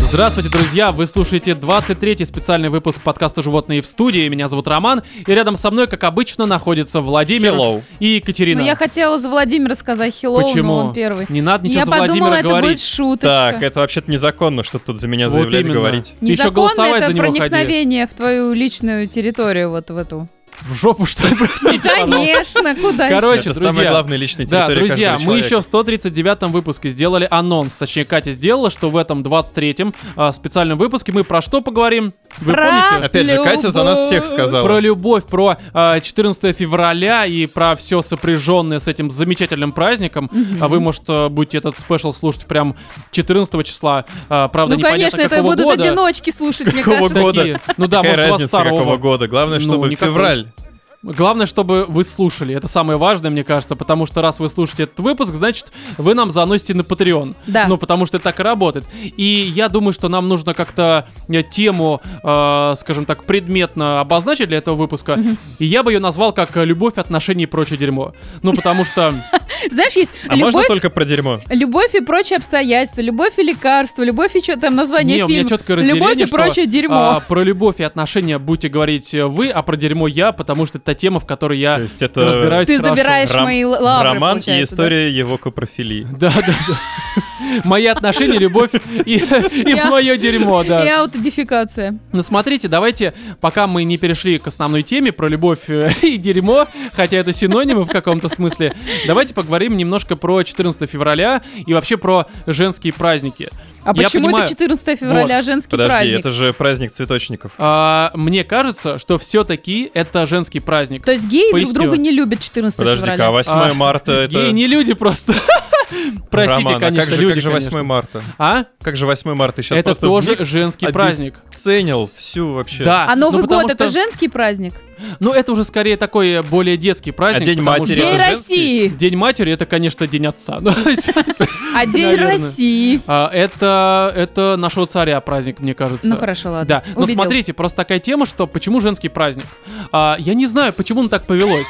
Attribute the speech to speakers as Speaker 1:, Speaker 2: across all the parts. Speaker 1: Здравствуйте, друзья! Вы слушаете 23-й специальный выпуск подкаста «Животные в студии». Меня зовут Роман, и рядом со мной, как обычно, находится Владимир
Speaker 2: Hello.
Speaker 1: и Екатерина.
Speaker 3: Ну, я хотела за Владимира сказать hello,
Speaker 1: Почему?
Speaker 3: но он первый.
Speaker 1: Не надо ничего
Speaker 3: я
Speaker 1: за
Speaker 3: подумала,
Speaker 1: Владимира
Speaker 3: это будет
Speaker 1: говорить.
Speaker 3: шуточка.
Speaker 2: Так, это вообще-то незаконно, что тут за меня
Speaker 1: Вот
Speaker 2: заявлять,
Speaker 1: именно.
Speaker 2: говорить.
Speaker 1: Ты еще
Speaker 3: Незаконно
Speaker 1: голосовать
Speaker 3: это
Speaker 1: за него ходили.
Speaker 3: проникновение в твою личную территорию, вот в эту.
Speaker 1: В жопу, что ли, простите, пожалуйста.
Speaker 3: Конечно, куда
Speaker 1: ну. Короче,
Speaker 3: еще?
Speaker 2: это
Speaker 1: друзья,
Speaker 2: самая главная личная
Speaker 1: Да,
Speaker 2: территория
Speaker 1: друзья,
Speaker 2: каждого
Speaker 1: мы
Speaker 2: человека.
Speaker 1: еще в 139-м выпуске сделали анонс. Точнее, Катя сделала, что в этом 23-м а, специальном выпуске мы про что поговорим? Вы
Speaker 3: Про-
Speaker 1: помните?
Speaker 2: Опять же, Катя за нас всех
Speaker 3: Любовь.
Speaker 2: сказала.
Speaker 1: Про любовь, про а, 14 февраля и про все сопряженное с этим замечательным праздником. А вы, может, а, будете этот спешл слушать прям 14 числа. А, правда,
Speaker 3: ну,
Speaker 1: непонятно
Speaker 3: конечно, это
Speaker 1: какого
Speaker 3: будут
Speaker 1: года.
Speaker 3: одиночки слушать, мне
Speaker 2: Какого
Speaker 3: кажется.
Speaker 2: года?
Speaker 1: Такие. Ну да,
Speaker 2: Какая
Speaker 1: может,
Speaker 2: разница
Speaker 1: 22
Speaker 2: какого года? Главное,
Speaker 1: Ну,
Speaker 2: чтобы
Speaker 1: никакой.
Speaker 2: февраль.
Speaker 1: Главное, чтобы вы слушали. Это самое важное, мне кажется, потому что раз вы слушаете этот выпуск, значит, вы нам заносите на Patreon.
Speaker 3: Да.
Speaker 1: Ну, потому что это так и работает. И я думаю, что нам нужно как-то э, тему, э, скажем так, предметно обозначить для этого выпуска. И я бы ее назвал как э, «Любовь, отношения и прочее дерьмо». Ну, потому что...
Speaker 3: Знаешь, есть
Speaker 2: А можно
Speaker 3: любовь,
Speaker 2: только про дерьмо?
Speaker 3: любовь и прочие обстоятельства, любовь и лекарства, любовь и что там название
Speaker 1: Не, у меня
Speaker 3: фильма,
Speaker 1: четкое разделение,
Speaker 3: А любовь и
Speaker 1: что,
Speaker 3: прочее
Speaker 1: а,
Speaker 3: дерьмо.
Speaker 1: про любовь и отношения будете говорить э, вы, а про дерьмо я, потому что это та тема, в которой я
Speaker 2: То есть это
Speaker 1: разбираюсь
Speaker 3: Ты
Speaker 1: хорошо.
Speaker 3: забираешь
Speaker 2: Ром-
Speaker 3: мои л- лавры,
Speaker 2: роман и
Speaker 3: получается, да?
Speaker 2: история его копрофилии.
Speaker 1: Да, да, да. Мои отношения, любовь и, и
Speaker 3: Я-
Speaker 1: мое дерьмо,
Speaker 3: И
Speaker 1: да.
Speaker 3: аутодификация.
Speaker 1: Ну смотрите, давайте, пока мы не перешли к основной теме про любовь э, и дерьмо, хотя это синонимы в каком-то смысле, давайте поговорим немножко про 14 февраля и вообще про женские праздники.
Speaker 3: А
Speaker 1: Я
Speaker 3: почему
Speaker 1: понимаю-
Speaker 3: это 14 февраля, а женский
Speaker 2: Подожди,
Speaker 3: праздник?
Speaker 2: это же праздник цветочников.
Speaker 1: А, мне кажется, что все-таки это женский праздник.
Speaker 3: То есть геи
Speaker 1: Поясню.
Speaker 3: друг друга не любят 14
Speaker 2: Подожди-ка, а
Speaker 3: февраля.
Speaker 2: 8
Speaker 1: А,
Speaker 2: марта это...
Speaker 1: Геи не люди просто. Простите,
Speaker 2: Роман,
Speaker 1: конечно,
Speaker 2: а как же,
Speaker 1: люди,
Speaker 2: как же 8
Speaker 1: конечно.
Speaker 2: марта?
Speaker 1: А?
Speaker 2: Как же 8 марта? Ты сейчас
Speaker 1: это
Speaker 2: просто
Speaker 1: тоже
Speaker 2: вмиг
Speaker 1: женский праздник.
Speaker 2: обесценил всю вообще.
Speaker 1: Да.
Speaker 3: А Новый
Speaker 1: ну, потому
Speaker 3: год это
Speaker 1: что-
Speaker 3: женский праздник?
Speaker 1: Ну, это уже скорее такой э, более детский праздник.
Speaker 2: А День
Speaker 1: потому
Speaker 2: матери
Speaker 1: что-
Speaker 3: День
Speaker 2: это женский?
Speaker 3: России.
Speaker 1: День матери это, конечно, день отца. но-
Speaker 3: А День
Speaker 1: Наверное.
Speaker 3: России.
Speaker 1: А, Это, это нашего царя праздник, мне кажется.
Speaker 3: Ну хорошо, ладно.
Speaker 1: Да, но
Speaker 3: Убедил.
Speaker 1: смотрите, просто такая тема, что почему женский праздник? А, я не знаю, почему он так повелось.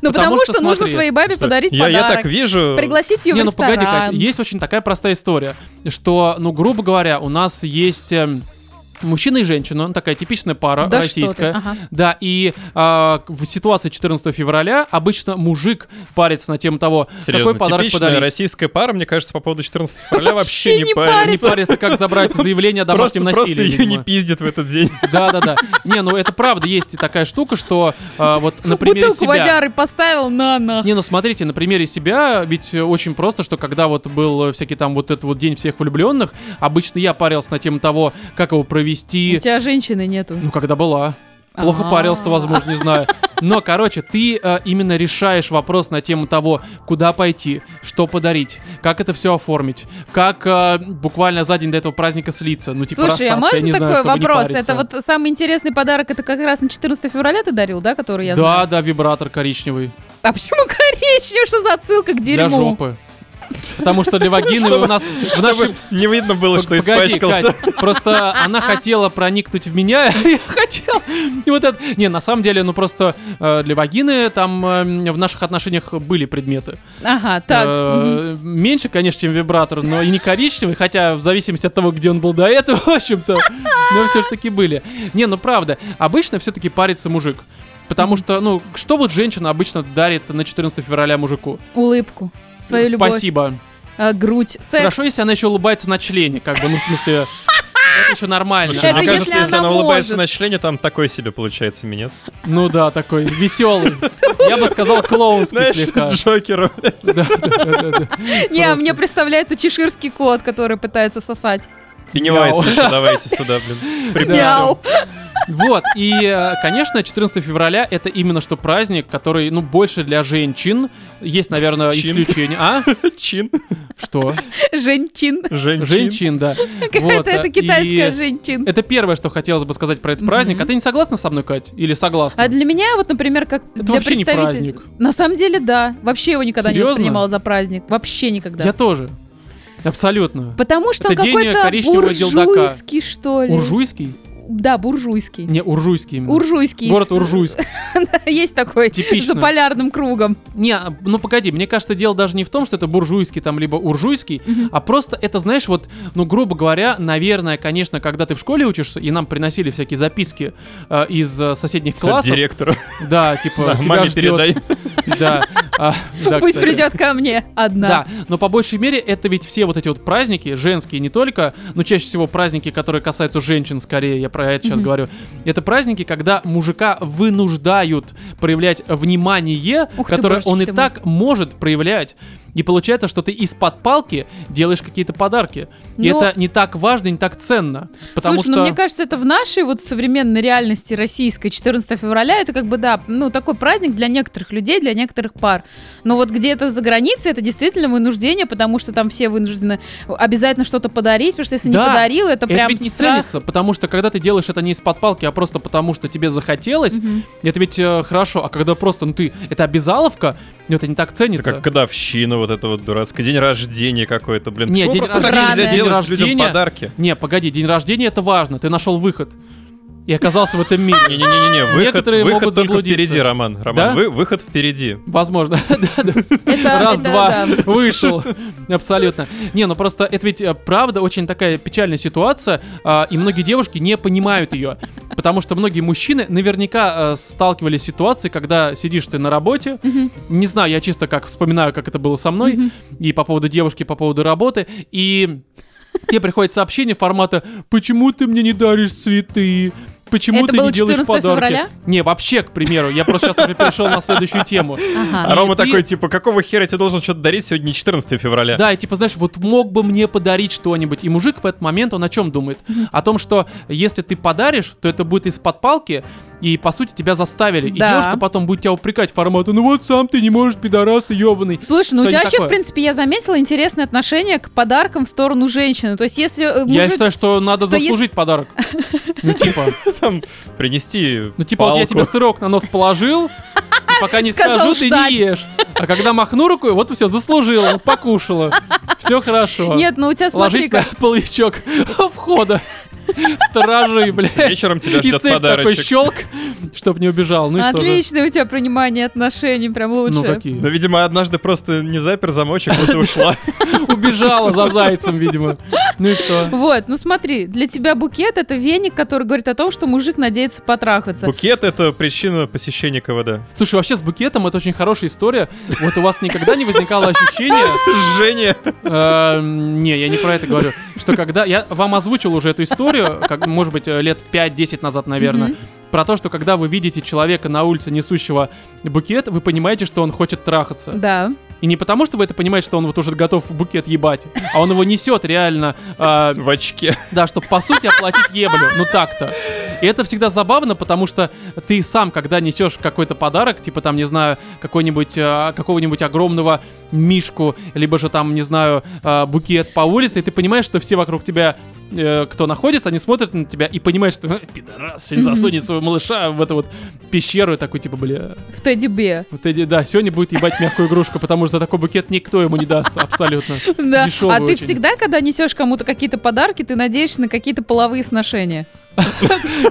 Speaker 3: Ну потому, что, нужно
Speaker 1: смотри,
Speaker 3: своей бабе
Speaker 2: Что?
Speaker 3: подарить
Speaker 2: я, я так
Speaker 3: подарок.
Speaker 2: вижу.
Speaker 3: Пригласить ее
Speaker 1: Не,
Speaker 3: в
Speaker 1: ну погоди, Катя,
Speaker 3: ресторан.
Speaker 1: есть очень такая простая история, что, ну, грубо говоря, у нас есть эм, мужчина и женщина, ну, такая типичная пара
Speaker 3: Да что ты,
Speaker 1: российская.
Speaker 3: ага.
Speaker 1: Да, и а, в ситуации 14 февраля обычно мужик парится на тему того,
Speaker 2: Серьезно,
Speaker 1: какой подарок
Speaker 2: типичная
Speaker 1: подарить.
Speaker 2: российская пара, мне кажется, по поводу 14 февраля
Speaker 3: Вообще
Speaker 2: вообще не
Speaker 3: не
Speaker 1: Не
Speaker 2: парится.
Speaker 1: парится, как забрать заявление о
Speaker 2: Просто,
Speaker 1: домашнем
Speaker 2: просто
Speaker 1: насилии.
Speaker 2: ее не
Speaker 1: видимо.
Speaker 2: пиздит в этот день.
Speaker 1: Да, да, да. Не, ну это правда, есть и такая штука, что а, вот на примере
Speaker 3: Бутылку
Speaker 1: себя.
Speaker 3: водяры поставил на нах.
Speaker 1: Не, ну смотрите, на примере себя, ведь э, очень просто, что когда вот был э, всякий там вот этот вот день всех влюбленных, обычно я парился на тему того, как его
Speaker 3: У
Speaker 1: провести.
Speaker 3: тебя женщины нету.
Speaker 1: Ну, когда была. Плохо
Speaker 3: А.
Speaker 1: парился, возможно, не знаю. Но, короче, ты э, именно решаешь вопрос на тему того, куда пойти, что подарить, как это все оформить, как э, буквально за день до этого праздника слиться. Ну, типа,
Speaker 3: Слушай, а
Speaker 1: расстаться, я
Speaker 3: можно
Speaker 1: не знаю,
Speaker 3: такой
Speaker 1: чтобы не
Speaker 3: вопрос?
Speaker 1: париться.
Speaker 3: Это вот самый интересный подарок, это как раз на 14 февраля ты дарил, да, который я
Speaker 1: да,
Speaker 3: знаю?
Speaker 1: да, вибратор коричневый.
Speaker 3: А почему коричневый? Что за отсылка к
Speaker 1: Для
Speaker 3: дерьму?
Speaker 1: жопы. Потому что для вагины у нас в нашем...
Speaker 2: Чтобы не видно было, что
Speaker 1: Погоди,
Speaker 2: испачкался.
Speaker 1: Кать, просто она хотела проникнуть в меня, а я хотел. И вот это... Не, на самом деле, ну просто э, для вагины там э, в наших отношениях были предметы.
Speaker 3: Ага, так. мгм.
Speaker 1: Э, меньше, конечно, чем вибратор, но и не коричневый, хотя в зависимости от того, где он был до этого, в общем-то, но все же таки были. Не, ну правда, обычно все-таки парится мужик. Потому что, ну, что вот женщина обычно дарит на 14 февраля мужику?
Speaker 3: Улыбку. Свою любовь.
Speaker 1: Спасибо.
Speaker 3: э, грудь, секс.
Speaker 1: Хорошо, если она еще улыбается на члене, как бы, ну, в смысле, это еще нормально.
Speaker 2: Слушай,
Speaker 3: Это
Speaker 2: мне кажется,
Speaker 3: если
Speaker 2: если она
Speaker 3: она
Speaker 2: улыбается
Speaker 3: может.
Speaker 2: на члене, там такой себе получается минет.
Speaker 1: Ну да, такой веселый. Я бы сказал, клоунский
Speaker 2: Знаешь,
Speaker 1: слегка.
Speaker 2: Джокеру.
Speaker 1: Да, да, да, да.
Speaker 3: Не, а
Speaker 1: Просто.
Speaker 3: мне представляется чеширский кот, который пытается сосать.
Speaker 2: Пеннивайз
Speaker 1: Мяу.
Speaker 2: еще давайте сюда, блин. Припрятал.
Speaker 3: Мяу.
Speaker 1: Вот, и, э, конечно, 14 февраля это именно что праздник, который, ну, больше для женщин. Есть, наверное,
Speaker 2: Чин.
Speaker 1: исключения. А?
Speaker 2: Чин.
Speaker 1: Что?
Speaker 3: Женщин.
Speaker 2: Женщин.
Speaker 1: Женщин, да. Вот, э,
Speaker 3: Какая-то это
Speaker 1: и
Speaker 3: китайская женщина.
Speaker 1: Это первое, что хотелось бы сказать про этот
Speaker 3: Мгм.
Speaker 1: праздник. А ты не согласна со мной, Кать? Или согласна?
Speaker 3: А для меня, вот, например, как для
Speaker 1: вообще не
Speaker 3: представителей-
Speaker 1: праздник.
Speaker 3: На самом деле, да. Вообще его никогда
Speaker 1: Серьезно?
Speaker 3: не воспринимала за праздник. Вообще никогда.
Speaker 1: Я тоже. Абсолютно.
Speaker 3: Потому что
Speaker 1: Это
Speaker 3: он
Speaker 1: день
Speaker 3: какой-то
Speaker 1: коричневого
Speaker 3: буржуйский, что ли.
Speaker 1: Уржуйский?
Speaker 3: да, буржуйский.
Speaker 1: Не, Уржуйский именно.
Speaker 3: Уржуйский.
Speaker 1: Город Уржуйск.
Speaker 3: Есть такой.
Speaker 1: Типично.
Speaker 3: За полярным кругом.
Speaker 1: Не, а, ну погоди, мне кажется, дело даже не в том, что это буржуйский там либо уржуйский,
Speaker 3: Мгм.
Speaker 1: а просто это, знаешь, вот, ну, грубо говоря, наверное, конечно, когда ты в школе учишься, и нам приносили всякие записки э, из э, соседних классов.
Speaker 2: Директору.
Speaker 1: Да, типа,
Speaker 2: Да,
Speaker 1: тебя
Speaker 2: Маме
Speaker 1: ждет.
Speaker 2: передай.
Speaker 1: Да. а, да,
Speaker 3: Пусть
Speaker 1: кстати.
Speaker 3: придет ко мне одна.
Speaker 1: Да, но по большей мере это ведь все вот эти вот праздники, женские не только, но чаще всего праздники, которые касаются женщин скорее, я про это сейчас
Speaker 3: Мгм.
Speaker 1: говорю. Это праздники, когда мужика вынуждают проявлять внимание,
Speaker 3: Ух ты,
Speaker 1: которое
Speaker 3: божечки
Speaker 1: он и
Speaker 3: ты мой.
Speaker 1: так может проявлять. И получается, что ты из-под палки делаешь какие-то подарки. И
Speaker 3: Ну-
Speaker 1: это не так важно, не так ценно. Потому
Speaker 3: Слушай,
Speaker 1: что...
Speaker 3: ну мне кажется, это в нашей вот современной реальности российской 14 февраля, это как бы, да, ну такой праздник для некоторых людей, для некоторых пар. Но вот где-то за границей это действительно вынуждение, потому что там все вынуждены обязательно что-то подарить, потому что если
Speaker 1: Да,
Speaker 3: не подарил, это
Speaker 1: это
Speaker 3: прям
Speaker 1: ведь не
Speaker 3: страх.
Speaker 1: ценится, потому что когда ты делаешь это не из-под палки, а просто потому, что тебе захотелось,
Speaker 3: Мгм.
Speaker 1: Это ведь э, хорошо, а когда просто, ну ты, это обязаловка, ну это не так
Speaker 2: Это
Speaker 1: ценится.
Speaker 2: как годовщина вот это вот дурацкая. День рождения какой-то, блин.
Speaker 1: Не,
Speaker 2: Почему
Speaker 1: день
Speaker 2: просто так
Speaker 3: рождения-
Speaker 2: нельзя
Speaker 3: день
Speaker 2: делать людям
Speaker 1: рождения-
Speaker 2: подарки?
Speaker 1: Не, погоди, день рождения это важно, ты нашел выход. И оказался в этом мире.
Speaker 2: Не-не-не, выход,
Speaker 1: Некоторые
Speaker 2: выход
Speaker 1: могут
Speaker 2: только
Speaker 1: заблудиться.
Speaker 2: впереди, Роман. Роман,
Speaker 1: Да?
Speaker 2: вы, выход впереди.
Speaker 1: Возможно.
Speaker 3: Это-
Speaker 1: Раз,
Speaker 3: это
Speaker 1: два,
Speaker 3: да.
Speaker 1: вышел. Абсолютно. Не, ну просто это ведь э, правда очень такая печальная ситуация, а, и многие девушки не понимают ее. Потому что многие мужчины наверняка э, сталкивались с ситуацией, когда сидишь ты на работе,
Speaker 3: Мгм.
Speaker 1: не знаю, я чисто как вспоминаю, как это было со мной,
Speaker 3: Мгм.
Speaker 1: и по поводу девушки, по поводу работы, и тебе приходит сообщение формата «Почему ты мне не даришь цветы?» Почему
Speaker 3: Это
Speaker 1: ты
Speaker 3: было
Speaker 1: не делаешь
Speaker 3: 14
Speaker 1: подарки?
Speaker 3: февраля?
Speaker 1: Не, вообще, к примеру, я просто сейчас уже перешел на следующую тему.
Speaker 3: Ага.
Speaker 2: А Рома
Speaker 1: ты-
Speaker 2: такой, типа, какого хера я тебе должен что-то дарить? Сегодня не 14 февраля.
Speaker 1: Да, и типа, знаешь, вот мог бы мне подарить что-нибудь. И мужик в этот момент, он о чем думает? О том, что если ты подаришь, то это будет из-под палки, и, по сути, тебя заставили. И
Speaker 3: Да.
Speaker 1: девушка потом будет тебя упрекать формата «Ну вот сам ты не можешь, пидорас ты ебаный».
Speaker 3: Слушай, ну у
Speaker 1: Что
Speaker 3: тебя
Speaker 1: не
Speaker 3: вообще, в
Speaker 1: А такое?
Speaker 3: принципе, я заметила интересное отношение к подаркам в сторону женщины. То есть, если э,
Speaker 1: Я
Speaker 3: мужик-
Speaker 1: считаю, что надо
Speaker 3: что если-
Speaker 1: заслужить подарок. Ну, типа...
Speaker 2: Там принести
Speaker 1: Ну, типа, вот я тебе
Speaker 2: палку.
Speaker 1: сырок на нос положил, и пока не
Speaker 3: Сказал
Speaker 1: скажу, ты
Speaker 3: ждать.
Speaker 1: не ешь. А когда махну рукой, вот все, заслужила, вот покушала. Все хорошо.
Speaker 3: Нет, ну у тебя смотри,
Speaker 1: Ложись на
Speaker 3: как-
Speaker 1: половичок входа. Сторожи, блядь.
Speaker 2: Вечером тебя
Speaker 1: И цепь
Speaker 2: ждет
Speaker 1: такой
Speaker 2: подарочек.
Speaker 1: щелк, чтоб не убежал. Ну и что же?
Speaker 3: Отличное у тебя понимание отношений, прям лучше.
Speaker 1: Ну какие?
Speaker 2: Ну, видимо, однажды просто не запер замочек, вот и ушла.
Speaker 1: Убежала за зайцем, видимо. Ну и что?
Speaker 3: Вот, ну смотри, для тебя букет это веник, который говорит о том, что мужик надеется потрахаться.
Speaker 2: Букет — это причина посещения КВД.
Speaker 1: Слушай, вообще с букетом это очень хорошая история. Вот у вас никогда не возникало ощущения,
Speaker 2: Женя!
Speaker 1: Э, Не, я не про это говорю. Что когда... Я вам озвучил уже эту историю, как, может быть, э, лет 5-10 назад, наверное.
Speaker 3: Мгм.
Speaker 1: Про то, что когда вы видите человека на улице, несущего букет, вы понимаете, что он хочет трахаться.
Speaker 3: Да.
Speaker 1: И не потому, что вы это понимаете, что он вот уже готов букет ебать, а он его несет реально, э,
Speaker 2: В очке.
Speaker 1: да, чтобы по сути оплатить еблю. Ну так-то. И это всегда забавно, потому что ты сам, когда несешь какой-то подарок, типа там, не знаю, какой-нибудь, э, какого-нибудь огромного мишку, либо же там, не знаю, э, букет по улице, и ты понимаешь, что все вокруг тебя, э, кто находится, они смотрят на тебя и понимают, что «Э, пидорас сейчас
Speaker 3: Мгм.
Speaker 1: засунет своего малыша в эту вот пещеру, и такой типа, бля,
Speaker 3: В Тедди-Бе.
Speaker 1: вот эти, да, сегодня будет ебать мягкую игрушку, потому что за такой букет никто ему не даст, абсолютно.
Speaker 3: Да.
Speaker 1: Дешёвый
Speaker 3: а ты
Speaker 1: очень.
Speaker 3: всегда, когда несешь кому-то какие-то подарки, ты надеешься на какие-то половые сношения.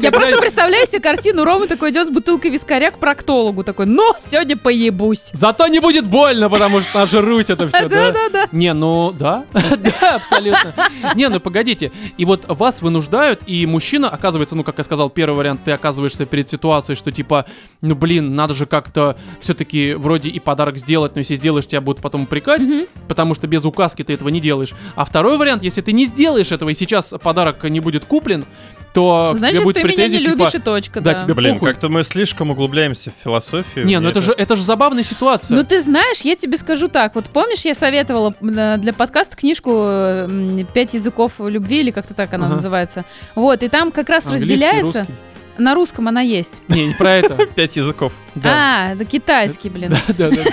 Speaker 3: Я просто представляю себе картину, Рома такой идет с бутылкой вискаря к проктологу, такой, ну, сегодня поебусь.
Speaker 1: Зато не будет больно, потому что нажрусь это все, да?
Speaker 3: Да-да-да.
Speaker 1: Не, ну да, да, абсолютно. Не, ну погодите, и вот вас вынуждают, и мужчина оказывается, ну как я сказал, первый вариант, ты оказываешься перед ситуацией, что типа, ну блин, надо же как-то все-таки вроде и подарок сделать, но если сделаешь, тебя будут потом упрекать, потому что без указки ты этого не делаешь. А второй вариант, если ты не сделаешь этого и сейчас подарок не будет куплен, то к тебе
Speaker 3: Значит,
Speaker 1: будет
Speaker 3: ты меня
Speaker 1: претензия
Speaker 3: не
Speaker 1: типа,
Speaker 3: любишь и точка,
Speaker 1: да,
Speaker 3: да.
Speaker 1: тебе-
Speaker 2: Блин,
Speaker 1: похуй.
Speaker 2: как-то мы слишком углубляемся в философию.
Speaker 1: не,
Speaker 2: Мне
Speaker 1: ну это же, это же забавная ситуация.
Speaker 3: Ну ты знаешь, я тебе скажу так. Вот помнишь, я советовала м, для подкаста книжку э, м, «Пять языков любви» или как-то так она
Speaker 1: Ага.
Speaker 3: называется. Вот, и там как раз
Speaker 1: Английский,
Speaker 3: разделяется...
Speaker 1: русский.
Speaker 3: На русском она есть.
Speaker 1: Не, не про это.
Speaker 2: Пять языков.
Speaker 1: Да.
Speaker 3: А, да китайский, блин.
Speaker 1: Да, да, да.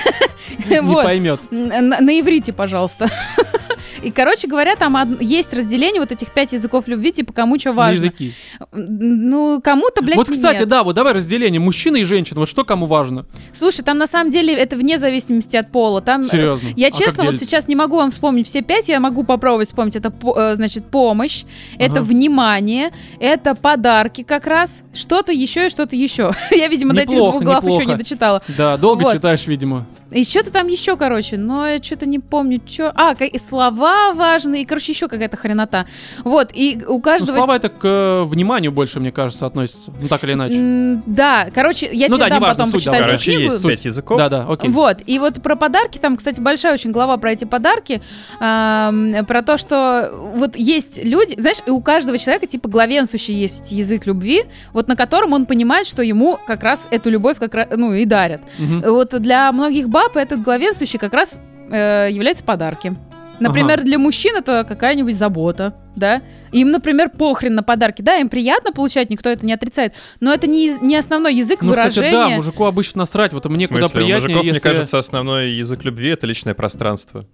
Speaker 1: Не
Speaker 3: Вот.
Speaker 1: поймет.
Speaker 3: Н- На на иврите, пожалуйста. И, короче говоря, там од- есть разделение вот этих пять языков любви, типа кому что
Speaker 1: На
Speaker 3: важно.
Speaker 1: языки.
Speaker 3: Ну, кому-то, блядь,
Speaker 1: Вот, кстати,
Speaker 3: нет.
Speaker 1: да, вот давай разделение мужчина и женщина. Вот что кому важно?
Speaker 3: Слушай, там на самом деле это вне зависимости от пола. Там, э,
Speaker 1: Серьезно.
Speaker 3: Я
Speaker 2: А как
Speaker 3: честно вот
Speaker 2: делится?
Speaker 3: сейчас не могу вам вспомнить все пять, я могу попробовать вспомнить. Это, по- э, значит, помощь, это
Speaker 1: Ага.
Speaker 3: внимание, это подарки как раз, что-то еще и что-то еще. Я, видимо, до этих
Speaker 1: Неплохо,
Speaker 3: двух глав еще не
Speaker 1: неплохо.
Speaker 3: дочитала.
Speaker 1: Да, долго
Speaker 3: Вот.
Speaker 1: читаешь, видимо.
Speaker 3: И что-то там еще, короче, но я что-то не помню, что... А, ка- и слова важные, и, короче, еще какая-то хренота. Вот, и у
Speaker 1: Ну,
Speaker 3: каждого...
Speaker 1: слова это к э, вниманию больше, мне кажется, относятся. Ну, так или иначе.
Speaker 3: М, Да, короче, я
Speaker 1: Ну
Speaker 3: тебе
Speaker 1: да,
Speaker 3: дам
Speaker 1: неважно,
Speaker 3: потом
Speaker 1: суть,
Speaker 3: почитать
Speaker 1: давай.
Speaker 3: эту
Speaker 2: Короче,
Speaker 3: книгу.
Speaker 2: есть пять языков.
Speaker 1: Да-да, окей.
Speaker 3: Вот, и вот про подарки, там, кстати, большая очень глава про эти подарки, ам, про то, что вот есть люди, знаешь, и у каждого человека, типа, главенствующий есть язык любви, вот на котором он понимает, что ему как раз эту любовь как раз, ну, и дарят.
Speaker 1: Мгм.
Speaker 3: Вот для многих баб этот главенствующий как раз э, является подарки. Например, для мужчин это какая-нибудь забота, да? Им, например, похрен на подарки, да, им приятно получать, никто это не отрицает, но это не, из- не основной язык
Speaker 1: Ну,
Speaker 3: выражения.
Speaker 1: кстати, да, мужику обычно насрать, вот мне
Speaker 2: В
Speaker 1: куда
Speaker 2: смысле, у
Speaker 1: приятнее,
Speaker 2: мужиков,
Speaker 1: если...
Speaker 2: мне кажется, основной язык любви — это личное пространство.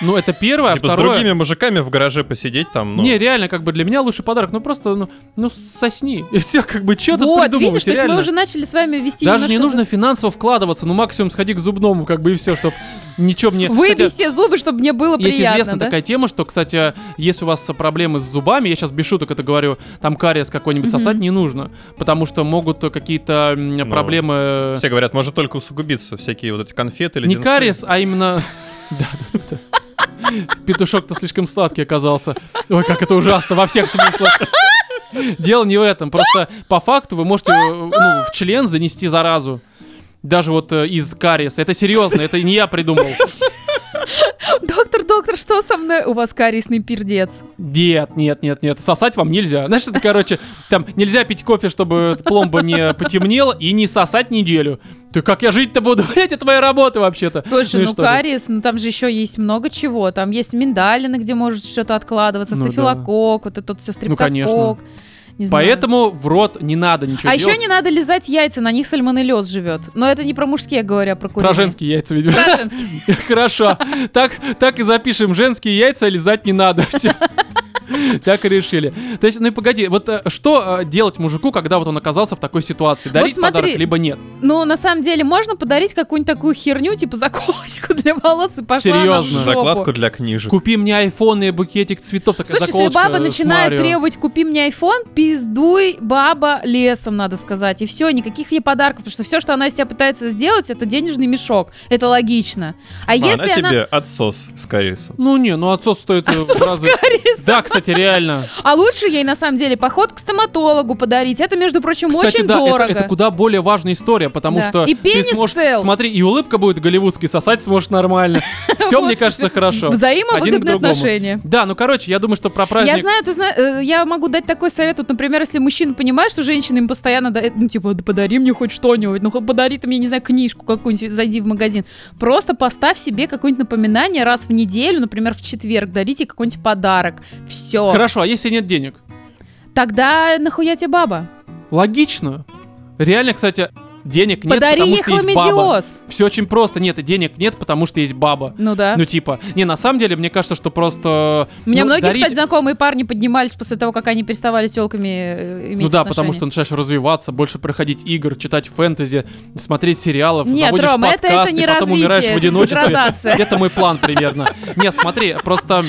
Speaker 1: Ну, это первое, а
Speaker 2: типа
Speaker 1: второе...
Speaker 2: с другими мужиками в гараже посидеть там, ну...
Speaker 1: Не, реально, как бы для меня лучший подарок, ну просто, ну, ну сосни. И все, как бы, что тут
Speaker 3: вот,
Speaker 1: придумывать,
Speaker 3: видишь, то есть
Speaker 1: реально?
Speaker 3: мы уже начали с вами вести
Speaker 1: Даже не
Speaker 3: немножко
Speaker 1: нужно финансово вкладываться, ну максимум сходи к зубному, как бы и все, чтобы ничего мне...
Speaker 3: Выбей
Speaker 1: Хотя-
Speaker 3: все зубы, чтобы мне было
Speaker 1: Есть
Speaker 3: приятно,
Speaker 1: известна
Speaker 3: да?
Speaker 1: такая тема, что, кстати, если у вас проблемы с зубами, я сейчас без шуток это говорю, там кариес какой-нибудь
Speaker 3: Мгм.
Speaker 1: сосать не нужно, потому что могут какие-то м,
Speaker 2: Ну,
Speaker 1: проблемы...
Speaker 2: Все говорят, может только усугубиться всякие вот эти конфеты,
Speaker 1: не
Speaker 2: леденцы.
Speaker 1: кариес, а именно... Да, да, да, да. Петушок-то слишком сладкий оказался. Ой, как это ужасно во всех смыслах. Дело не в этом. Просто по факту вы можете э, ну, в член занести заразу. Даже вот э, из кариеса. Это серьезно, это не я придумал.
Speaker 3: Доктор, доктор, что со мной? У вас кариесный пердец.
Speaker 1: Нет, нет, нет, нет. Сосать вам нельзя. Знаешь, это, короче, там нельзя пить кофе, чтобы пломба не потемнела, и не сосать неделю. Ты как я жить-то буду? Блять, это моя работа вообще-то.
Speaker 3: Слушай,
Speaker 1: и
Speaker 3: ну,
Speaker 1: что же?
Speaker 3: кариес, ну там же еще есть много чего. Там есть миндалины, где может что-то откладываться,
Speaker 1: Ну да. Ну,
Speaker 3: стафилокок, вот это вот все стриптокок.
Speaker 1: конечно.
Speaker 3: Не знаю.
Speaker 1: Поэтому в рот не надо ничего
Speaker 3: А
Speaker 1: делать.
Speaker 3: еще не надо лизать яйца, на них сальмонеллез живет. Но это не про мужские, я говорю, а про куриные.
Speaker 1: Про женские яйца, видимо.
Speaker 3: Про женские.
Speaker 1: Хорошо. Так, так и запишем. Женские яйца лизать не надо. Все. Так и решили. То есть, ну и погоди, вот э, что э, делать мужику, когда вот он оказался в такой ситуации? Дарить
Speaker 3: смотри.
Speaker 1: подарок, либо нет?
Speaker 3: Ну, на самом деле, можно подарить какую-нибудь такую херню, типа заколочку для волос и пошла она в
Speaker 1: Серьезно?
Speaker 3: жопу.
Speaker 2: Закладку для книжек.
Speaker 1: Купи мне айфон и букетик цветов. Такая
Speaker 3: Слушай, если
Speaker 1: заколочка
Speaker 3: баба
Speaker 1: с
Speaker 3: начинает
Speaker 1: Марио.
Speaker 3: требовать «купи мне iPhone», пиздуй баба лесом, надо сказать. И все, никаких ей подарков, потому что все, что она из тебя пытается сделать, это денежный мешок. Это логично. А
Speaker 2: А,
Speaker 3: если
Speaker 2: на
Speaker 3: она...
Speaker 2: тебе отсос с кариесом.
Speaker 1: Ну не, ну отцов стоит э, в разы.
Speaker 3: Борис,
Speaker 1: Да, кстати, реально.
Speaker 3: А лучше ей на самом деле поход к стоматологу подарить. Это, между прочим,
Speaker 1: Кстати,
Speaker 3: очень
Speaker 1: да, это,
Speaker 3: дорого.
Speaker 1: это куда более важная история, потому
Speaker 3: Да.
Speaker 1: что
Speaker 3: И
Speaker 1: ты
Speaker 3: пенис
Speaker 1: сможешь,
Speaker 3: цел.
Speaker 1: смотри, и улыбка будет голливудский, сосать сможешь нормально. Все, мне кажется, хорошо. Один к
Speaker 3: Взаимовыгодные
Speaker 1: другому.
Speaker 3: отношения.
Speaker 1: Да, ну короче, я думаю, что про праздник...
Speaker 3: Я знаю, ты зна- э, я могу дать такой совет, вот, например, если мужчина понимает, что женщина им постоянно, дает, ну, типа, «Да подари мне хоть что-нибудь, ну, хоть подари ты мне, не знаю, книжку какую-нибудь, зайди в магазин. Просто поставь себе какое-нибудь напоминание раз в неделю, например, в четверг, дарите какой-нибудь подарок. Все.
Speaker 1: Хорошо, а если нет денег?
Speaker 3: Тогда нахуя тебе баба?
Speaker 1: Логично. Реально, кстати, денег нет,
Speaker 3: подари
Speaker 1: потому
Speaker 3: ей
Speaker 1: что есть баба.
Speaker 3: хламидиоз.
Speaker 1: Все очень просто. Нет, денег нет, потому что есть баба.
Speaker 3: Ну да.
Speaker 1: Ну типа, не, на самом деле, мне кажется, что просто...
Speaker 3: У меня
Speaker 1: ну,
Speaker 3: многие,
Speaker 1: дарить-
Speaker 3: кстати, знакомые парни поднимались после того, как они переставали с телками иметь
Speaker 1: Ну да,
Speaker 3: отношения.
Speaker 1: потому что начинаешь развиваться, больше проходить игр, читать фэнтези, смотреть сериалов,
Speaker 3: Нет,
Speaker 1: ну, заводишь
Speaker 3: Ром, это, это
Speaker 1: подкасты,
Speaker 3: не
Speaker 1: потом
Speaker 3: развитие,
Speaker 1: умираешь в
Speaker 3: это
Speaker 1: одиночестве.
Speaker 3: деградация.
Speaker 1: Это мой план примерно. Не, смотри, просто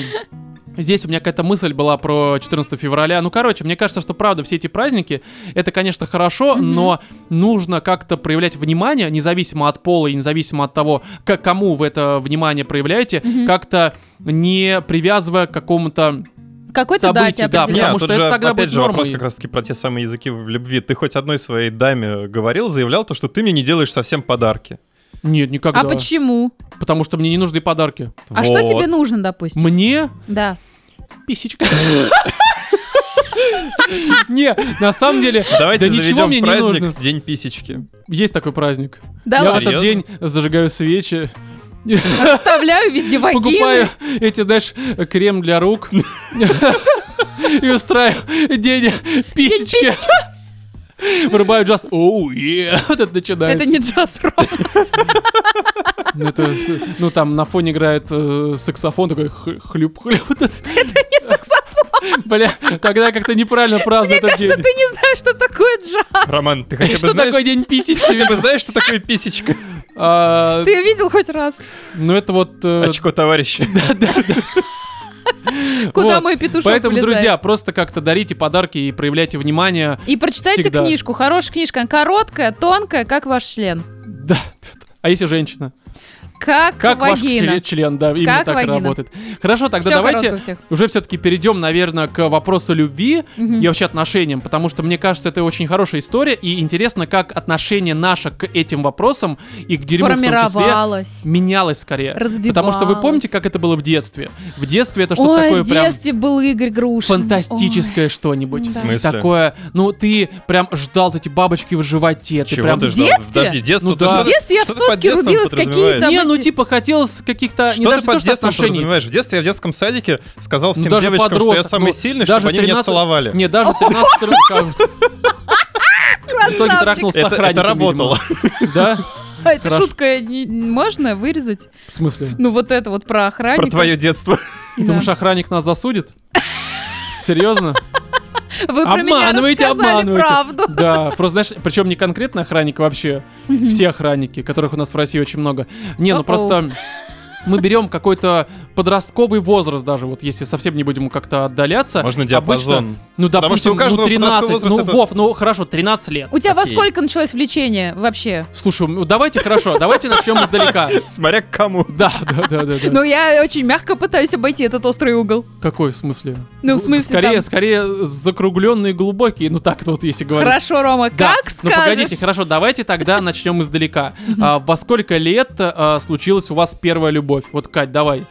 Speaker 1: Здесь у меня какая-то мысль была про 14 февраля. Ну, короче, мне кажется, что правда, все эти праздники, это, конечно, хорошо,
Speaker 3: Мгм.
Speaker 1: но нужно как-то проявлять внимание, независимо от пола и независимо от того, к кому вы это внимание проявляете,
Speaker 3: Мгм.
Speaker 1: как-то не привязывая к какому-то...
Speaker 3: Какой-то
Speaker 1: события,
Speaker 3: дате
Speaker 1: да,
Speaker 3: определенной.
Speaker 1: мне Потому
Speaker 2: а тут
Speaker 1: что это
Speaker 2: же,
Speaker 1: тогда
Speaker 2: опять
Speaker 1: будет
Speaker 2: же, вопрос
Speaker 1: нормой.
Speaker 2: как раз-таки про те самые языки в любви. Ты хоть одной своей даме говорил, заявлял то, что ты мне не делаешь совсем подарки.
Speaker 1: Нет, никогда.
Speaker 3: А почему?
Speaker 1: Потому что мне не нужны подарки.
Speaker 3: А что
Speaker 2: Вот.
Speaker 3: тебе нужно, допустим?
Speaker 1: Мне
Speaker 3: Да.
Speaker 1: писечка. Не, на самом деле,
Speaker 2: Давайте
Speaker 1: да ничего
Speaker 2: заведем
Speaker 1: мне не
Speaker 2: праздник
Speaker 1: нужно.
Speaker 2: День писечки.
Speaker 1: Есть такой праздник.
Speaker 3: Да
Speaker 1: Я в
Speaker 3: ладно,
Speaker 1: этот
Speaker 2: Серьезно?
Speaker 1: день зажигаю свечи,
Speaker 3: оставляю везде
Speaker 1: покупаю
Speaker 3: вагины.
Speaker 1: эти, знаешь, крем для рук и устраиваю день писечки. Вырубаю джаз. Оу, е, вот это
Speaker 3: Это
Speaker 1: начинается.
Speaker 3: не джаз рок.
Speaker 1: Ну, это с- ну, там на фоне играет э, саксофон, такой х- хлюп-хлюп. Это не саксофон. Бля, тогда как-то неправильно
Speaker 3: Мне
Speaker 1: празднует этот
Speaker 3: кажется,
Speaker 1: день.
Speaker 3: ты не знаешь, что такое джаз.
Speaker 2: Роман, ты хотя бы
Speaker 1: Что такое
Speaker 2: знаешь...
Speaker 1: день писечки?
Speaker 2: Хотя бы знаешь, что такое писечка?
Speaker 1: А,
Speaker 3: Ты А ее видел хоть раз?
Speaker 1: Ну, это вот... э,
Speaker 2: Очко товарища.
Speaker 3: Куда
Speaker 1: вот.
Speaker 3: мой петушок
Speaker 1: Поэтому,
Speaker 3: влезает?
Speaker 1: друзья, просто как-то дарите подарки и проявляйте внимание.
Speaker 3: И прочитайте
Speaker 1: всегда.
Speaker 3: книжку. Хорошая книжка. Она короткая, тонкая, как ваш член.
Speaker 1: Да. А если женщина?
Speaker 3: Как,
Speaker 1: Как ваш
Speaker 3: вагина.
Speaker 1: член, член, да, именно
Speaker 3: Как
Speaker 1: так и
Speaker 3: вагина.
Speaker 1: работает. Хорошо, тогда
Speaker 3: Всё
Speaker 1: давайте
Speaker 3: коротко у всех.
Speaker 1: уже все-таки перейдем, наверное, к вопросу любви
Speaker 3: Мгм.
Speaker 1: и вообще отношениям, потому что мне кажется, это очень хорошая история, и интересно, как отношение наше к этим вопросам и к дерьму в том числе
Speaker 3: Формировалась.
Speaker 1: менялось скорее. Потому что вы
Speaker 3: Разбивалась.
Speaker 1: помните, как это было в детстве? В детстве это что-то
Speaker 3: Ой,
Speaker 1: такое
Speaker 3: в
Speaker 1: прям
Speaker 3: детстве был Игорь Грушин.
Speaker 1: фантастическое что-нибудь.
Speaker 3: В
Speaker 2: смысле?
Speaker 1: Такое, ну ты прям ждал эти бабочки в животе, ты
Speaker 2: Чего
Speaker 1: прям
Speaker 2: ты ждал?
Speaker 3: детстве?
Speaker 2: Подожди, детство
Speaker 1: Ну
Speaker 2: ты
Speaker 1: да.
Speaker 2: что-
Speaker 1: В
Speaker 3: детстве я
Speaker 2: что
Speaker 3: в
Speaker 2: ты под
Speaker 3: сутки
Speaker 2: детством
Speaker 3: рубилась
Speaker 2: подразумеваешь?
Speaker 3: какие-то там
Speaker 1: не, ну
Speaker 3: эти-
Speaker 1: типа хотелось каких-то, не
Speaker 2: Что
Speaker 1: даже
Speaker 2: ты
Speaker 1: не то,
Speaker 2: под
Speaker 1: что
Speaker 2: детством
Speaker 1: отношений.
Speaker 2: подразумеваешь? В детстве я в детском садике сказал всем
Speaker 1: Ну, даже
Speaker 2: девочкам, что я
Speaker 1: подросток,
Speaker 2: самый
Speaker 1: ну,
Speaker 2: сильный,
Speaker 1: даже
Speaker 2: чтобы они меня
Speaker 1: 13
Speaker 2: целовали.
Speaker 1: Не, даже 13 рублей. В итоге трахнул с
Speaker 2: Это- это
Speaker 1: охранником, видимо.
Speaker 2: работало.
Speaker 1: Да?
Speaker 3: А, Это
Speaker 1: Хорошо.
Speaker 3: шутка не- можно вырезать?
Speaker 1: В смысле?
Speaker 3: Ну вот это вот про охранника.
Speaker 2: Про твое детство.
Speaker 1: Ты
Speaker 3: Да.
Speaker 1: думаешь, охранник нас засудит? Серьезно?
Speaker 3: Вы про меня
Speaker 1: обманываете,
Speaker 3: рассказали
Speaker 1: обманываете.
Speaker 3: правду.
Speaker 1: Да, просто знаешь, причем не конкретно охранник вообще, все охранники, которых у нас в России очень много. Не, ну
Speaker 3: О-оу.
Speaker 1: просто мы берем какой-то подростковый возраст даже, вот если совсем не будем как-то отдаляться.
Speaker 2: Можно
Speaker 1: Обычно-
Speaker 2: диапазон.
Speaker 1: ну, допустим,
Speaker 2: Потому что у каждого
Speaker 1: ну, 13,
Speaker 2: подросткового
Speaker 1: ну,
Speaker 2: возраста это-
Speaker 1: Вов, ну, хорошо, 13 лет.
Speaker 3: У тебя во
Speaker 2: Окей.
Speaker 3: сколько началось влечение вообще?
Speaker 1: Слушай, ну, давайте, хорошо, давайте начнем издалека.
Speaker 2: Смотря к кому.
Speaker 1: Да, да, да, да. да.
Speaker 3: Ну, я очень мягко пытаюсь обойти этот острый угол.
Speaker 1: Какой в смысле?
Speaker 3: Ну, в смысле,
Speaker 1: Скорее,
Speaker 3: там-
Speaker 1: скорее закругленные, глубокие. Ну, так вот, если говорить.
Speaker 3: Хорошо, Рома,
Speaker 1: Да.
Speaker 3: как
Speaker 1: Ну,
Speaker 3: скажешь.
Speaker 1: погодите, хорошо, давайте тогда начнем издалека. А, во сколько лет а, случилась у вас первая любовь? Вот, Кать, давай.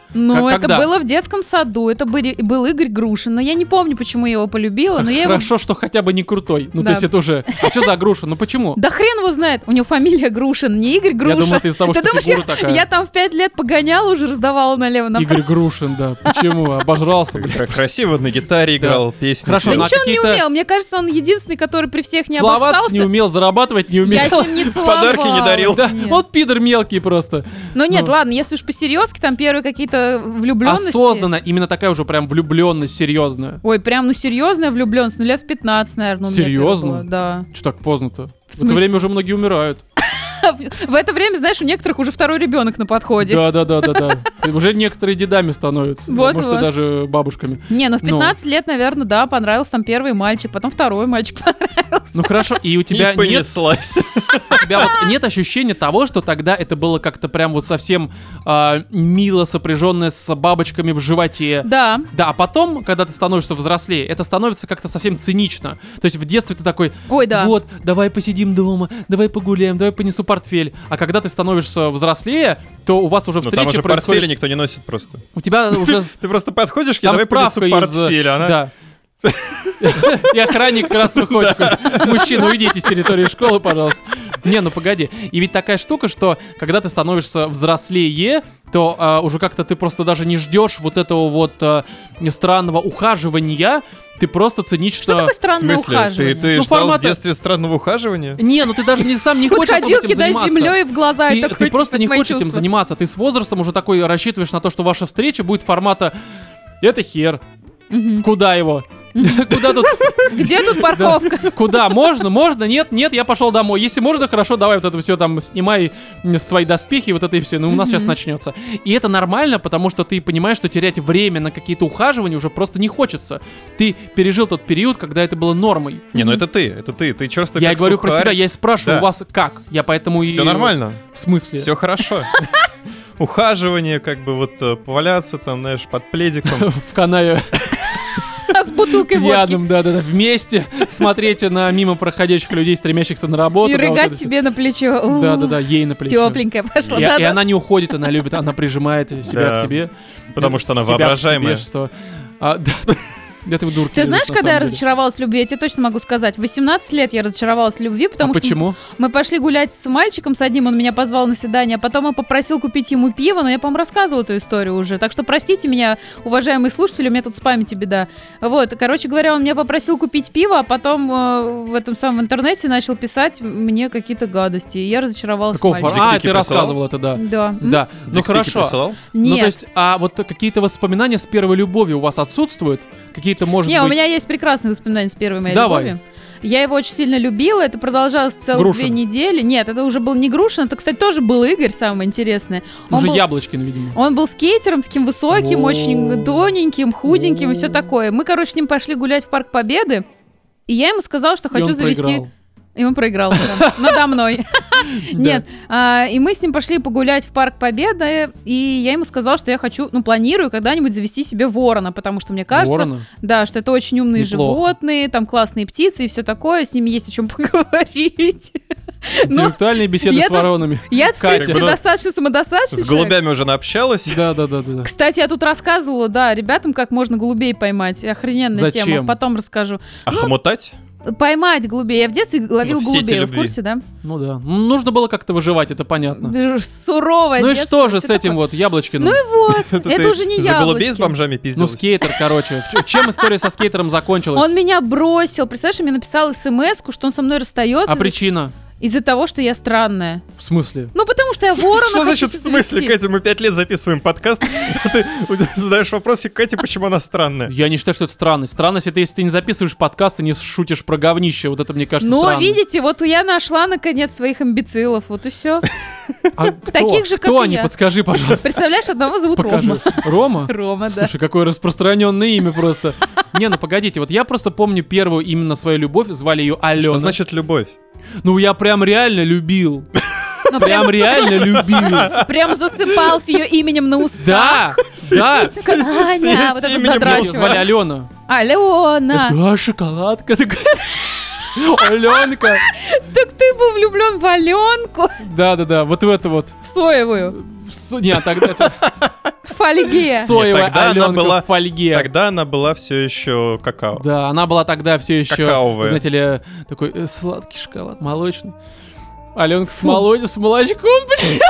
Speaker 1: Как-
Speaker 3: Ну, это
Speaker 1: когда?
Speaker 3: было в детском саду, это были- был Игорь Грушин, но я не помню, почему я его полюбила, но я его...
Speaker 1: Хорошо, что хотя бы не крутой. Ну,
Speaker 3: Да.
Speaker 1: то есть это уже... А что за груша? Ну, почему?
Speaker 3: Да хрен его знает, у него фамилия Грушин, не Игорь Грушин.
Speaker 1: Я думал, ты из того, что
Speaker 3: думаешь,
Speaker 1: фигура
Speaker 3: я,
Speaker 1: такая.
Speaker 3: я там в пять лет погоняла уже, раздавала налево-направо.
Speaker 1: Игорь Грушин, да. Почему? Обожрался, блядь.
Speaker 2: Как Красиво на гитаре
Speaker 1: Да.
Speaker 2: играл, песни.
Speaker 1: Хорошо,
Speaker 3: Да
Speaker 1: ну, а
Speaker 2: пел.
Speaker 3: ничего он не
Speaker 1: какие-то-
Speaker 3: умел, мне кажется, он единственный, который при всех не
Speaker 1: Словаться
Speaker 3: обоссался.
Speaker 1: не умел, зарабатывать не умел.
Speaker 3: Я с ним не целовалась.
Speaker 2: Подарки не дарил.
Speaker 1: Да,
Speaker 3: нет.
Speaker 1: вот пидор мелкий просто.
Speaker 3: Но нет,
Speaker 1: Ну.
Speaker 3: ладно, если уж по-серьезки, там первые какие-то влюбленности.
Speaker 1: Осознанно, именно такая уже прям влюбленность серьезная.
Speaker 3: Ой, прям, ну, серьезная влюбленность, ну, лет в 15, наверное, у меня первая
Speaker 1: Серьезно?
Speaker 3: была, Да.
Speaker 1: Че так поздно-то? В, это
Speaker 3: смысле?
Speaker 1: время уже многие умирают.
Speaker 3: В это время, знаешь, у некоторых уже второй ребенок на подходе.
Speaker 1: Да, да, да, да, да. Уже некоторые дедами становятся.
Speaker 3: Вот,
Speaker 1: может, и
Speaker 3: вот.
Speaker 1: даже бабушками.
Speaker 3: Не, ну в
Speaker 1: Ну.
Speaker 3: 15 лет, наверное, да, понравился там первый мальчик, потом второй мальчик.
Speaker 1: Ну хорошо, и у тебя нет,
Speaker 2: И понеслась. Ну,
Speaker 1: у тебя вот нет ощущения того, что тогда это было как-то прям вот совсем а, мило сопряженное с бабочками в животе.
Speaker 3: Да.
Speaker 1: Да, а потом, когда ты становишься взрослее, это становится как-то совсем цинично. То есть в детстве ты такой,
Speaker 3: Ой, да.
Speaker 1: вот, давай посидим дома, давай погуляем, давай понесу портфель. А когда ты становишься взрослее, то у вас уже
Speaker 2: Ну, там
Speaker 1: встреча
Speaker 2: уже портфеля
Speaker 1: происходит.
Speaker 2: никто не носит просто.
Speaker 1: У тебя уже
Speaker 2: Ты просто подходишь, я
Speaker 1: Там
Speaker 2: давай
Speaker 1: справка
Speaker 2: принесу
Speaker 1: из... э,
Speaker 2: портфель, а она...
Speaker 1: Да. И охранник как раз выходит. такой, Мужчина, уйдите с территории школы, пожалуйста. Не, ну погоди. И ведь такая штука, что когда ты становишься взрослее, то а, уже как-то ты просто даже не ждешь вот этого вот а, странного ухаживания, ты просто цинично...
Speaker 3: Что такое
Speaker 2: В
Speaker 3: странное
Speaker 2: смысле? Ты,
Speaker 3: ухаживание?
Speaker 2: ты
Speaker 1: Ну,
Speaker 2: ждал
Speaker 1: формата-
Speaker 2: в детстве странного ухаживания?
Speaker 1: Не, ну ты даже не, сам не хочешь особо
Speaker 3: Подходил,
Speaker 1: этим
Speaker 3: кидай
Speaker 1: заниматься.
Speaker 3: землей в глаза.
Speaker 1: Ты,
Speaker 3: это
Speaker 1: ты
Speaker 3: крутит,
Speaker 1: просто
Speaker 3: как
Speaker 1: не
Speaker 3: мои
Speaker 1: хочешь этим
Speaker 3: чувства.
Speaker 1: заниматься. Ты с возрастом уже такой рассчитываешь на то, что ваша встреча будет формата «Это хер».
Speaker 3: Мгм.
Speaker 1: Куда его? Куда тут
Speaker 3: Где тут парковка?
Speaker 1: Куда? Можно? Можно? Нет? Нет? Я пошел домой. Если можно, хорошо, давай вот это все там снимай м, свои доспехи, вот это и все. Ну, у нас сейчас
Speaker 3: Мгм.
Speaker 1: начнется. И это нормально, потому что ты понимаешь, что терять время на какие-то ухаживания уже просто не хочется. Ты пережил тот период, когда это было нормой.
Speaker 2: Не, ну это ты, это ты. Ты черствый
Speaker 1: я и
Speaker 2: как
Speaker 1: говорю про
Speaker 2: сухарь.
Speaker 1: себя, я и спрашиваю
Speaker 2: Да.
Speaker 1: у вас как. Я поэтому и...
Speaker 2: Все нормально,
Speaker 1: В смысле?
Speaker 2: все хорошо. Ухаживание, как бы вот э, поваляться там, знаешь, под пледиком.
Speaker 1: В канаве
Speaker 3: С бутылкой водки.
Speaker 1: пьяным, да-да-да, вместе смотреть на мимо проходящих людей, стремящихся на работу.
Speaker 3: И
Speaker 1: да, вот
Speaker 3: рыгать
Speaker 1: это всё.
Speaker 3: себе на плечо. У,
Speaker 1: Да-да-да, ей на плечо.
Speaker 3: Тепленькая пошла.
Speaker 1: И,
Speaker 3: да,
Speaker 1: и
Speaker 3: да.
Speaker 1: она не уходит, она любит, она прижимает себя
Speaker 2: Да.
Speaker 1: к тебе.
Speaker 2: Потому что она
Speaker 1: Себя к тебе,
Speaker 2: воображаемая.
Speaker 1: что- А, да. Это вы дурки.
Speaker 3: Ты знаешь,
Speaker 1: на
Speaker 3: когда я
Speaker 1: самом деле.
Speaker 3: разочаровалась в любви? Я тебе точно могу сказать. В 18 лет я разочаровалась в любви, потому
Speaker 1: А
Speaker 3: что
Speaker 1: почему?
Speaker 3: мы пошли гулять с мальчиком, с одним он меня позвал на свидание, а потом он попросил купить ему пиво, но я, по-моему, рассказывала эту историю уже. Так что простите меня, уважаемые слушатели, у меня тут с памятью беда. Вот, короче говоря, он меня попросил купить пиво, а потом э, в этом самом интернете начал писать мне какие-то гадости. И я разочаровалась
Speaker 1: Какого
Speaker 3: в
Speaker 1: фор-
Speaker 3: мальчике.
Speaker 1: А,
Speaker 2: Дикпики
Speaker 1: ты
Speaker 2: присылал?
Speaker 1: рассказывал это, да.
Speaker 3: Да. М?
Speaker 1: Да. Ну
Speaker 2: Дикпики
Speaker 1: хорошо.
Speaker 2: присылал?
Speaker 1: Ну, то
Speaker 3: Нет.
Speaker 1: есть, а вот какие-то воспоминания с первой любовью у вас отсутствуют? Какие-то, может
Speaker 3: Не,
Speaker 1: быть...
Speaker 3: у меня есть прекрасные воспоминания с первой моей
Speaker 1: Давай.
Speaker 3: любовью. Я его очень сильно любила, это продолжалось целых
Speaker 1: Грушин.
Speaker 3: две недели. Нет, это уже был не Грушин, это, кстати, тоже был Игорь, самое интересное. Он
Speaker 1: Уже
Speaker 3: был-
Speaker 1: Яблочкин, видимо.
Speaker 3: Он был скейтером, таким высоким,
Speaker 1: О.
Speaker 3: очень тоненьким, худеньким и все
Speaker 1: О.
Speaker 3: такое. Мы, короче, с ним пошли гулять в Парк Победы. И я ему сказала, что
Speaker 1: И он
Speaker 3: хочу завести...
Speaker 1: проиграл.
Speaker 3: И он проиграл да, надо мной.
Speaker 1: Да.
Speaker 3: Нет. а, И мы с ним пошли погулять в Парк Победы. И я ему сказала, что я хочу, ну, планирую когда-нибудь завести себе ворона, потому что мне кажется,
Speaker 1: Ворона?
Speaker 3: да, что это очень умные
Speaker 1: Неплохо.
Speaker 3: животные, там классные птицы и все такое, с ними есть о чем поговорить. Но
Speaker 1: Интеллектуальные беседы
Speaker 3: ну, я
Speaker 1: с
Speaker 3: там-
Speaker 1: воронами.
Speaker 3: я, в
Speaker 1: Катя,
Speaker 3: принципе,
Speaker 2: ну,
Speaker 3: достаточно самодостаточный
Speaker 2: С
Speaker 3: человек.
Speaker 2: голубями уже наобщалась.
Speaker 1: Да, да, да, да. да.
Speaker 3: Кстати, я тут рассказывала, да, ребятам, как можно голубей поймать. Охрененная
Speaker 1: Зачем?
Speaker 3: тема. Потом расскажу.
Speaker 2: А хомутать?
Speaker 3: Поймать голубей. Я в детстве ловил
Speaker 2: в сети
Speaker 3: голубей, вы в
Speaker 2: любви.
Speaker 3: курсе, да?
Speaker 1: Ну да. М, Нужно было как-то выживать, это понятно.
Speaker 3: Ж- Суровое
Speaker 1: Ну и что
Speaker 3: детство,
Speaker 1: же с
Speaker 3: всё
Speaker 1: этим
Speaker 3: такое.
Speaker 1: вот Яблочкиным?
Speaker 3: Ну и вот,
Speaker 2: Это
Speaker 3: это
Speaker 2: ты
Speaker 3: уже не
Speaker 2: За голубей с
Speaker 3: яблочки.
Speaker 2: бомжами
Speaker 1: Ну,
Speaker 2: пиздилась?
Speaker 1: скейтер, короче. В ч- Чем история со скейтером закончилась? А
Speaker 3: Он меня бросил. Представляешь, он мне написал смс что он со мной расстается
Speaker 1: А причина?
Speaker 3: из-за того, что я странная.
Speaker 1: В смысле?
Speaker 3: Ну, потому что я ворона
Speaker 2: Что
Speaker 3: хочу
Speaker 2: значит в смысле,
Speaker 3: завести.
Speaker 2: Катя? Мы пять лет записываем подкаст, а ты задаешь вопросик Кате, почему она странная.
Speaker 1: Я не считаю, что это странность. Странность это если ты не записываешь подкаст и не шутишь про говнище. Вот это мне кажется
Speaker 3: Но,
Speaker 1: странно.
Speaker 3: Ну, а видите, вот я нашла, наконец, своих имбецилов. Вот и все.
Speaker 1: А кто?
Speaker 3: таких же, как
Speaker 1: Кто
Speaker 3: и
Speaker 1: они?
Speaker 3: я.
Speaker 1: Подскажи, пожалуйста.
Speaker 3: Представляешь, одного зовут Рома.
Speaker 1: Покажи. Рома?
Speaker 3: Рома, да.
Speaker 1: Слушай, какое распространенное имя просто. Не, ну погодите, вот я просто помню первую именно свою любовь, звали ее Алена.
Speaker 2: Что значит любовь?
Speaker 1: Ну я прям реально любил.
Speaker 3: Ну,
Speaker 1: Прям реально любил.
Speaker 3: Прям засыпал с ее именем на уста.
Speaker 1: Да, да.
Speaker 3: Такой, Аня,
Speaker 2: с
Speaker 3: вот это
Speaker 2: именем на
Speaker 1: Меня звали
Speaker 2: Драчева.
Speaker 3: задрачивает.
Speaker 1: Алена. Я
Speaker 3: Алена,
Speaker 1: такой, а, шоколадка. Такая, Аленка. «А?»
Speaker 3: так ты был влюблен в Аленку,
Speaker 1: Да-да-да, вот в это вот.
Speaker 3: в соевую,
Speaker 1: В с- Не, тогда это
Speaker 3: в фольге.
Speaker 1: соевая
Speaker 2: тогда она была-
Speaker 1: Аленка в фольге.
Speaker 2: Тогда она была все еще какао.
Speaker 1: Да, она была тогда все еще,
Speaker 2: Какаовая.
Speaker 1: знаете ли, такой э, сладкий шоколад, молочный. Аленка с, моло- с молочком, блин,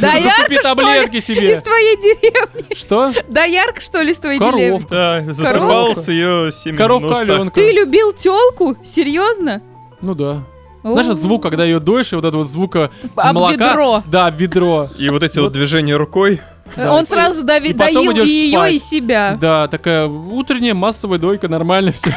Speaker 3: Да
Speaker 1: купи
Speaker 3: ярко, что ли,
Speaker 1: таблетки
Speaker 3: из
Speaker 1: себе.
Speaker 3: твоей деревни?
Speaker 1: Что?
Speaker 3: Да ярко, что ли, из твоей
Speaker 1: Коров.
Speaker 3: деревни?
Speaker 2: Да, засыпал
Speaker 1: Коровка.
Speaker 2: с ее семьей.
Speaker 1: Коровка Аленка.
Speaker 3: Ты любил телку? Серьезно?
Speaker 1: Ну да.
Speaker 3: О. Типа
Speaker 1: Знаешь, этот звук, когда ее дойшь, и вот это вот звука
Speaker 3: Об
Speaker 1: молока.
Speaker 3: ведро.
Speaker 1: Да, об ведро.
Speaker 2: И вот эти
Speaker 1: Вот.
Speaker 2: вот движения рукой.
Speaker 1: Да.
Speaker 3: Он сразу дови-
Speaker 1: И потом
Speaker 3: доил и
Speaker 1: идешь спать.
Speaker 3: ее, и себя.
Speaker 1: Да, такая утренняя массовая дойка, нормально все.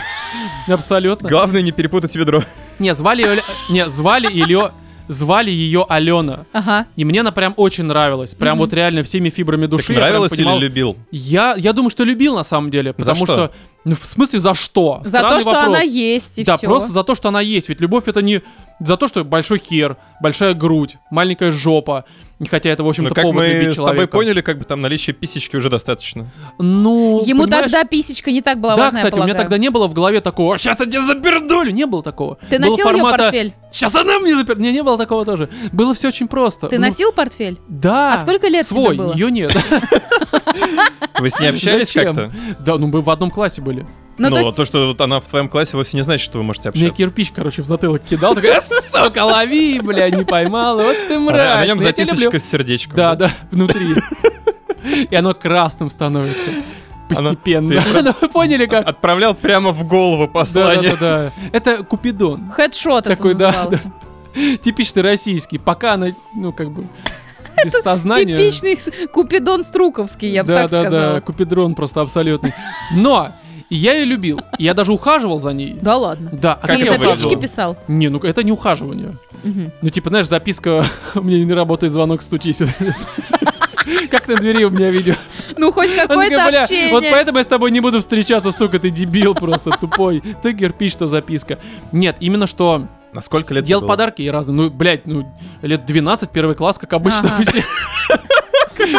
Speaker 1: Абсолютно.
Speaker 2: Главное не перепутать ведро.
Speaker 1: Не, звали ее... Не, звали ее... Звали ее Алена.
Speaker 3: Ага.
Speaker 1: И мне она прям очень нравилась. Прям вот реально всеми фибрами
Speaker 2: Так
Speaker 1: души. я прям
Speaker 2: нравилось
Speaker 1: понимал-
Speaker 2: или любил?
Speaker 1: Я, я думаю, что любил на самом деле, потому
Speaker 2: что?
Speaker 1: что... Ну, в смысле, за что?
Speaker 3: За то,
Speaker 1: Странный
Speaker 3: что
Speaker 1: вопрос.
Speaker 3: она есть, и
Speaker 1: Да,
Speaker 3: все.
Speaker 1: просто за то, что она есть. Ведь любовь это не за то, что большой хер, большая грудь, маленькая жопа. Не Хотя это, в
Speaker 2: Но
Speaker 1: общем-то,
Speaker 2: Ну, как
Speaker 1: повод
Speaker 2: мы
Speaker 1: любить
Speaker 2: с тобой
Speaker 1: человека.
Speaker 2: поняли, как бы там наличие писечки уже достаточно.
Speaker 1: Ну,
Speaker 3: Ему
Speaker 1: понимаешь,
Speaker 3: тогда писечка не так была
Speaker 1: Да,
Speaker 3: важна, я
Speaker 1: кстати, у меня
Speaker 3: полагаю.
Speaker 1: тогда не было в голове такого «Сейчас я тебя запердолю!» Не было такого.
Speaker 3: Ты
Speaker 1: Было
Speaker 3: носил ее
Speaker 1: формата
Speaker 3: портфель?
Speaker 1: «Сейчас она мне запер...» Не, не было такого тоже. Было все очень просто.
Speaker 3: Ты
Speaker 1: Ну,
Speaker 3: носил портфель?
Speaker 1: Да.
Speaker 3: А сколько лет тебе
Speaker 1: Свой,
Speaker 3: было?
Speaker 1: ее нет.
Speaker 2: Вы с ней общались
Speaker 1: Зачем?
Speaker 2: как-то?
Speaker 1: Да, ну мы в одном классе были.
Speaker 3: Ну, то
Speaker 2: Ну,
Speaker 3: есть
Speaker 2: то, что вот она в твоем классе, вовсе не значит, что вы можете
Speaker 1: Мне
Speaker 2: общаться.
Speaker 1: Ну, кирпич, короче, в затылок кидал. Такой, «А, сука, лови, бля, не поймал. Вот ты
Speaker 2: А
Speaker 1: мразь.
Speaker 2: на- на нем
Speaker 1: ну я тебя люблю».
Speaker 2: записочка с сердечком.
Speaker 1: Да, да, внутри. И оно красным становится.
Speaker 2: Оно-
Speaker 1: Постепенно.
Speaker 2: ты-
Speaker 1: Ну, Вы поняли, как?
Speaker 2: Отправлял прямо в голову
Speaker 1: Да, да,
Speaker 2: послание.
Speaker 1: да. Это Купидон.
Speaker 3: хедшот это
Speaker 1: Такой, да,
Speaker 3: называлось.
Speaker 1: Типичный российский. Пока она, ну, как бы, без сознания.
Speaker 3: Типичный с- Купидон Струковский, я бы
Speaker 1: да,
Speaker 3: так
Speaker 1: да, да,
Speaker 3: сказала.
Speaker 1: Купидрон просто абсолютный. Но я ее любил. Я даже ухаживал за ней.
Speaker 3: Да ладно.
Speaker 1: Да, а
Speaker 2: Как
Speaker 3: Ты
Speaker 2: это
Speaker 1: я
Speaker 2: выглядело?
Speaker 3: записочки
Speaker 1: ухаживал?
Speaker 3: писал?
Speaker 1: Не, ну это не ухаживание.
Speaker 3: Мгм.
Speaker 1: Ну, типа, знаешь, записка, у меня не работает звонок, стучись. Как на двери у меня видео.
Speaker 3: Ну, хоть
Speaker 1: Она такая,
Speaker 3: какое-то
Speaker 1: «Бля, Вот
Speaker 3: общение.
Speaker 1: поэтому я с тобой не буду встречаться, сука, ты дебил просто тупой. Ты кирпич, что записка. Нет, именно что
Speaker 2: На сколько лет тебе
Speaker 1: делал
Speaker 2: было?
Speaker 1: подарки и разные. Ну, блядь, ну, лет 12, первый класс, как обычно.
Speaker 3: Ага.
Speaker 1: все.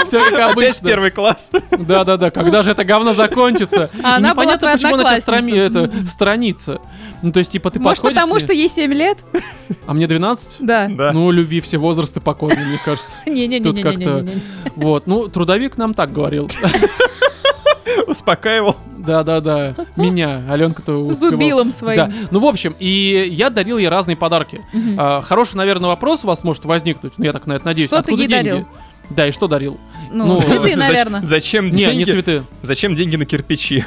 Speaker 1: Все как
Speaker 2: Опять
Speaker 1: обычно.
Speaker 2: первый класс.
Speaker 1: Да-да-да, когда же это говно закончится?
Speaker 3: А
Speaker 1: И
Speaker 3: она была
Speaker 1: непонятно,
Speaker 3: твоя
Speaker 1: почему она тебя страми-
Speaker 3: одноклассница.
Speaker 1: это, страница. Ну, то есть, типа, ты
Speaker 3: Может,
Speaker 1: подходишь к
Speaker 3: потому
Speaker 1: ней,
Speaker 3: что ей 7 лет?
Speaker 1: А мне 12?
Speaker 3: Да.
Speaker 2: Да.
Speaker 1: Ну, любви все возрасты покорны, мне кажется. Тут как-то-
Speaker 3: Не-не-не-не-не-не.
Speaker 1: Вот, ну, трудовик нам так говорил.
Speaker 2: Успокаивал.
Speaker 1: Да-да-да, меня, Аленка-то...
Speaker 3: С зубилом
Speaker 1: Да.
Speaker 3: своим.
Speaker 1: Ну, в общем, и я дарил ей разные подарки.
Speaker 3: Мгм.
Speaker 1: А, хороший, наверное, вопрос у вас может возникнуть. Ну, я так на это надеюсь.
Speaker 3: Что ты
Speaker 1: Откуда
Speaker 3: ей
Speaker 1: деньги?
Speaker 3: дарил?
Speaker 1: Да, и что дарил?
Speaker 3: Ну,
Speaker 1: ну,
Speaker 3: цветы,
Speaker 2: Зач-
Speaker 3: наверное.
Speaker 2: Зачем
Speaker 1: Не, не
Speaker 2: деньги?
Speaker 1: цветы.
Speaker 2: Зачем деньги на кирпичи?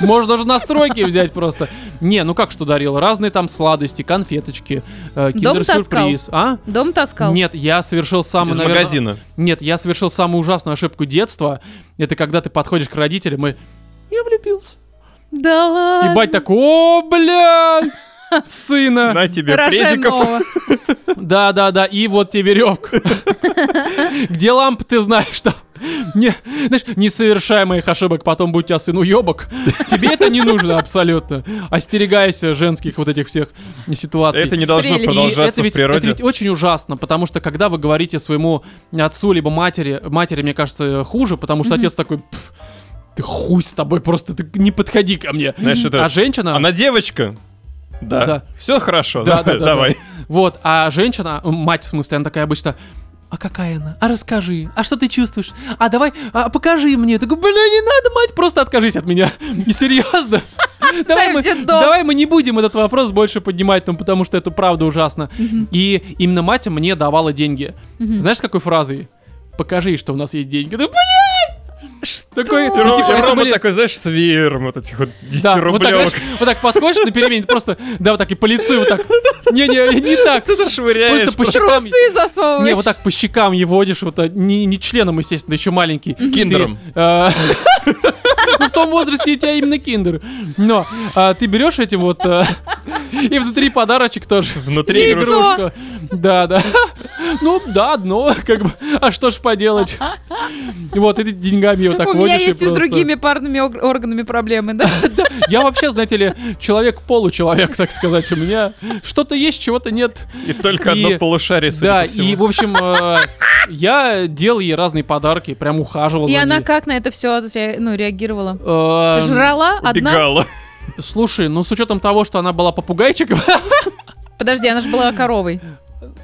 Speaker 1: Можно даже настройки взять просто. Не, ну как что дарил? Разные там сладости, конфеточки, э,
Speaker 3: Дом
Speaker 1: киндер-сюрприз. А?
Speaker 3: Дом таскал.
Speaker 1: Нет, я совершил самый,
Speaker 2: Из
Speaker 1: наверное-
Speaker 2: магазина.
Speaker 1: Нет, я совершил самую ужасную ошибку детства. Это когда ты подходишь к родителям и... Я влюбился.
Speaker 3: Да ладно.
Speaker 1: И бать такой, о, бля, сына.
Speaker 2: На тебе
Speaker 3: Рожай
Speaker 2: презиков.
Speaker 3: нового.
Speaker 1: Да, да, да, и вот тебе веревка. Где лампа, ты знаешь, что... Не, знаешь, не совершай моих ошибок, потом будь у тебя сын уебок. Тебе это не нужно абсолютно. Остерегайся женских вот этих всех ситуаций.
Speaker 2: Это не должно
Speaker 3: Прелесть.
Speaker 2: продолжаться
Speaker 1: это ведь,
Speaker 2: в природе.
Speaker 1: это ведь очень ужасно, потому что когда вы говорите своему отцу либо матери, матери, мне кажется, хуже, потому что отец такой, «Пф, ты хуй с тобой, просто ты не подходи ко мне.
Speaker 2: Знаешь, это...
Speaker 1: А женщина,
Speaker 2: Она девочка. Да.
Speaker 1: Да.
Speaker 2: Все хорошо.
Speaker 1: Да,
Speaker 2: типа, Да,
Speaker 1: да, да,
Speaker 2: давай.
Speaker 1: вот, а женщина, э, мать в смысле, она такая обычно, а какая она? А расскажи, а что ты чувствуешь? А давай, а покажи мне. Я Такой, бля, не надо, мать, просто откажись от меня. И серьезно. Давай мы,
Speaker 3: Ставьте дом.
Speaker 1: давай мы не будем этот вопрос больше поднимать, там, потому что это правда ужасно. И именно мать мне давала деньги. Знаешь, какой фразой? Покажи, что у нас есть деньги. Я такой, «Блядь!» Такой,
Speaker 2: И Ром-
Speaker 1: ну, типа,
Speaker 2: и
Speaker 1: это
Speaker 2: Рома
Speaker 1: были-
Speaker 2: такой, знаешь, с веером вот этих вот 10
Speaker 1: да, вот так,
Speaker 2: рублевок.
Speaker 1: знаешь, вот так подходишь на перемене, ты просто, да, вот так и по лицу, вот так. Не-не, не так.
Speaker 2: Ты это швыряешь.
Speaker 3: Э,
Speaker 1: Просто по щекам.
Speaker 3: Трусы засовываешь.
Speaker 1: Не, вот так по щекам его водишь, вот а, не, не членом, естественно, еще маленький.
Speaker 2: Киндером.
Speaker 1: Ты, э, ну, В том возрасте у тебя именно киндер. Но а, ты берешь этим вот э, и внутри подарочек тоже.
Speaker 2: Внутри игрушки.
Speaker 3: Яйцо.
Speaker 1: Да, да. Ну, да, одно, как бы. А что ж поделать? Вот, и ты деньгами его так
Speaker 3: У
Speaker 1: водишь.
Speaker 3: меня
Speaker 1: и
Speaker 3: есть и с
Speaker 1: просто-
Speaker 3: другими парными ог- органами проблемы, да?
Speaker 1: Я вообще, знаете ли, человек-получеловек, так сказать. У меня что-то есть, чего-то нет.
Speaker 2: И только
Speaker 1: И-
Speaker 2: одно полушарие, судя
Speaker 1: Да,
Speaker 2: по всему.
Speaker 1: и, в общем, э, я делал ей разные подарки, прям ухаживал
Speaker 3: И
Speaker 1: за
Speaker 3: она
Speaker 1: ней.
Speaker 3: как на это все ну, реагировала?
Speaker 1: Э,
Speaker 3: Жрала одна?
Speaker 2: Убегала.
Speaker 1: Слушай, ну с учетом того, что она была попугайчиком,
Speaker 3: Подожди, она же была коровой.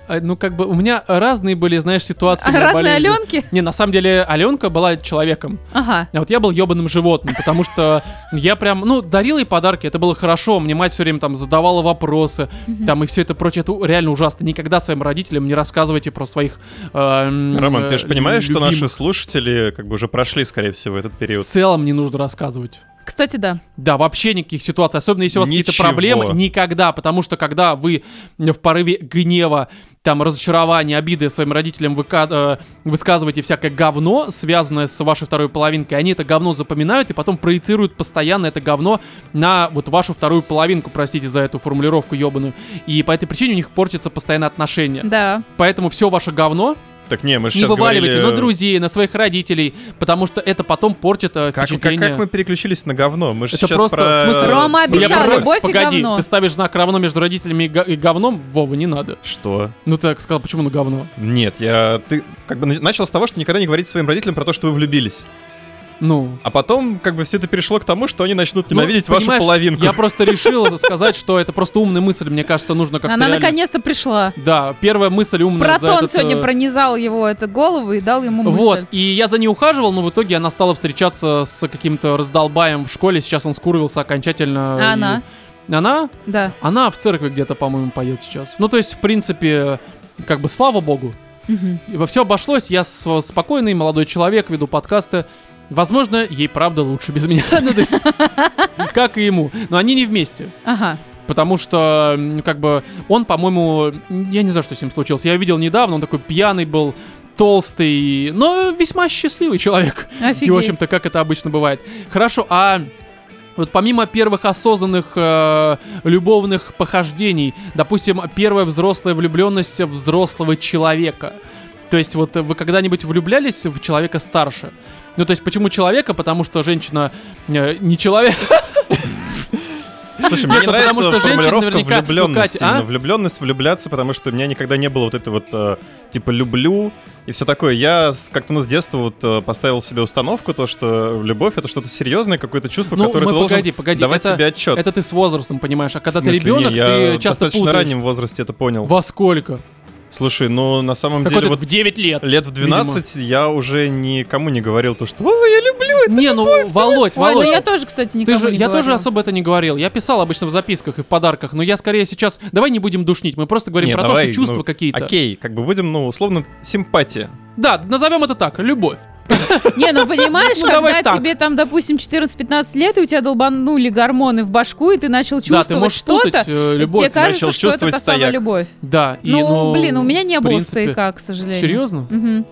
Speaker 1: э, ну как бы у меня разные были, знаешь, ситуации.
Speaker 3: А
Speaker 1: моей
Speaker 3: разные
Speaker 1: болезни.
Speaker 3: Аленки?
Speaker 1: Не, на самом деле Аленка была человеком,
Speaker 3: Ага.
Speaker 1: а вот я был ебаным животным, потому что я прям, ну, дарил ей подарки, это было хорошо, мне мать все время там задавала вопросы, там и все это прочее, это реально ужасно. Никогда своим родителям не рассказывайте про своих... эм, э,
Speaker 2: Роман,
Speaker 1: Роман,
Speaker 2: ты же понимаешь, что наши слушатели как бы уже прошли, скорее всего, этот
Speaker 1: В
Speaker 2: период.
Speaker 1: целом не нужно рассказывать.
Speaker 3: Кстати, да.
Speaker 1: Да, вообще никаких ситуаций, особенно если у вас какие-то
Speaker 2: Ничего.
Speaker 1: проблемы, никогда, потому что когда вы в порыве гнева, там, разочарования, обиды своим родителям выка- э, высказываете всякое говно, связанное с вашей второй половинкой, они это говно запоминают и потом проецируют постоянно это говно на вот вашу вторую половинку, простите за эту формулировку ебаную, и по этой причине у них портятся постоянно отношения.
Speaker 3: Да.
Speaker 1: Поэтому все ваше говно
Speaker 2: Так не, мы же
Speaker 1: не
Speaker 2: сейчас
Speaker 1: вываливайте
Speaker 2: говорили...
Speaker 1: на друзей, на своих родителей, потому что это потом портит э,
Speaker 2: Как, как,
Speaker 1: впечатление.
Speaker 2: как мы переключились на говно? Мы же
Speaker 1: Это
Speaker 2: сейчас
Speaker 1: просто,
Speaker 2: про...
Speaker 1: в смысле,
Speaker 3: Рома
Speaker 2: про
Speaker 3: обещал,
Speaker 2: любовь.
Speaker 3: любовь. и
Speaker 1: Ну, Погоди,
Speaker 3: говно.
Speaker 1: ты ставишь знак равно между родителями и, го- и говном? Вова, не надо.
Speaker 2: Что?
Speaker 1: Ну ты так сказал, почему на говно?
Speaker 2: Нет, я... Ты как бы на- начал с того, что никогда не говорите своим родителям про то, что вы влюбились.
Speaker 1: Ну.
Speaker 2: А потом как бы все это перешло к тому, что они начнут
Speaker 1: ну,
Speaker 2: ненавидеть вашу
Speaker 1: понимаешь,
Speaker 2: половинку.
Speaker 1: Я просто решил сказать, что это просто умная мысль. Мне кажется, нужно как-то.
Speaker 3: Она
Speaker 1: реально-
Speaker 3: наконец-то пришла.
Speaker 1: Да, первая мысль умная. за
Speaker 3: Протон
Speaker 1: этот,
Speaker 3: сегодня
Speaker 1: э,
Speaker 3: пронизал его эту голову и дал ему мысль.
Speaker 1: Вот, и я за ней ухаживал, но в итоге она стала встречаться с каким-то раздолбаем в школе. Сейчас он скурвился окончательно.
Speaker 3: А
Speaker 1: и-
Speaker 3: она?
Speaker 1: Она?
Speaker 3: Да.
Speaker 1: Она в церкви где-то, по-моему, поет сейчас. Ну, то есть, в принципе, как бы слава богу.
Speaker 3: Мгм.
Speaker 1: Во все обошлось, я с- спокойный молодой человек, веду подкасты. Возможно, ей правда лучше без меня, Ну, то есть, как и ему. Но они не вместе,
Speaker 3: Ага.
Speaker 1: потому что, м, как бы, он, по-моему, я не знаю, что с ним случилось. Я видел недавно, он такой пьяный был, толстый, но весьма счастливый человек.
Speaker 3: Офигеть.
Speaker 1: И, в общем-то, как это обычно бывает. Хорошо, а вот помимо первых осознанных э, любовных похождений, допустим, первая взрослая влюбленность взрослого человека. То есть вот э, вы когда-нибудь влюблялись в человека старше? Ну, то есть почему человека? Потому что женщина э, не человек.
Speaker 2: Слушай, мне
Speaker 1: Нет,
Speaker 2: не
Speaker 1: ну,
Speaker 2: нравится
Speaker 1: потому что женщин
Speaker 2: формулировка
Speaker 1: наверняка- ну,
Speaker 2: влюбленность.
Speaker 1: Катя, а?
Speaker 2: именно влюбленность, влюбляться, потому что у меня никогда не было вот этого вот, э, типа, люблю и все такое. Я с- как-то ну, с детства вот э, поставил себе установку, то, что любовь — это что-то серьезное, какое-то чувство,
Speaker 1: Ну,
Speaker 2: которое
Speaker 1: мы
Speaker 2: ты должен
Speaker 1: погоди, погоди.
Speaker 2: давать
Speaker 1: это,
Speaker 2: себе отчет.
Speaker 1: это ты с возрастом понимаешь, а когда
Speaker 2: Э, В смысле,
Speaker 1: ты ребенок,
Speaker 2: не, я
Speaker 1: ты часто
Speaker 2: достаточно
Speaker 1: путаешь.
Speaker 2: раннем возрасте это понял.
Speaker 1: Во сколько?
Speaker 2: Слушай, ну на самом
Speaker 1: Так
Speaker 2: деле
Speaker 1: вот,
Speaker 2: вот
Speaker 1: в 9 лет.
Speaker 2: лет в 12 я уже никому не говорил то, что «О, я люблю,
Speaker 1: Не, ну, Володь,
Speaker 3: Ой, ну
Speaker 1: Володь.
Speaker 3: я тоже, кстати,
Speaker 1: Ты
Speaker 3: никому
Speaker 1: же,
Speaker 3: не
Speaker 1: я тоже
Speaker 3: говорила.
Speaker 1: особо это не говорил. Я писал обычно в записках и в подарках, но я скорее сейчас. Давай не будем душнить, мы просто говорим
Speaker 2: Не,
Speaker 1: про
Speaker 2: давай,
Speaker 1: то, что чувства
Speaker 2: ну,
Speaker 1: какие-то.
Speaker 2: Окей, как бы будем, ну, условно, симпатия.
Speaker 1: Да, назовем это так, любовь.
Speaker 3: Не, ну понимаешь,
Speaker 1: Ну, давай
Speaker 3: когда
Speaker 1: так.
Speaker 3: тебе там, допустим, 14-15 лет, и у тебя долбанули гормоны в башку, и ты начал
Speaker 1: Да, ты
Speaker 3: чувствовать
Speaker 1: можешь путать
Speaker 3: что-то,
Speaker 1: э,
Speaker 3: тебе
Speaker 1: любовь.
Speaker 3: кажется,
Speaker 2: начал
Speaker 3: что это
Speaker 2: чувствовать
Speaker 3: та самая
Speaker 2: стояк.
Speaker 3: любовь.
Speaker 1: Да, и
Speaker 3: Ну, блин, у меня не
Speaker 1: в
Speaker 3: было
Speaker 1: принципе-
Speaker 3: стояка, к сожалению.
Speaker 1: Серьезно?
Speaker 3: Мгм.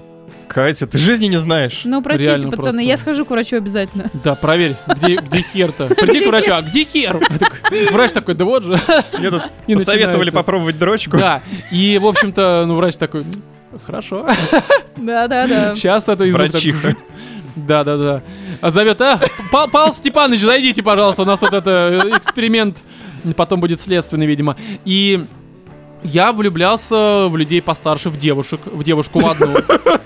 Speaker 2: Катя, ты жизни не знаешь.
Speaker 3: Ну, простите,
Speaker 1: Реально
Speaker 3: пацаны,
Speaker 1: просто.
Speaker 3: я схожу к врачу обязательно.
Speaker 1: Да, проверь, где, где хер-то. Приди к врачу, а где хер? Я такой, Врач такой, да вот же.
Speaker 2: Мне тут
Speaker 1: И
Speaker 2: посоветовали
Speaker 1: начинается.
Speaker 2: попробовать дрочку.
Speaker 1: Да, и, в общем-то, ну, врач такой, «М, хорошо,
Speaker 3: Да-да-да.
Speaker 1: сейчас это язык такой,
Speaker 2: Врачиха.
Speaker 1: Да, да, да. А зовет, а, Пал, Пал Степаныч, зайдите, пожалуйста, у нас тут это э, эксперимент, потом будет следственный, видимо. И я влюблялся в людей постарше, в девушек, в девушку в одну.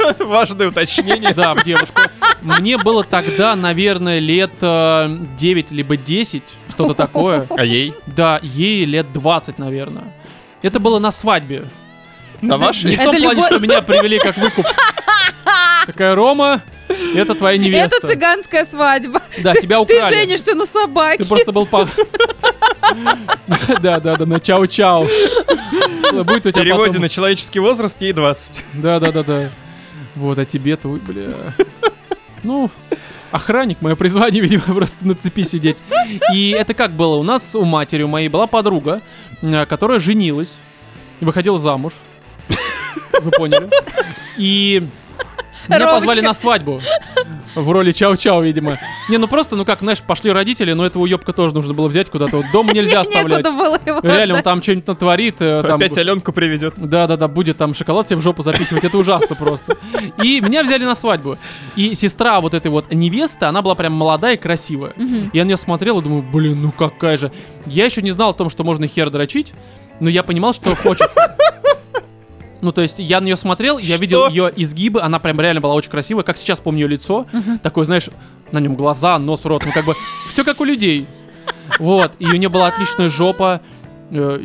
Speaker 2: Это важное уточнение.
Speaker 1: Да, в девушку. Мне было тогда, наверное, лет э, 9 либо 10, что-то такое.
Speaker 2: А ей?
Speaker 1: Да, ей лет 20, наверное. Это было на свадьбе.
Speaker 2: На
Speaker 1: Не
Speaker 2: А вашей?
Speaker 1: в том
Speaker 3: Это
Speaker 1: плане,
Speaker 3: любовь-
Speaker 1: что меня привели как выкуп. Такая, Рома, это твоя невеста.
Speaker 3: Это цыганская свадьба.
Speaker 1: Да, тебя
Speaker 3: Ты
Speaker 1: украли.
Speaker 3: женишься на собаке.
Speaker 1: Ты просто был по... Да, да, да, на чау-чау. Будет у
Speaker 2: В переводе
Speaker 1: тебя
Speaker 2: на человеческий возраст ей 20.
Speaker 1: Да, да, да, да. Вот, а тебе твой, бля. Ну, охранник, мое призвание, видимо, просто на цепи сидеть. И это как было? У нас у матери, у моей была подруга, э, которая женилась, и выходила замуж. Вы поняли? И меня
Speaker 3: Ромочка.
Speaker 1: позвали на свадьбу. В роли чау-чау, видимо. Не, ну просто, ну как, знаешь, пошли родители, но этого уебка тоже нужно было взять куда-то. Вот дома нельзя оставлять.
Speaker 3: Некуда было его
Speaker 1: Реально, он
Speaker 3: отдать.
Speaker 1: там что-нибудь натворит. э, Там...
Speaker 2: Опять Аленку приведет.
Speaker 1: Да-да-да, будет там шоколад себе в жопу запихивать, это ужасно просто. И меня взяли на свадьбу. И сестра вот этой вот невесты, она была прям молодая и красивая.
Speaker 3: Мгм.
Speaker 1: Я на нее смотрел и думаю, блин, ну какая же. Я еще не знал о том, что можно хер дрочить, но я понимал, что хочется. Ну, то есть я на нее смотрел, я
Speaker 2: Что?
Speaker 1: видел ее изгибы, она прям реально была очень красивая, как сейчас помню ее лицо. Такое, знаешь, на нем глаза, нос, рот, ну как бы все как у людей. Вот, и у нее была отличная жопа, э,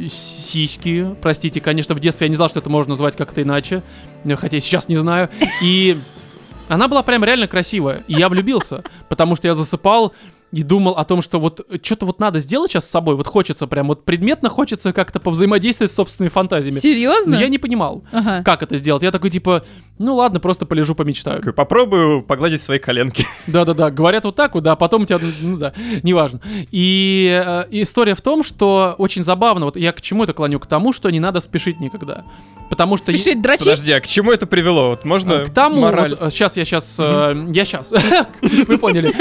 Speaker 1: сиськи, простите, конечно, в детстве я не знал, что это можно назвать как-то иначе, э, хотя и сейчас не знаю. И она была прям реально красивая, и я влюбился, потому что я засыпал и думал о том, что вот что-то вот надо сделать сейчас с собой, вот хочется прям, вот предметно хочется как-то повзаимодействовать с собственными фантазиями.
Speaker 3: Серьезно?
Speaker 1: Но Ну, я не понимал,
Speaker 3: Ага.
Speaker 1: как это сделать. Я такой типа, ну ладно, просто полежу, помечтаю.
Speaker 2: Такой, Попробую погладить свои коленки.
Speaker 1: Да-да-да, говорят вот так вот, да, а потом у тебя, ну да, неважно. И э, история в том, что очень забавно, вот я к чему это клоню? К тому, что не надо спешить никогда. Потому что...
Speaker 3: Пиши, дрочить?
Speaker 2: Подожди, а к чему это привело? Вот можно
Speaker 1: А К тому,
Speaker 2: мораль?
Speaker 1: сейчас я сейчас, я сейчас, вы поняли.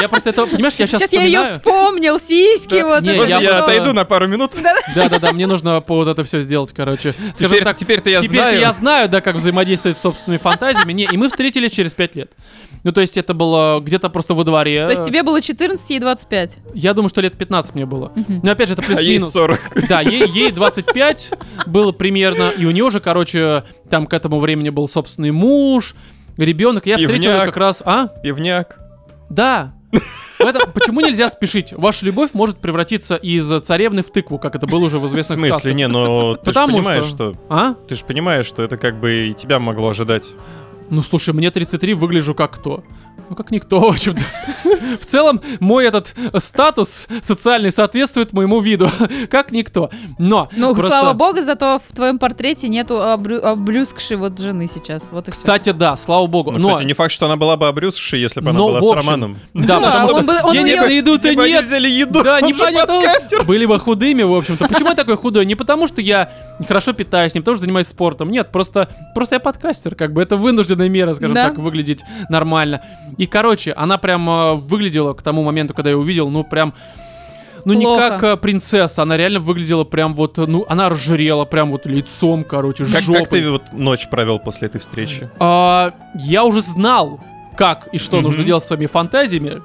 Speaker 1: Я просто это, понимаешь, я сейчас
Speaker 3: Сейчас я ее вспомнил, сиськи вот.
Speaker 1: Не,
Speaker 3: это
Speaker 2: Можно
Speaker 1: я
Speaker 2: я,
Speaker 1: просто-
Speaker 2: отойду на пару минут?
Speaker 1: Да-да-да, мне нужно по вот это все сделать, короче. Скажем
Speaker 2: Теперь,
Speaker 1: так,
Speaker 2: теперь-то я
Speaker 1: Теперь-то
Speaker 2: знаю. А
Speaker 1: я знаю, да, как взаимодействовать с собственными фантазиями. Не, и мы встретились через пять лет. Ну, то есть это было где-то просто во дворе.
Speaker 3: То есть тебе было 14 и 25.
Speaker 1: Я думаю, что лет 15 мне было.
Speaker 3: Мгм.
Speaker 1: Но опять же, это
Speaker 2: А ей
Speaker 1: плюс-минус.
Speaker 2: 40.
Speaker 1: Да, ей, ей 25 было примерно, и у нее же, короче, там к этому времени был собственный муж, ребенок. Я встретил ее
Speaker 2: Пивняк.
Speaker 1: как раз... А?
Speaker 2: Пивняк.
Speaker 1: Да. В этом- почему нельзя спешить? Ваша любовь может превратиться из царевны в тыкву, как это было уже в
Speaker 2: В
Speaker 1: известных
Speaker 2: смысле?
Speaker 1: сказках.
Speaker 2: Не, но ты же
Speaker 1: Потому
Speaker 2: понимаешь,
Speaker 1: что-
Speaker 2: что...
Speaker 1: А?
Speaker 2: Ты же понимаешь, что это как бы и тебя могло ожидать.
Speaker 1: Ну, слушай, мне 33, выгляжу как кто? Ну, как никто, в общем-то. В целом, мой этот статус социальный соответствует моему виду. Как никто. Но...
Speaker 3: Ну,
Speaker 1: просто-
Speaker 3: слава богу, зато в твоем портрете нету обрю- обрюзгшей вот жены сейчас. Вот и всё.
Speaker 1: Кстати, да, слава богу.
Speaker 2: Ну,
Speaker 1: но...
Speaker 2: кстати, не факт, что она была бы обрюзшей, если бы она
Speaker 1: Но,
Speaker 2: была
Speaker 1: в
Speaker 2: с
Speaker 1: общем,
Speaker 2: Романом.
Speaker 1: Да,
Speaker 3: Да,
Speaker 1: потому что...
Speaker 3: он бы- он
Speaker 1: я
Speaker 3: бы
Speaker 1: не
Speaker 3: её-
Speaker 1: на еду-то
Speaker 2: Где бы Типа, они
Speaker 1: нет.
Speaker 2: взяли еду,
Speaker 1: Да,
Speaker 2: он
Speaker 1: не
Speaker 2: же
Speaker 1: понятно.
Speaker 2: подкастер.
Speaker 1: Были бы худыми, в общем-то. Почему я такой худой? Не потому, что я хорошо питаюсь, не потому, что занимаюсь спортом. Нет, просто, просто я подкастер. Как бы это вынужденная мера, скажем
Speaker 3: Да.
Speaker 1: так, выглядеть нормально. И, короче, она прям э, выглядела к тому моменту, когда я увидел, ну, прям... Ну, не
Speaker 3: Плохо.
Speaker 1: как э, принцесса, она реально выглядела прям вот, э, ну, она разжирела прям вот лицом, короче,
Speaker 2: Как,
Speaker 1: жопой.
Speaker 2: как ты вот ночь провел после этой встречи?
Speaker 1: А, я уже знал, как и что
Speaker 2: Мгм.
Speaker 1: нужно делать с своими фантазиями,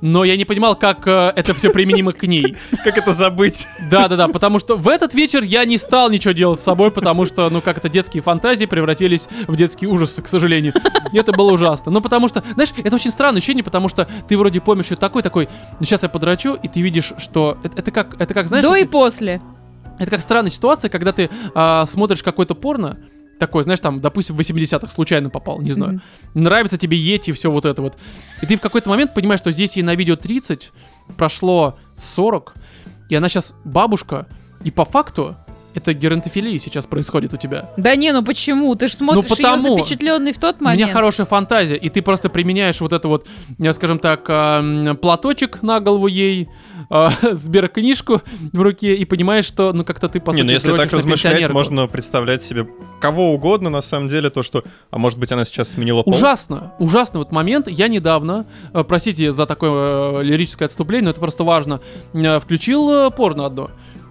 Speaker 1: но я не понимал, как э, это все применимо к ней.
Speaker 2: Как это забыть?
Speaker 1: Да-да-да, потому что в этот вечер я не стал ничего делать с собой, потому что, ну, как это, детские фантазии превратились в детские ужасы, к сожалению. И это было ужасно. Ну, потому что, знаешь, это очень странное ощущение, потому что ты вроде помнишь, что такой-такой, ну, сейчас я подрачу, и ты видишь, что... Это, это как, это как, знаешь...
Speaker 3: До
Speaker 1: вот
Speaker 3: и после.
Speaker 1: это как странная ситуация, когда ты а, смотришь какое-то порно, такой, знаешь, там, допустим, в 80-х случайно попал, не знаю. Нравится тебе Йети, все вот это вот. И ты в какой-то момент понимаешь, что здесь ей на видео 30, прошло 40, и она сейчас бабушка, и по факту это геронтофилия сейчас происходит у тебя.
Speaker 3: Да не, ну почему? Ты же смотришь
Speaker 1: потому.
Speaker 3: ее запечатленный в тот
Speaker 1: У
Speaker 3: момент.
Speaker 1: меня хорошая фантазия, и ты просто применяешь вот это вот, э, скажем так, эм, платочек на голову ей, э, сберкнижку в руке, и понимаешь, что, ну, как-то ты, по
Speaker 2: Не, ну
Speaker 1: сути,
Speaker 2: если
Speaker 1: дрочишь
Speaker 2: так
Speaker 1: на
Speaker 2: размышлять,
Speaker 1: пенсионерку.
Speaker 2: можно представлять себе кого угодно, на самом деле, то, что, а может быть, она сейчас сменила пол.
Speaker 1: Ужасно, ужасный вот момент. Я недавно, э, простите за такое э, лирическое отступление, но это просто важно, э, включил э, порно одно.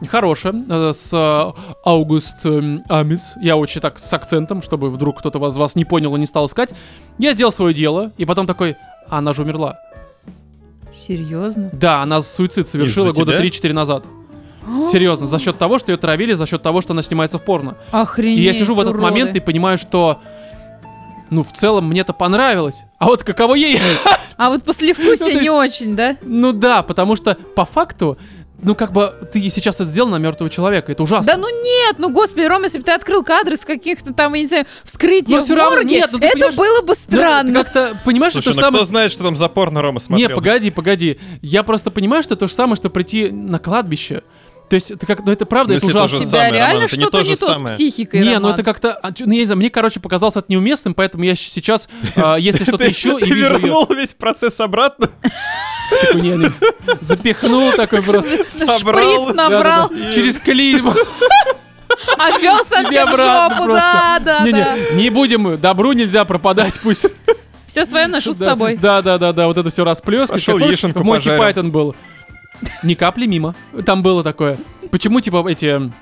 Speaker 1: Хорошее, э, с э, Аугуст эм, Амис. Я очень так с акцентом, чтобы вдруг кто-то вас, вас не понял и не стал искать. Я сделал свое дело, и потом такой, «А она же умерла.
Speaker 3: Серьезно?
Speaker 1: Да, она суицид совершила
Speaker 2: Из-за
Speaker 1: года
Speaker 2: тебя?
Speaker 1: 3-4 назад. Серьезно, за счет того, что ее травили, за счет того, что она снимается в порно.
Speaker 3: Охренеть,
Speaker 1: И я сижу в этот
Speaker 3: уроды.
Speaker 1: момент и понимаю, что ну, в целом мне-то понравилось. А вот каково ей?
Speaker 3: А вот
Speaker 1: Ну
Speaker 3: послевкусие
Speaker 1: ты-
Speaker 3: не очень, да?
Speaker 1: Ну да, потому что по факту, ну как бы ты сейчас это сделал на мертвого человека, это ужасно.
Speaker 3: Да ну нет, ну господи, Ром, если бы ты открыл кадры с каких-то там, я не знаю, вскрытий
Speaker 1: Но
Speaker 3: в
Speaker 1: всё равно
Speaker 3: морге,
Speaker 1: нет, ну ты
Speaker 3: это
Speaker 1: понимаешь-
Speaker 3: было бы
Speaker 1: Ну, это
Speaker 3: странно.
Speaker 1: Как-то, понимаешь, это
Speaker 2: Слушай,
Speaker 1: же
Speaker 2: ну
Speaker 1: самое...
Speaker 2: кто знает, что там за порно Рома смотрел?
Speaker 1: Не, погоди, погоди. Я просто понимаю, что это то же самое, что прийти на кладбище. То есть, это как, ну это правда,
Speaker 2: В
Speaker 1: это
Speaker 2: смысле,
Speaker 1: ужасно.
Speaker 2: то
Speaker 3: У
Speaker 2: же
Speaker 3: тебя
Speaker 2: самое,
Speaker 3: реально
Speaker 2: Роман, это не
Speaker 3: что-то
Speaker 2: то
Speaker 3: не,
Speaker 2: же
Speaker 3: то,
Speaker 2: самое.
Speaker 3: с психикой,
Speaker 1: Не, ну
Speaker 3: Роман.
Speaker 1: это как-то... а, чё- ну, я не знаю, мне, короче, показалось это неуместным, поэтому я щ- сейчас, а, если что-то
Speaker 2: Ты-
Speaker 1: ищу
Speaker 2: ты
Speaker 1: и вижу её,
Speaker 2: вернул весь процесс обратно?
Speaker 1: такой, не, не, запихнул такой просто.
Speaker 2: собрал.
Speaker 3: Шприц набрал,
Speaker 1: Да-да-да. Через клизму.
Speaker 3: а вез
Speaker 1: Тебе
Speaker 3: совсем в
Speaker 1: обратно
Speaker 3: жопу,
Speaker 1: просто.
Speaker 3: да, да,
Speaker 1: Не,
Speaker 3: да.
Speaker 1: не, не будем, добру нельзя пропадать, пусть.
Speaker 3: Все свое ношу с
Speaker 1: Да,
Speaker 3: собой.
Speaker 1: Да, да, да, да, вот это все расплескивает.
Speaker 2: Пошёл яишенку
Speaker 1: в Монти
Speaker 2: пожарил.
Speaker 1: Пайтон был. Ни капли мимо. Там было такое. Почему, типа, эти...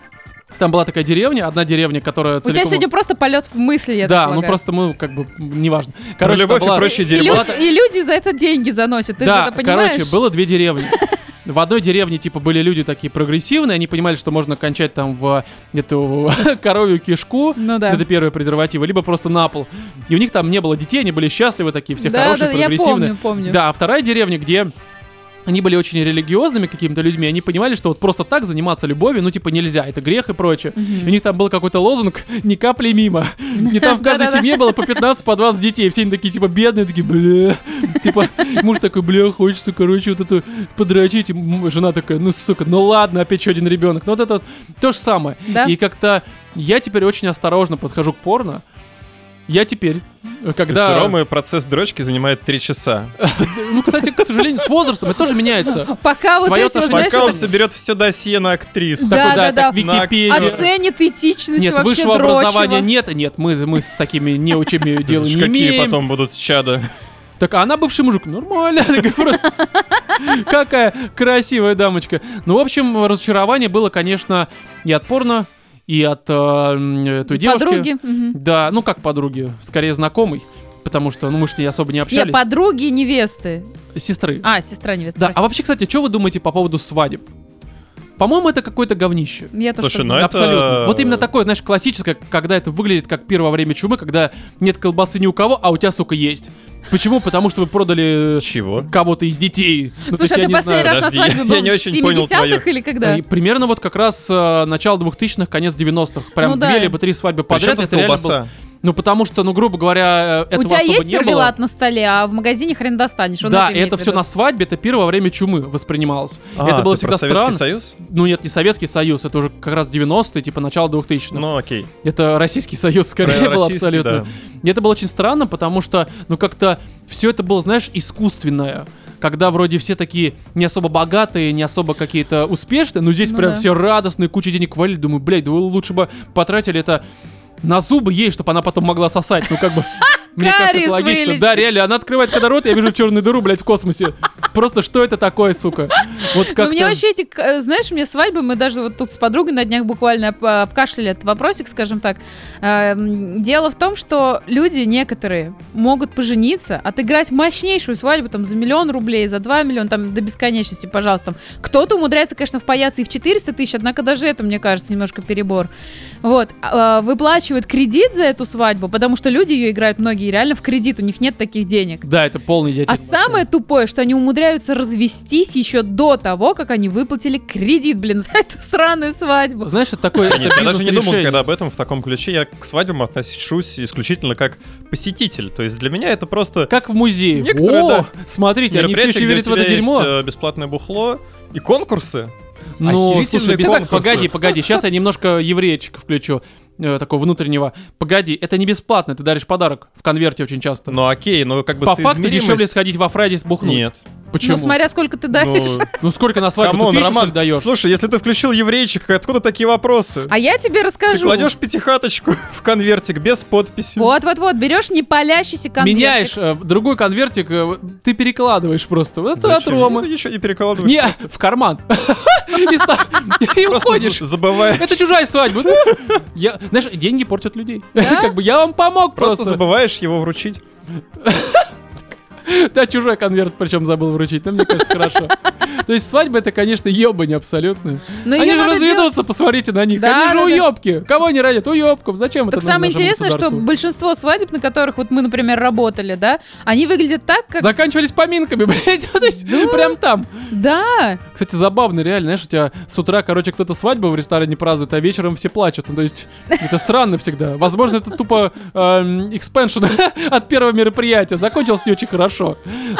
Speaker 1: Там была такая деревня, одна деревня, которая
Speaker 3: У тебя
Speaker 1: целиком-
Speaker 3: сегодня просто полет в мысли, я
Speaker 1: Да,
Speaker 3: так
Speaker 1: ну
Speaker 3: полагаю.
Speaker 1: просто мы, как бы, м, неважно.
Speaker 2: Про
Speaker 1: Короче, там
Speaker 2: любовь и
Speaker 1: была-
Speaker 2: прочее
Speaker 3: И,
Speaker 2: дерьмо.
Speaker 3: люди, и люди за это деньги заносят, ты
Speaker 1: да,
Speaker 3: же это понимаешь?
Speaker 1: короче, было две деревни. В одной деревне, типа, были люди такие прогрессивные, они понимали, что можно кончать там в эту коровью кишку,
Speaker 3: Ну да.
Speaker 1: это первые презервативы, либо просто на пол. И у них там не было детей, они были счастливы такие, все
Speaker 3: да,
Speaker 1: хорошие,
Speaker 3: да, я
Speaker 1: прогрессивные.
Speaker 3: помню, помню.
Speaker 1: Да, а вторая деревня, где они были очень религиозными какими-то людьми, они понимали, что вот просто так заниматься любовью, ну, типа, нельзя, это грех и прочее. И у них там был какой-то лозунг «Ни капли мимо». И там в каждой
Speaker 3: Да-да-да.
Speaker 1: семье было по 15, по 20 детей. Все они такие, типа, бедные, такие, бля. Типа, муж такой, бля, хочется, короче, вот это подрочить. И м- жена такая, ну, сука, ну ладно, опять еще один ребенок. Ну, вот это вот то же самое.
Speaker 3: Да.
Speaker 1: И как-то я теперь очень осторожно подхожу к порно. Я теперь, э, когда...
Speaker 2: С Ромы процесс дрочки занимает 3 часа.
Speaker 1: Ну, кстати, к сожалению, с возрастом это тоже меняется.
Speaker 3: Пока вот
Speaker 1: Твоё
Speaker 3: эти вот,
Speaker 1: отношение-
Speaker 3: знаешь,
Speaker 2: Пока он
Speaker 3: вот
Speaker 2: соберет все досье на актрису.
Speaker 3: Да,
Speaker 1: Такой,
Speaker 3: да, да.
Speaker 1: так, Википедия.
Speaker 3: оценит этичность
Speaker 1: Нет,
Speaker 3: вообще
Speaker 1: высшего
Speaker 3: дрочева.
Speaker 1: образования нет, нет, мы, мы с такими неучими
Speaker 2: Это
Speaker 1: дело
Speaker 2: ж
Speaker 1: не
Speaker 2: Какие
Speaker 1: имеем.
Speaker 2: потом будут чада?
Speaker 1: Так, а она бывший мужик, нормально, такая просто какая красивая дамочка. Ну, в общем, разочарование было, конечно, и от порно, и от э, м, э, той девушки.
Speaker 3: Подруги. мгм.
Speaker 1: Да, ну как подруги, скорее знакомый, потому что, ну, мы с ней особо не
Speaker 3: Не,
Speaker 1: общались.
Speaker 3: подруги и невесты.
Speaker 1: Сестры.
Speaker 3: А, сестра невесты.
Speaker 1: да, а
Speaker 3: прости.
Speaker 1: вообще, кстати, что вы думаете по поводу свадеб? По-моему, это какое-то говнище.
Speaker 3: Я тоже
Speaker 2: Слушай,
Speaker 3: так
Speaker 2: ну это-
Speaker 3: думаю.
Speaker 1: Абсолютно. Вот именно такое, знаешь, классическое, когда это выглядит как первое время чумы, когда нет колбасы ни у кого, а у тебя, сука, есть. Почему? Потому что вы продали
Speaker 2: Чего?
Speaker 1: кого-то из детей. Ну, то есть
Speaker 3: Слушай, а
Speaker 1: я
Speaker 3: ты
Speaker 1: не
Speaker 3: последний
Speaker 1: знаю.
Speaker 3: раз
Speaker 2: подожди,
Speaker 3: на свадьбе
Speaker 2: я-
Speaker 3: был
Speaker 2: я не
Speaker 3: в
Speaker 2: очень понял
Speaker 3: 70-х или когда?
Speaker 1: И примерно вот как раз э, начало 2000-х, конец 90-х. Прям
Speaker 3: Ну
Speaker 1: две
Speaker 3: да.
Speaker 1: либо три свадьбы
Speaker 2: Причем
Speaker 1: подряд.
Speaker 2: тут
Speaker 1: это реально было-
Speaker 2: колбаса?
Speaker 1: Ну потому что, ну грубо говоря, э,
Speaker 3: У
Speaker 1: этого
Speaker 3: тебя
Speaker 1: особо
Speaker 3: есть
Speaker 1: не было.
Speaker 3: сервелат на столе, а в магазине хрен достанешь. Он
Speaker 1: Да,
Speaker 3: это, имеет
Speaker 1: это
Speaker 3: в
Speaker 1: все
Speaker 3: виду.
Speaker 1: на свадьбе, это первое время чумы воспринималось.
Speaker 2: А,
Speaker 1: это было
Speaker 2: ты
Speaker 1: всегда
Speaker 2: про Советский
Speaker 1: странно.
Speaker 2: Союз?
Speaker 1: Ну нет, не Советский Союз, это уже как раз 90-е, типа начало 2000-х.
Speaker 2: Ну окей.
Speaker 1: Это Российский Союз скорее
Speaker 2: Про
Speaker 1: был
Speaker 2: российский,
Speaker 1: абсолютно. И это было очень странно, потому что, ну как-то все это было, знаешь, искусственное. Когда вроде все такие не особо богатые, не особо какие-то успешные, но здесь
Speaker 3: Ну
Speaker 1: прям
Speaker 3: да.
Speaker 1: все радостные, куча денег валили. Думаю, блядь, да вы лучше бы потратили это на зубы ей, чтобы она потом могла сосать. Ну как бы... Мне кажется,
Speaker 3: Кариес
Speaker 1: это логично.
Speaker 3: вылечить.
Speaker 1: Да, реально, она открывает когда рот, я вижу черную дыру, блядь, в космосе. Просто что это такое, сука? Вот
Speaker 3: Ну,
Speaker 1: как
Speaker 3: мне вообще эти, к- э, знаешь, мне свадьбы, мы даже вот тут с подругой на днях буквально об- обкашляли этот вопросик, скажем так. Эм, Дело в том, что люди некоторые могут пожениться, отыграть мощнейшую свадьбу там за миллион рублей, за 2 миллиона, там до бесконечности, пожалуйста. Там Кто-то умудряется, конечно, впаяться и в 400 тысяч, однако даже это, мне кажется, немножко перебор. Вот. А, э, Выплачивают кредит за эту свадьбу, потому что люди ее играют многие реально в кредит, у них нет таких денег.
Speaker 1: Да, это полный идиотизм.
Speaker 3: А
Speaker 1: вообще.
Speaker 3: самое тупое, что они умудряются развестись еще до того, как они выплатили кредит, блин, за эту сраную свадьбу. Ну,
Speaker 1: Знаешь, это такое это
Speaker 2: А Нет, я даже не думал
Speaker 1: бизнес-решение.
Speaker 2: когда об этом в таком ключе. Я к свадьбам отношусь исключительно как посетитель. То есть для меня это просто
Speaker 1: Как в музее.
Speaker 2: Некоторые,
Speaker 1: О,
Speaker 2: да,
Speaker 1: смотрите, они все
Speaker 2: мероприятие,
Speaker 1: еще
Speaker 2: где у
Speaker 1: верят в
Speaker 2: тебя
Speaker 1: это
Speaker 2: есть,
Speaker 1: дерьмо.
Speaker 2: э, бесплатное бухло и конкурсы.
Speaker 1: Ну,
Speaker 2: охерительные
Speaker 1: слушай, без-
Speaker 2: конкурсы.
Speaker 1: погоди, погоди, сейчас я немножко еврейчика включу, э, такого внутреннего. Погоди, это не бесплатно, ты даришь подарок в конверте очень часто.
Speaker 2: Ну окей, но как бы
Speaker 1: По факту
Speaker 2: соизмеримость-
Speaker 1: дешевле сходить во Фрайдис бухнуть.
Speaker 2: Нет.
Speaker 1: Почему?
Speaker 3: Ну, смотря сколько ты
Speaker 2: Ну,
Speaker 3: даришь.
Speaker 1: Ну, сколько на свадьбу
Speaker 2: Камон,
Speaker 1: ты пишешь
Speaker 2: Роман,
Speaker 1: или даешь?
Speaker 2: слушай, если ты включил еврейчика, откуда такие вопросы?
Speaker 3: А я тебе
Speaker 2: Ты
Speaker 3: расскажу.
Speaker 2: кладешь пятихаточку в конвертик без подписи.
Speaker 3: Вот-вот-вот, берешь не палящийся конвертик.
Speaker 1: Меняешь э, в другой конвертик, э, в- ты перекладываешь просто. Вот это а от
Speaker 2: Зачем? Ну,
Speaker 1: Ромы.
Speaker 2: ты еще и перекладываешь.
Speaker 1: Не, а в карман. И ста- И
Speaker 2: Просто
Speaker 1: уходишь.
Speaker 2: з- забываешь.
Speaker 1: Это чужая свадьба. Ну, Я, знаешь, деньги портят людей.
Speaker 3: Да?
Speaker 1: Как бы я вам помог
Speaker 2: Просто
Speaker 1: просто.
Speaker 2: забываешь его вручить.
Speaker 1: Да, чужой конверт причем забыл вручить. Ну, мне кажется, хорошо. То есть свадьба это, конечно, ебань абсолютно.
Speaker 3: Но
Speaker 1: Они
Speaker 3: её
Speaker 1: же
Speaker 3: надо делать-
Speaker 1: разведутся, посмотрите на них.
Speaker 3: Да,
Speaker 1: Они же
Speaker 3: да, да.
Speaker 1: уебки. Кого они родят? Уебков. Зачем это
Speaker 3: Так
Speaker 1: нужно
Speaker 3: самое
Speaker 1: нашему
Speaker 3: интересное, что
Speaker 1: государству?
Speaker 3: большинство свадеб, на которых вот мы, например, работали, да, они выглядят так, как...
Speaker 1: Заканчивались поминками, блядь. Ну, То есть прям там.
Speaker 3: Да,
Speaker 1: Кстати, забавно, реально, знаешь, у тебя с утра, короче, кто-то свадьбу в ресторане празднует, а вечером все плачут. Ну, то есть, это странно всегда. Возможно, это тупо эм, экспеншн от первого мероприятия. Закончилось не очень хорошо.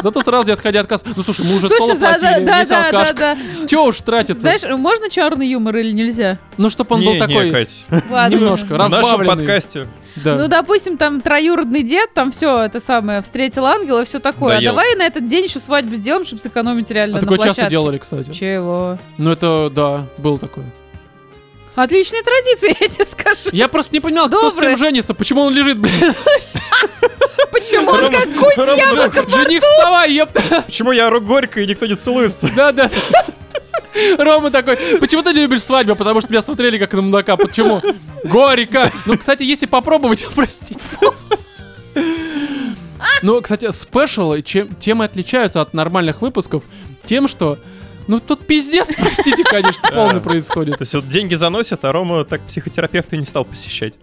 Speaker 1: Зато сразу не отходя от кассы. Ну, слушай, мы уже
Speaker 3: слушай,
Speaker 1: стол
Speaker 3: за- за-
Speaker 1: оплатили,
Speaker 3: да,
Speaker 1: есть
Speaker 3: да, да,
Speaker 1: алкашка.
Speaker 3: да.
Speaker 1: Чё уж тратиться?
Speaker 3: Знаешь, можно черный юмор или нельзя?
Speaker 1: ну, чтоб он
Speaker 2: Не,
Speaker 1: был
Speaker 2: не,
Speaker 1: такой...
Speaker 2: Кать,
Speaker 3: Ладно.
Speaker 1: Немножко,
Speaker 2: В нашем
Speaker 1: разбавленный.
Speaker 2: подкасте.
Speaker 1: да.
Speaker 3: Ну, допустим, там троюродный дед, там все это самое, встретил ангела, все такое.
Speaker 2: Доел.
Speaker 3: А давай на этот день еще свадьбу сделаем, чтобы сэкономить реально
Speaker 1: а
Speaker 3: на
Speaker 1: такое часто
Speaker 3: площадке.
Speaker 1: делали, кстати.
Speaker 3: Чего?
Speaker 1: Ну, это, да, было такое.
Speaker 3: Отличные традиции, я тебе скажу.
Speaker 1: Я просто не понимал, кто с
Speaker 3: Доброе.
Speaker 1: кем женится, почему он лежит, блядь.
Speaker 3: Почему он как гусь?
Speaker 2: Ром, друг,
Speaker 1: Жених, вставай, ёпта.
Speaker 2: Почему я ору горько и никто не целуется?
Speaker 1: Да, да. Рома такой, почему ты не любишь свадьбу? Потому что меня смотрели как на мудака. Почему? Горько. Ну, кстати, если попробовать, простите. Ну, кстати, спешалы чем, темы отличаются от нормальных выпусков тем, что... Ну, тут пиздец, простите, конечно, полный
Speaker 2: Да.
Speaker 1: происходит.
Speaker 2: То есть вот деньги заносят, а Рома так психотерапевта и не стал посещать.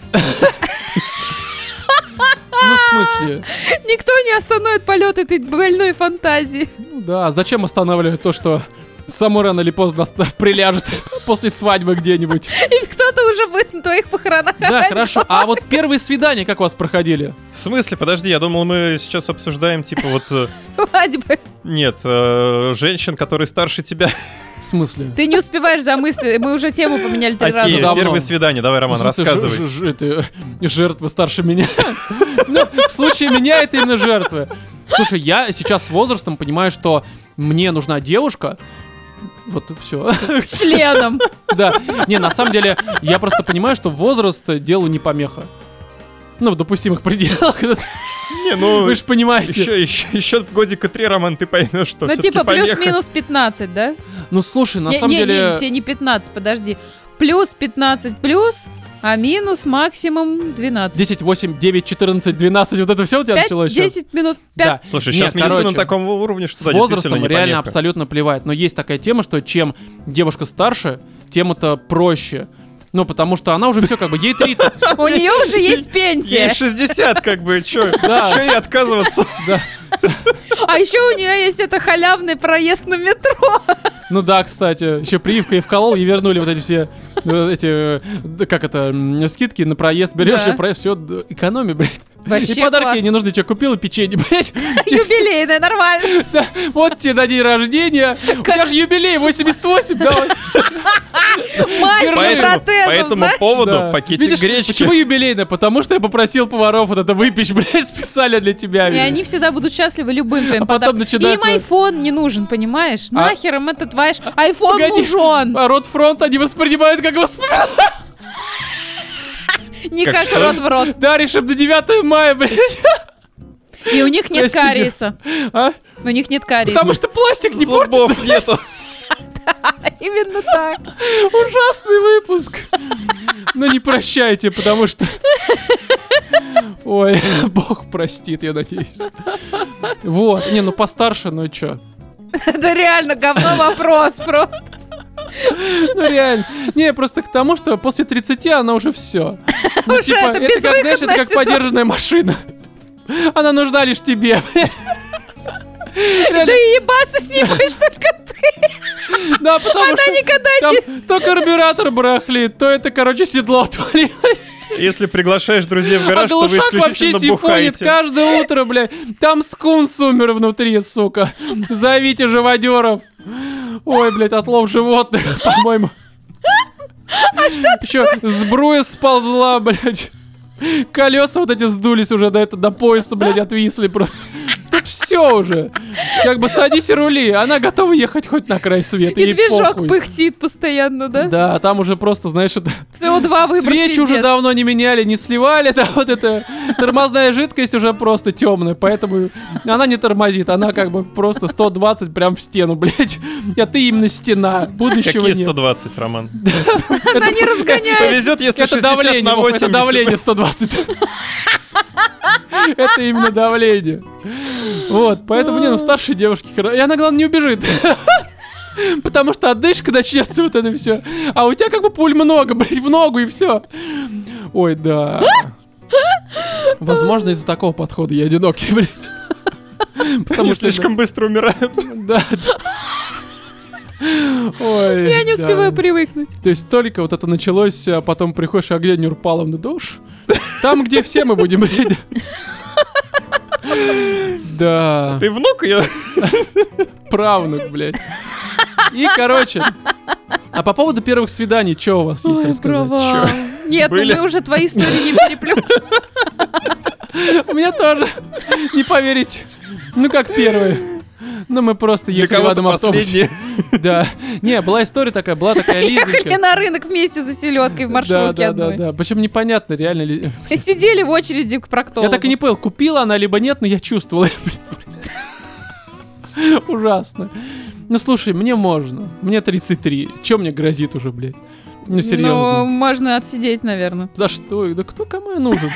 Speaker 1: Ну, в смысле?
Speaker 3: Никто не остановит полет этой больной фантазии.
Speaker 1: Ну да, зачем останавливать то, что само рано или поздно оста- приляжет после свадьбы где-нибудь?
Speaker 3: И кто-то уже будет на твоих похоронах.
Speaker 1: Да,
Speaker 3: орать.
Speaker 1: хорошо. А вот первые свидания как у вас проходили?
Speaker 2: В смысле? Подожди, я думал, мы сейчас обсуждаем, типа, вот... э,
Speaker 3: Свадьбы.
Speaker 2: Нет, э, женщин, которые старше тебя.
Speaker 1: В смысле?
Speaker 3: Ты не успеваешь за мыслью. Мы уже тему поменяли три
Speaker 2: Окей,
Speaker 3: раза.
Speaker 1: давно.
Speaker 2: первое свидание. Давай, Роман,
Speaker 1: Ну, в смысле,
Speaker 2: рассказывай.
Speaker 1: ж- ж- это, э, жертвы старше меня. Ну, в случае меня это именно жертвы. Слушай, я сейчас с возрастом понимаю, что мне нужна девушка. Вот и все.
Speaker 3: С членом.
Speaker 1: Да. Не, на самом деле, я просто понимаю, что возраст делу не помеха. Ну, в допустимых пределах.
Speaker 2: Не, ну...
Speaker 1: Вы же понимаете.
Speaker 2: Еще, еще, еще годика три, Роман, ты поймешь, что
Speaker 3: Ну,
Speaker 2: всё-таки
Speaker 3: типа,
Speaker 2: помеха.
Speaker 3: плюс-минус 15, да?
Speaker 1: Ну, слушай, на
Speaker 3: не,
Speaker 1: самом
Speaker 3: не,
Speaker 1: деле...
Speaker 3: не, тебе не 15, подожди. Плюс 15 плюс, а минус максимум 12.
Speaker 1: 10, 8, 9, 14, 12, вот это все у тебя
Speaker 3: 5,
Speaker 1: началось сейчас?
Speaker 3: 10 минут, 5.
Speaker 1: Да.
Speaker 2: Слушай,
Speaker 1: Нет,
Speaker 2: сейчас медицина
Speaker 1: короче.
Speaker 2: на таком уровне, что
Speaker 1: с
Speaker 2: да, действительно
Speaker 1: возрастом
Speaker 2: не
Speaker 1: реально
Speaker 2: помеха.
Speaker 1: абсолютно плевать. Но есть такая тема, что чем девушка старше, тем это проще. Ну, потому что она уже все как бы, ей 30.
Speaker 3: У нее уже есть пенсия.
Speaker 2: Ей 60, как бы, чё,
Speaker 1: Да.
Speaker 2: чё ей отказываться?
Speaker 1: Да.
Speaker 3: А еще у нее есть это халявный проезд на метро.
Speaker 1: Ну да, кстати, еще прививка и вколол, и вернули вот эти все, э, эти, э, да как это, м, скидки на проезд. Берешь
Speaker 3: Да.
Speaker 1: ее проезд, все, экономи, блядь.
Speaker 3: Вообще
Speaker 1: и подарки
Speaker 3: класс.
Speaker 1: ей не нужны, что купил, и печенье, блядь.
Speaker 3: Юбилейная, нормально.
Speaker 1: Да, вот тебе на день рождения. У тебя же юбилей, 88, давай.
Speaker 3: Мастер
Speaker 2: Поэтому,
Speaker 3: протезов,
Speaker 2: по этому
Speaker 3: знаешь?
Speaker 2: поводу
Speaker 1: Да.
Speaker 2: пакетик
Speaker 1: Видишь,
Speaker 2: гречки.
Speaker 1: Почему юбилейно? Потому что я попросил поваров вот это выпечь, блядь, специально для тебя.
Speaker 3: И
Speaker 1: видимо.
Speaker 3: они всегда будут счастливы любым твоим
Speaker 1: А потом
Speaker 3: подарком.
Speaker 1: начинается-
Speaker 3: Им айфон не нужен, понимаешь?
Speaker 1: А-
Speaker 3: Нахер им этот ваш айфон
Speaker 1: Погоди.
Speaker 3: нужен.
Speaker 1: А рот фронт они воспринимают как воспоминание.
Speaker 3: Не
Speaker 2: Как
Speaker 3: как
Speaker 2: что?
Speaker 3: рот в рот.
Speaker 1: Даришь им до 9 мая, блядь,
Speaker 3: И у них нет
Speaker 1: Простите.
Speaker 3: кариеса.
Speaker 1: а?
Speaker 3: У них нет кариеса.
Speaker 1: Потому что пластик не портится.
Speaker 2: Зубов нету.
Speaker 3: Именно так.
Speaker 1: Ужасный выпуск. Но не прощайте, потому что... Ой, бог простит, я надеюсь. Вот. Не, ну постарше, ну чё.
Speaker 3: Это реально говно вопрос просто.
Speaker 1: Ну реально. Не, просто к тому, что после 30 она уже все.
Speaker 3: Уже это
Speaker 1: как, знаешь,
Speaker 3: безвыходная
Speaker 1: это как
Speaker 3: ситуация.
Speaker 1: подержанная машина. Она нужна лишь тебе. Реально,
Speaker 3: Да и ебаться с ней будешь только ты.
Speaker 1: да, потому
Speaker 3: Она
Speaker 1: что
Speaker 3: никогда
Speaker 1: там то карбюратор барахлит, то это, короче, седло отвалилось.
Speaker 2: Если приглашаешь друзей в
Speaker 1: А
Speaker 2: гараж, то вы
Speaker 1: Галушак вообще
Speaker 2: исключительно
Speaker 1: сифонит
Speaker 2: бухаете.
Speaker 1: каждое утро, блядь. Там скунс умер внутри, сука. Зовите живодеров. Ой, блядь, отлов животных, по-моему. А что Еще сбруя сползла, блядь. Колеса вот эти сдулись уже до, это, до пояса, блядь, отвисли просто. Тут все уже. Как бы садись и рули. Она готова ехать хоть на край света.
Speaker 3: И
Speaker 1: ей
Speaker 3: движок
Speaker 1: похуй.
Speaker 3: пыхтит постоянно, да?
Speaker 1: Да, там уже просто, знаешь, это
Speaker 3: СО2 выброс
Speaker 1: Свечи уже
Speaker 3: пиздец.
Speaker 1: давно не меняли, не сливали, да, вот эта тормозная жидкость уже просто темная, поэтому она не тормозит, она как бы просто 120 прям в стену, блядь. А ты именно стена, будущего
Speaker 2: Какие
Speaker 1: нет.
Speaker 2: 120, Роман?
Speaker 3: Она не разгоняет.
Speaker 2: Повезет, если
Speaker 1: Это
Speaker 2: 60
Speaker 1: давление,
Speaker 2: на
Speaker 1: Вов, это
Speaker 2: 80.
Speaker 1: давление 120. Это именно давление. Вот, поэтому, не, ну старшей девушке хоро- И она, главное, не убежит. Потому что отдышка начнется, вот это все. А у тебя как бы пуль много, блядь, в ногу и все. Ой, да. Возможно, из-за такого подхода я одинокий, блядь. Потому
Speaker 2: Они
Speaker 1: что,
Speaker 2: слишком быстро умирают.
Speaker 1: да. Ой,
Speaker 3: Я не успеваю
Speaker 1: да.
Speaker 3: привыкнуть.
Speaker 1: То есть только вот это началось, а потом приходишь, а где Нюрпаловна душ? Там, где все мы будем, блядь. Да,
Speaker 2: Ты внук ее?
Speaker 1: правнук, блядь. И, короче, а по поводу первых свиданий, что у вас есть
Speaker 3: Ой,
Speaker 1: рассказать?
Speaker 3: провал. Нет, ну
Speaker 2: Были?
Speaker 3: мы уже твои истории не переплю.
Speaker 1: У меня тоже, не поверите. Ну, как первые. Ну, мы просто
Speaker 2: Для
Speaker 1: ехали в
Speaker 2: кого-то
Speaker 1: одном автобусе.
Speaker 2: последний.
Speaker 1: Да. Не, была история такая, была такая
Speaker 3: Ехали
Speaker 1: Лизонька.
Speaker 3: на рынок вместе за селедкой в
Speaker 1: Да,
Speaker 3: маршрутке
Speaker 1: да, да,
Speaker 3: одной.
Speaker 1: да. Причем непонятно, реально ли...
Speaker 3: И Сидели в очереди к проктологу.
Speaker 1: Я так и не понял, купила она либо нет, но я чувствовал. Ужасно. Ну слушай, мне можно. Мне 33. Чем мне грозит уже, блядь? Ну
Speaker 3: Ну,
Speaker 1: серьезно.
Speaker 3: можно отсидеть, наверное.
Speaker 1: За что? Да кто кому я нужен?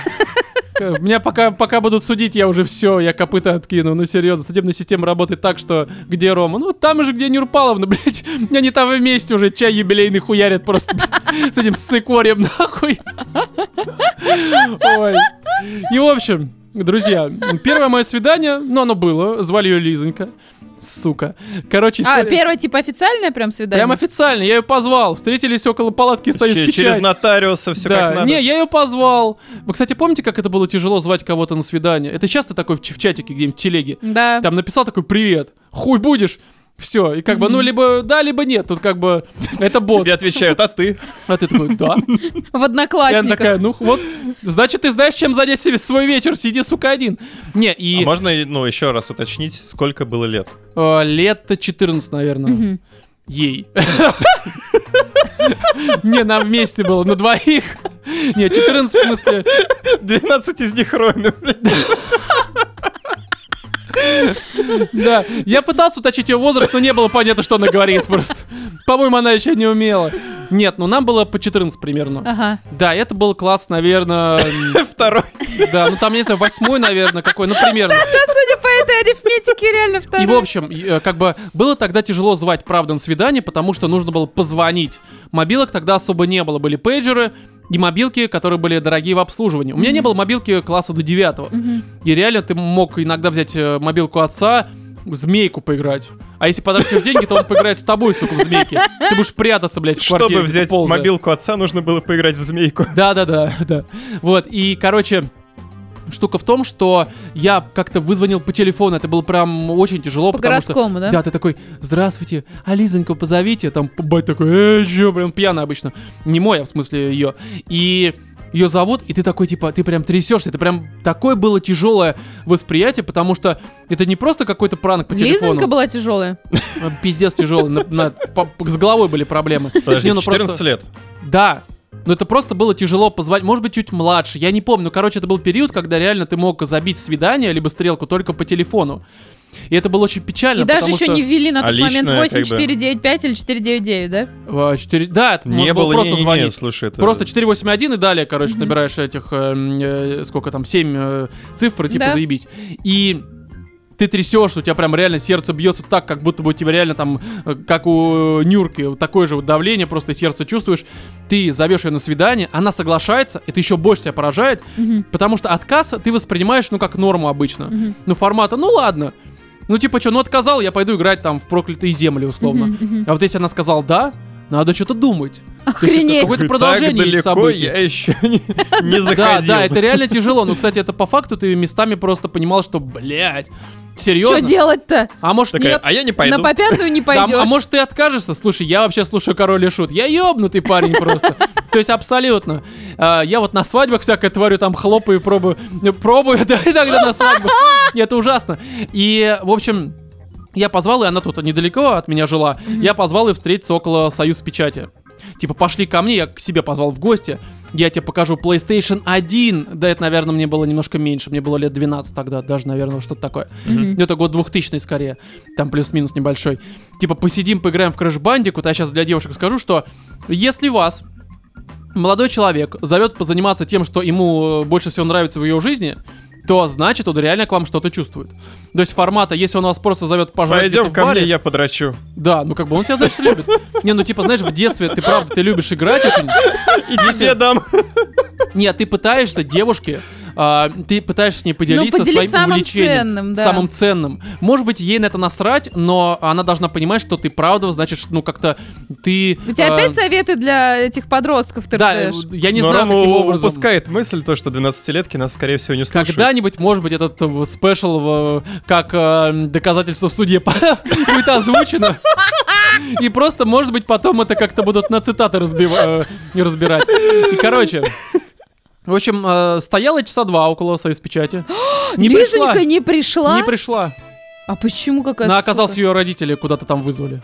Speaker 1: Э, Меня пока, пока будут судить, я уже все, я копыта откину. Ну серьезно, судебная система работает так, что где Рома? Ну там же, где Нюрпаловна, блядь. Меня не там вместе уже чай юбилейный хуярят просто блядь, с этим сыкорем нахуй. Ой. И в общем, друзья, первое мое свидание, ну оно было, звали ее Лизонька. Сука. Короче,
Speaker 3: А,
Speaker 1: история-
Speaker 3: первое, типа, официальное прям свидание?
Speaker 1: Прям официально, я ее позвал. Встретились около палатки
Speaker 2: Че-
Speaker 1: союзки
Speaker 2: Через
Speaker 1: чая.
Speaker 2: нотариуса все
Speaker 1: Да,
Speaker 2: как надо.
Speaker 1: не, я ее позвал. Вы, кстати, помните, как это было тяжело звать кого-то на свидание? Это часто такой в, ч- в чатике где-нибудь в телеге.
Speaker 3: Да.
Speaker 1: Там написал такой «Привет, хуй будешь?» Все, и как бы, ну, либо да, либо нет. Тут как бы это бот.
Speaker 2: Тебе отвечают, а ты?
Speaker 1: А ты такой, да.
Speaker 3: В
Speaker 1: И она
Speaker 3: одноклассниках.
Speaker 1: такая, ну вот, значит, ты знаешь, чем занять себе свой вечер, сиди, сука, один. Не,
Speaker 2: А
Speaker 1: и
Speaker 2: можно, ну, еще раз уточнить, сколько было лет?
Speaker 1: э, лето 14, наверное.
Speaker 3: Мгм.
Speaker 1: Ей. Не, нам вместе было, на двоих. Не, 14 в смысле.
Speaker 2: 12 из них Роме, блядь.
Speaker 1: Да, я пытался уточнить ее возраст, но не было понятно, что она говорит просто. По-моему, она еще не умела. Нет, ну нам было по 14 примерно.
Speaker 3: Ага.
Speaker 1: Да, это был класс, наверное,
Speaker 2: а Второй.
Speaker 1: да, ну там, не знаю, восьмой, наверное, какой, ну примерно.
Speaker 3: Да, судя по этой арифметике, реально второе.
Speaker 1: И, в общем, и, э, как бы было тогда тяжело звать, правда, на свидание, потому что нужно было позвонить. Мобилок тогда особо не было. Были пейджеры и мобилки, которые были дорогие в обслуживании. У меня не было мобилки класса до девятого.
Speaker 3: Мгм.
Speaker 1: И реально ты мог иногда взять э, мобилку отца, в змейку поиграть. А если потратишь деньги, то он поиграет с тобой, сука, в змейке. Ты будешь прятаться, блядь, в квартире. ну где
Speaker 2: Чтобы
Speaker 1: ты
Speaker 2: взять
Speaker 1: ползаешь.
Speaker 2: мобилку отца, нужно было поиграть в змейку.
Speaker 1: Да, да, да, да. Вот, и, короче, штука в том, что я как-то вызвонил по телефону, это было прям очень тяжело,
Speaker 3: По
Speaker 1: потому что...
Speaker 3: городскому, да?
Speaker 1: Да, ты такой, здравствуйте, а Лизоньку позовите. Там бать такой, эй, чё, прям пьяный обычно. Не мой, а в смысле ее. И ее зовут, и ты такой, типа, ты прям трясешься. Это прям такое было тяжелое восприятие, потому что это не просто какой-то пранк по телефону.
Speaker 3: Лизонька была тяжелая.
Speaker 1: А, Пиздец тяжелый. на- на- по- по- с головой были проблемы.
Speaker 2: Подожди,
Speaker 1: Не, ну
Speaker 2: 14
Speaker 1: просто-
Speaker 2: лет.
Speaker 1: Да. Но это просто было тяжело позвать, может быть, чуть младше, я не помню. Ну, Короче, это был период, когда реально ты мог забить свидание, либо стрелку только по телефону. И это было очень печально,
Speaker 3: И даже
Speaker 1: потому
Speaker 3: еще
Speaker 1: что...
Speaker 3: не ввели на
Speaker 2: А
Speaker 3: тот момент
Speaker 2: личное,
Speaker 3: 8495 или 499, да?
Speaker 1: А, четыре- Да, это
Speaker 2: Не
Speaker 1: можно было,
Speaker 2: было,
Speaker 1: просто
Speaker 2: не, не,
Speaker 1: звонить.
Speaker 2: не, слушай, это...
Speaker 1: Просто 481 и далее, короче,
Speaker 3: Мгм.
Speaker 1: набираешь этих, э, м, э, сколько там, 7 цифр, и, типа,
Speaker 3: Да.
Speaker 1: заебись. И ты трясешь, у тебя прям реально сердце бьется так, как будто бы у тебя реально там, э, как у Нюрки, вот такое же вот давление, просто сердце чувствуешь. Ты зовешь ее на свидание, она соглашается, это еще больше тебя поражает,
Speaker 3: Мгм.
Speaker 1: потому что отказ ты воспринимаешь, ну, как норму обычно.
Speaker 3: Мгм.
Speaker 1: Ну, формата, ну ладно. Ну, типа, что, ну отказал, я пойду играть там в проклятые земли, условно. А вот если она сказала да, надо что-то думать. То есть это
Speaker 3: Охренеть.
Speaker 1: Какое-то
Speaker 2: Так
Speaker 1: продолжение есть
Speaker 2: далеко
Speaker 1: событий.
Speaker 2: я еще не не
Speaker 1: Да,
Speaker 2: заходил.
Speaker 1: да, это реально тяжело. Ну, кстати, это по факту ты местами просто понимал, что, блядь,
Speaker 3: Что
Speaker 1: серьезно?
Speaker 3: делать-то?
Speaker 1: А может
Speaker 2: Такая,
Speaker 1: нет?
Speaker 2: а я не
Speaker 3: На
Speaker 2: пойду.
Speaker 3: попятную не
Speaker 1: Да,
Speaker 3: пойдешь.
Speaker 1: а может ты откажешься? Слушай, я вообще слушаю Король и Шут. Я ебнутый парень просто. То есть абсолютно. А, Я вот на свадьбах всякое творю, там хлопаю, пробую. Ну, Пробую, да, иногда на свадьбах. Это ужасно. И, в общем, я позвал, и она тут недалеко от меня жила. Я позвал ее встретиться около Союз печати. Типа, пошли ко мне, я к себе позвал в гости. Я тебе покажу PlayStation 1. Да, это, наверное, мне было немножко меньше. Мне было лет 12 тогда, даже, наверное, что-то такое.
Speaker 3: Мгм.
Speaker 1: Ну, Это год 2000 скорее. Там плюс-минус небольшой. Типа, посидим, поиграем в Crash Bandicoot. А сейчас для девушек скажу, что если вас молодой человек зовет позаниматься тем, что ему э, больше всего нравится в ее жизни, то значит, он реально к вам что-то чувствует. То есть формата, если он вас просто зовет пожрать где-то
Speaker 2: Пойдем
Speaker 1: в
Speaker 2: ко
Speaker 1: баре,
Speaker 2: мне, я подрачу.
Speaker 1: да, ну как бы он тебя, значит, любит. Не, ну типа, знаешь, в детстве ты правда, ты любишь играть очень.
Speaker 2: И тебе дам.
Speaker 1: Нет, ты пытаешься девушке, а, ты пытаешься с ней поделиться
Speaker 3: Ну, поделись
Speaker 1: своим
Speaker 3: самым
Speaker 1: увлечением.
Speaker 3: ценным, да.
Speaker 1: Самым ценным. Может быть, ей на это насрать, но она должна понимать, что ты правда, значит, ну как-то ты...
Speaker 3: У тебя
Speaker 1: а,
Speaker 3: опять советы для этих подростков ты
Speaker 1: Да,
Speaker 3: ртаешь?
Speaker 1: э, я не
Speaker 2: Но
Speaker 1: знаю,
Speaker 2: Рома
Speaker 1: каким образом.
Speaker 2: упускает мысль, то, что 12-летки нас, скорее всего, не слушают.
Speaker 1: Когда-нибудь, может быть, этот э, спешл э, как э, доказательство в суде будет озвучено. И просто, может быть, потом это как-то будут на цитаты разбива- э, не разбирать. И, короче, в общем, э, стояла часа два около союз печати. Не пришла.
Speaker 3: Лизонька не пришла?
Speaker 1: Не пришла.
Speaker 3: А почему какая
Speaker 1: Она
Speaker 3: сука?
Speaker 1: оказалась, ее родители куда-то там вызвали.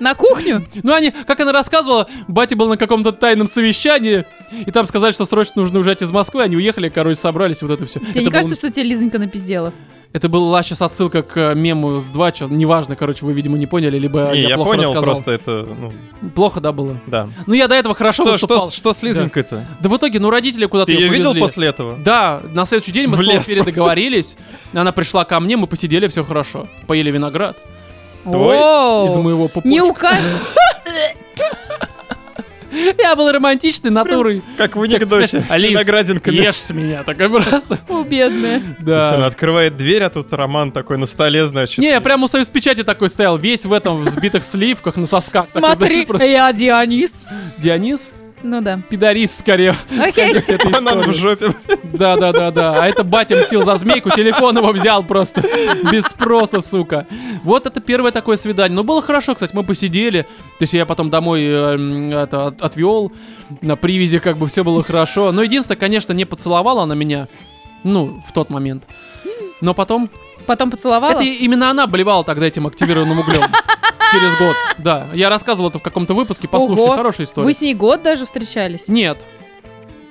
Speaker 3: На кухню?
Speaker 1: Ну, они, как она рассказывала, батя был на каком-то тайном совещании, и там сказали, что срочно нужно уезжать из Москвы. Они уехали, короче, собрались, вот это все.
Speaker 3: Тебе не кажется, что тебе Лизонька напиздела?
Speaker 1: Это была сейчас отсылка к э, мему с 2, чё, неважно, короче, вы, видимо, не поняли, либо
Speaker 2: Не,
Speaker 1: я,
Speaker 2: я
Speaker 1: плохо
Speaker 2: понял,
Speaker 1: рассказал.
Speaker 2: просто это, ну,
Speaker 1: Плохо, да, было?
Speaker 2: да.
Speaker 1: Ну, я до этого хорошо
Speaker 2: Что,
Speaker 1: выступал.
Speaker 2: что, с- что с Лизонькой-то?
Speaker 1: Да в итоге, ну, родители куда-то
Speaker 2: Ты ее видел
Speaker 1: повезли.
Speaker 2: после этого?
Speaker 1: Да, на следующий день мы
Speaker 2: В
Speaker 1: с
Speaker 2: лес
Speaker 1: Пол передоговорились, она пришла ко мне, мы посидели, все хорошо. Поели виноград
Speaker 2: Твой
Speaker 3: Воу.
Speaker 1: из моего пупочка.
Speaker 3: Не указ...
Speaker 1: Я был романтичной натурой.
Speaker 2: Как в анекдоте,
Speaker 1: Знаешь,
Speaker 2: с виноградинками.
Speaker 1: ешь с меня, так просто.
Speaker 3: О, бедная.
Speaker 2: То есть она
Speaker 1: Да.
Speaker 2: открывает дверь, а тут Роман такой на столе, значит.
Speaker 1: Не, я прям у союз печати такой стоял, весь в этом, в сбитых сливках, на сосках. такой,
Speaker 3: Смотри,
Speaker 1: знаешь, просто.
Speaker 3: я Дионис.
Speaker 1: Дионис?
Speaker 3: Ну да.
Speaker 1: Пидорис скорее.
Speaker 3: Окей.
Speaker 1: Вся эта
Speaker 2: Банан в
Speaker 1: история.
Speaker 2: жопе.
Speaker 1: Да, да, да, да. А это батя мстил за змейку, телефон его взял просто. Без спроса, сука. Вот это первое такое свидание. Но было хорошо, кстати, мы посидели. То есть я потом домой э, м, это, от- отвел на привязи, как бы все было хорошо. Но единственное, конечно, не поцеловала она меня. Ну, в тот момент. Но потом...
Speaker 3: Потом поцеловала?
Speaker 1: Это и- именно она болевала тогда этим активированным углем. Через год, да. Я рассказывал это в каком-то выпуске, послушайте,
Speaker 3: Ого.
Speaker 1: хорошая история.
Speaker 3: Вы с ней год даже встречались?
Speaker 1: Нет.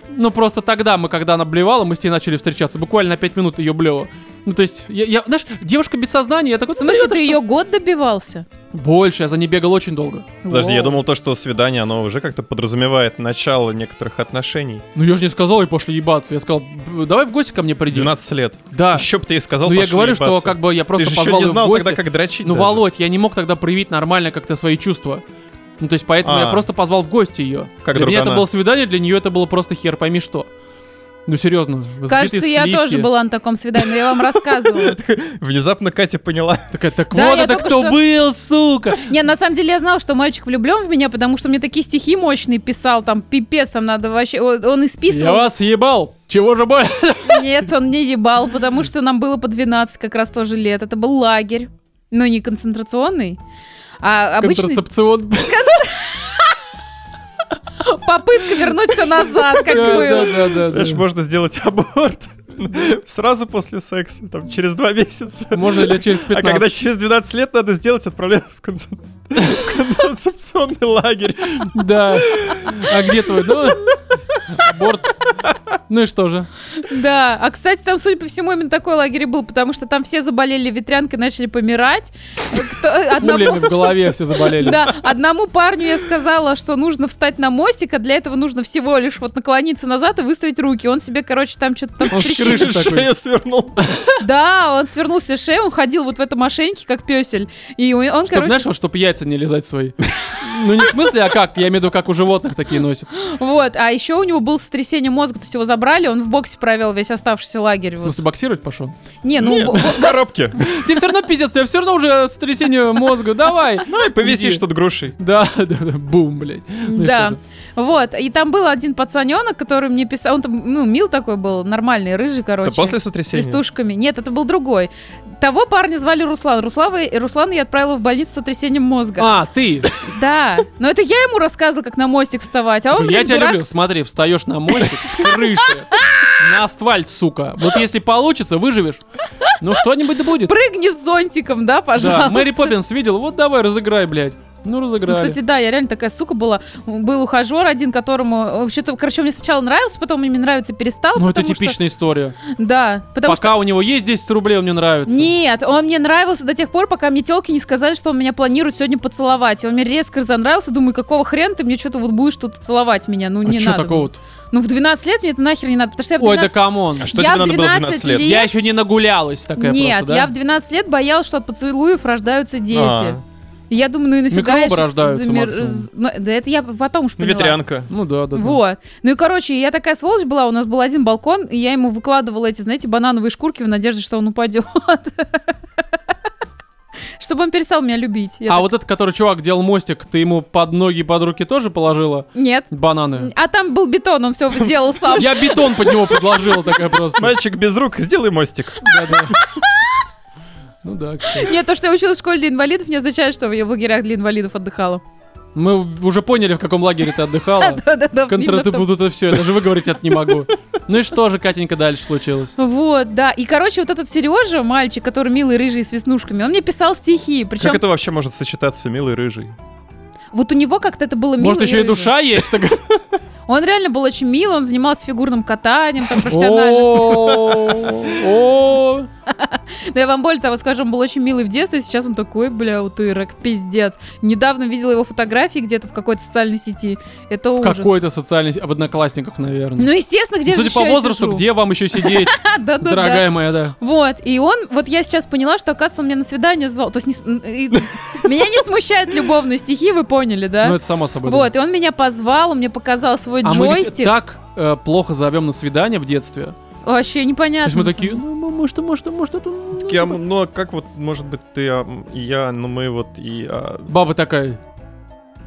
Speaker 1: Ну, просто тогда мы, когда она блевала, мы с ней начали встречаться. Буквально на 5 минут ее блево. Ну, то есть, я, я- знаешь, девушка без сознания, я такой...
Speaker 3: В смысле,
Speaker 1: «Блин, это
Speaker 3: ты
Speaker 1: что?»
Speaker 3: ее год добивался?
Speaker 1: Больше, я за ней бегал очень долго.
Speaker 2: Подожди, я
Speaker 3: Воу.
Speaker 2: думал то, что свидание, оно уже как-то подразумевает начало некоторых отношений.
Speaker 1: Ну, я же не сказал ей пошли ебаться. Я сказал, «Б- давай в гости ко мне приди.
Speaker 2: 12 лет.
Speaker 1: Да.
Speaker 2: Еще бы ты и сказал,
Speaker 1: ну, я
Speaker 2: пошли
Speaker 1: говорю, что
Speaker 2: ебаться.
Speaker 1: как бы я просто
Speaker 2: Ты же еще
Speaker 1: позвал
Speaker 2: не
Speaker 1: её в
Speaker 2: знал
Speaker 1: гости.
Speaker 2: тогда, как дрочить
Speaker 1: Ну,
Speaker 2: даже.
Speaker 1: Володь, я не мог тогда проявить нормально как-то свои чувства. Ну, то есть, поэтому я
Speaker 2: А.
Speaker 1: просто позвал в гости ее.
Speaker 2: Как
Speaker 1: для меня это
Speaker 2: другана.
Speaker 1: было свидание, для нее это было просто хер пойми что. Ну, серьезно. взбитые
Speaker 3: Кажется, я
Speaker 1: сливки.
Speaker 3: тоже была на таком свидании, но я вам рассказывала.
Speaker 2: Внезапно Катя поняла.
Speaker 1: Такая, так
Speaker 3: Да,
Speaker 1: вот
Speaker 3: я
Speaker 1: это
Speaker 3: только
Speaker 1: кто
Speaker 3: что-
Speaker 1: был, сука!
Speaker 3: Не, на самом деле я знала, что мальчик влюблен в меня, потому что мне такие стихи мощные писал, там пипец, там надо вообще... о- Он
Speaker 1: Я
Speaker 3: исписывал.
Speaker 1: вас ебал! Чего же больно?
Speaker 3: Нет, он не ебал, потому что нам было по 12 как раз тоже лет. Это был лагерь, но не концентрационный, а обычный
Speaker 1: Контрацепцион.
Speaker 3: попытка вернуть все назад, как было.
Speaker 1: Да, да, да,
Speaker 2: Знаешь,
Speaker 1: да.
Speaker 2: можно сделать аборт сразу после секса, там, через два месяца.
Speaker 1: Можно лет через
Speaker 2: А когда
Speaker 1: 15.
Speaker 2: через 12 лет надо сделать, отправляют в концен- в концентрационный лагерь.
Speaker 1: Да. А где твой? Ну, аборт. Ну и что же?
Speaker 3: Да, а кстати, там, судя по всему, именно такой лагерь и был, потому что там все заболели ветрянкой, начали помирать. Кто-
Speaker 1: Пулями в голове все заболели.
Speaker 3: Да, одному парню я сказала, что нужно встать на мостик, а для этого нужно всего лишь вот наклониться назад и выставить руки. Он себе, короче, там что-то там
Speaker 1: Он с
Speaker 3: стряхнул.
Speaker 1: крыши такой.
Speaker 2: Шею свернул.
Speaker 3: Да, он свернул себе шею, он ходил вот в этом мошеннике, как песель. И он,
Speaker 1: Чтоб,
Speaker 3: короче...
Speaker 1: знаешь, чтобы яйца не лизать свои. Ну не в смысле, а как? Я имею в виду, как у животных такие носят.
Speaker 3: Вот, а еще у него было сотрясение мозга, то есть его забрали, он в боксе провел весь оставшийся лагерь.
Speaker 1: В
Speaker 3: вот.
Speaker 1: смысле, боксировать пошел?
Speaker 3: Не, ну, бо- бо-
Speaker 2: В коробке.
Speaker 1: Ты все равно пиздец, у тебя все равно уже сотрясение мозга, давай.
Speaker 2: Ну и повисишь тут грушей.
Speaker 1: Да, да, да, бум, блядь. Ну и
Speaker 3: Да.
Speaker 1: что же?
Speaker 3: Вот. И там был один пацаненок, который мне писал. Он там, ну, мил такой был, нормальный, рыжий, короче.
Speaker 2: Это после
Speaker 3: С
Speaker 2: сотрясения?
Speaker 3: листушками. Нет, это был другой. Того парня звали Руслан. Руслава, Руслана я отправила в больницу с сотрясением мозга.
Speaker 1: А, ты.
Speaker 3: Да. Но это я ему рассказывала, как на мостик вставать. А он,
Speaker 1: Я
Speaker 3: блин,
Speaker 1: тебя
Speaker 3: дурак.
Speaker 1: люблю. Смотри, встаешь на мостик с крыши. На асфальт, сука. Вот если получится, выживешь. Ну что-нибудь да будет.
Speaker 3: Прыгни с зонтиком, да, пожалуйста.
Speaker 1: Да, Мэри Поппинс видел, вот давай разыграй, блядь. Ну
Speaker 3: Ну,
Speaker 1: разыграй.
Speaker 3: кстати, да, я реально такая сука была. Был ухажер один, которому... Вообще-то, короче, он мне сначала нравился, потом мне нравится перестал.
Speaker 1: Ну это
Speaker 3: потому что-
Speaker 1: типичная история.
Speaker 3: Да, потому
Speaker 1: Пока у него есть 10 рублей, он мне нравится.
Speaker 3: Нет, он мне нравился до тех пор, пока мне телки не сказали, что он меня планирует сегодня поцеловать. И он мне резко занравился. Думаю, какого хрена ты мне что-то вот будешь тут целовать меня? Ну,
Speaker 1: А
Speaker 3: не
Speaker 1: чё
Speaker 3: надо.
Speaker 1: такого-то?
Speaker 3: Ну, в 12 лет мне это нахер не надо, потому что я в
Speaker 1: Ой,
Speaker 3: 12...
Speaker 1: да камон.
Speaker 2: А что
Speaker 3: я
Speaker 2: тебе
Speaker 3: в
Speaker 2: надо было в 12 лет?
Speaker 1: Я еще не нагулялась такая
Speaker 3: Нет,
Speaker 1: просто, да?
Speaker 3: я в 12 лет боялась, что от поцелуев рождаются дети.
Speaker 2: А.
Speaker 3: И Я думаю, ну и нафига я
Speaker 1: Микробы
Speaker 3: щас
Speaker 1: рождаются максимум.
Speaker 3: з- Ну, да это я потом уж поняла.
Speaker 2: Ветрянка.
Speaker 1: Ну да, да, да.
Speaker 3: Вот. Ну и, короче, я такая сволочь была, у нас был один балкон, и я ему выкладывала эти, знаете, банановые шкурки в надежде, что он упадет. Чтобы он перестал меня любить.
Speaker 1: А
Speaker 3: Я так-
Speaker 1: вот этот, который чувак делал мостик, ты ему под ноги, под руки тоже положила
Speaker 3: Нет.
Speaker 1: бананы?
Speaker 3: А там был бетон, он все сделал сам.
Speaker 1: Я бетон под него подложила такая просто.
Speaker 2: Мальчик без рук, сделай мостик.
Speaker 1: Да, да. Ну да, кстати.
Speaker 3: Нет, то, что я училась в школе для инвалидов, не означает, что я в лагерях для инвалидов отдыхала.
Speaker 1: Мы в- уже поняли, в каком лагере ты отдыхала.
Speaker 3: Да-да-да. именно в
Speaker 1: Контраты
Speaker 3: том-
Speaker 1: будут и все, я даже выговорить это не могу. Ну и что же, Катенька, дальше
Speaker 3: Ну,
Speaker 1: случилось?
Speaker 3: Вот, да. И, короче, вот этот Сережа, мальчик, который милый, рыжий, с веснушками, он мне писал стихи. Причем
Speaker 2: Как это вообще может сочетаться, милый рыжий?
Speaker 3: вот у него как-то это было мило.
Speaker 1: Может, еще и
Speaker 3: рыжий.
Speaker 1: душа есть? такая?
Speaker 3: Он реально был очень милый, он занимался фигурным катанием, там профессионально. всё.
Speaker 1: О, о.
Speaker 3: Да я вам более того скажу, он был очень милый в детстве, сейчас он такой, бля, утырок, пиздец. Недавно видела его фотографии где-то в какой-то социальной сети. Это
Speaker 1: В
Speaker 3: ужас.
Speaker 1: какой-то социальной... В одноклассниках, наверное.
Speaker 3: Ну, естественно, где же
Speaker 1: Судя
Speaker 3: еще
Speaker 1: по
Speaker 3: я
Speaker 1: возрасту,
Speaker 3: сижу?
Speaker 1: где вам еще сидеть,
Speaker 3: А, да-да-да.
Speaker 1: дорогая моя, да.
Speaker 3: Вот, и он, вот я сейчас поняла, что, оказывается, он меня на свидание звал. То есть не с- м, и- меня не смущают любовные стихи, вы поняли,
Speaker 1: Ну,
Speaker 3: да?
Speaker 1: это само собой. да.
Speaker 3: Вот, и он меня позвал, он мне показал свой
Speaker 1: А мы ведь
Speaker 3: джойстик.
Speaker 1: так э, плохо зовем на свидание в детстве.
Speaker 3: Вообще
Speaker 1: То
Speaker 3: непонятно.
Speaker 1: есть мы
Speaker 3: на самом
Speaker 1: такие,
Speaker 3: деле.
Speaker 1: ну, ну, может, может, может, это... ну,
Speaker 2: Так я,
Speaker 1: типа».
Speaker 2: ну, а как вот, может быть, ты а, м, и я, ну, мы вот и... а,
Speaker 1: Баба такая,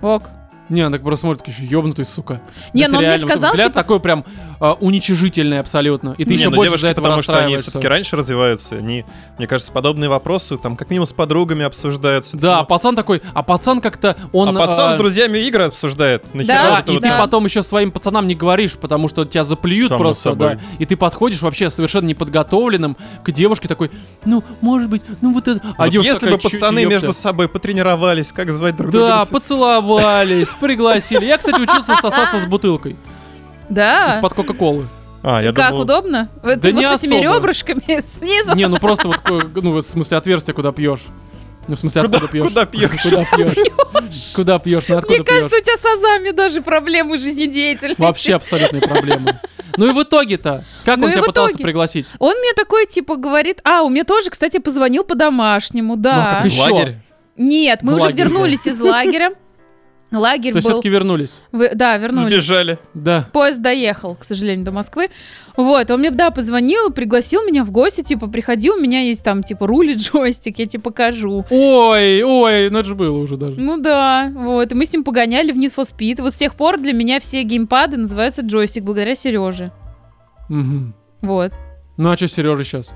Speaker 3: Ок.
Speaker 1: не, она так просто смотрит, такой, еще ёбнутый, сука.
Speaker 3: Не,
Speaker 1: То есть
Speaker 3: ну он мне
Speaker 1: реально вот этот
Speaker 3: сказал,
Speaker 1: взгляд
Speaker 3: типа-
Speaker 1: такой прям э, уничижительный абсолютно. И ты
Speaker 2: не,
Speaker 1: еще
Speaker 2: ну,
Speaker 1: больше
Speaker 2: девушки,
Speaker 1: за этого
Speaker 2: потому что они
Speaker 1: расстраиваешься.
Speaker 2: все-таки раньше развиваются. Они, мне кажется, подобные вопросы там как минимум с подругами обсуждаются.
Speaker 1: Да, а
Speaker 2: Такие,
Speaker 1: пацан такой, а пацан как-то, он...
Speaker 2: а пацан
Speaker 1: э,
Speaker 2: с друзьями игры обсуждает. Нахера
Speaker 1: Да,
Speaker 2: вот это
Speaker 1: и
Speaker 2: вот-
Speaker 1: ты
Speaker 3: да.
Speaker 1: потом еще своим пацанам не говоришь, потому что тебя заплюют
Speaker 2: Само
Speaker 1: просто,
Speaker 2: собой.
Speaker 1: да. И ты подходишь вообще совершенно неподготовленным к девушке такой, ну, может быть, ну вот это...
Speaker 2: Вот
Speaker 1: девушка
Speaker 2: если бы
Speaker 1: такая, «Чё,
Speaker 2: пацаны
Speaker 1: ёпта».
Speaker 2: между собой потренировались, как звать друг друга?
Speaker 1: Да,
Speaker 2: на свид-
Speaker 1: поцеловались, пригласили. Я, кстати, учился сосаться с бутылкой
Speaker 3: Да.
Speaker 1: из-под Кока-Колы.
Speaker 2: А, я
Speaker 3: Как
Speaker 2: думал,
Speaker 3: удобно? Вы-
Speaker 1: Да
Speaker 3: ты
Speaker 1: не
Speaker 3: вот с этими
Speaker 1: особо.
Speaker 3: ребрышками снизу.
Speaker 1: Не, ну просто вот, ко- ну в смысле отверстие, куда пьешь. Ну, в смысле,
Speaker 2: Куда,
Speaker 1: откуда пьешь?
Speaker 2: куда пьешь?
Speaker 1: Куда пьешь? Куда пьешь? Ну,
Speaker 3: Мне
Speaker 1: откуда пьешь?
Speaker 3: кажется, у тебя с азами даже проблемы жизнедеятельности.
Speaker 1: Вообще абсолютные проблемы. Ну и в итоге-то, как
Speaker 3: Ну
Speaker 1: он
Speaker 3: и
Speaker 1: тебя
Speaker 3: в
Speaker 1: пытался
Speaker 3: итоге.
Speaker 1: пригласить?
Speaker 3: Он мне такой, типа, говорит, а, у меня тоже, кстати, позвонил по-домашнему,
Speaker 1: Ну,
Speaker 3: да.
Speaker 1: а как еще?
Speaker 2: Лагерь?
Speaker 3: Нет, мы
Speaker 1: В
Speaker 3: уже
Speaker 1: лагерь,
Speaker 3: вернулись из лагеря. Лагерь
Speaker 1: То есть
Speaker 3: был...
Speaker 1: все-таки вернулись?
Speaker 3: Вы- Да, вернулись.
Speaker 2: Сбежали.
Speaker 1: Да.
Speaker 3: Поезд доехал, к сожалению, до Москвы. Вот, он мне, да, позвонил, пригласил меня в гости, типа, приходи, у меня есть там, типа, рули, джойстик, я тебе покажу.
Speaker 1: Ой, ой, ну это же было уже даже.
Speaker 3: Ну да, вот, и мы с ним погоняли в Need for Speed. Вот с тех пор для меня все геймпады называются джойстик, благодаря Сереже.
Speaker 1: Мгм.
Speaker 3: Вот.
Speaker 1: Ну а что Сережа сейчас?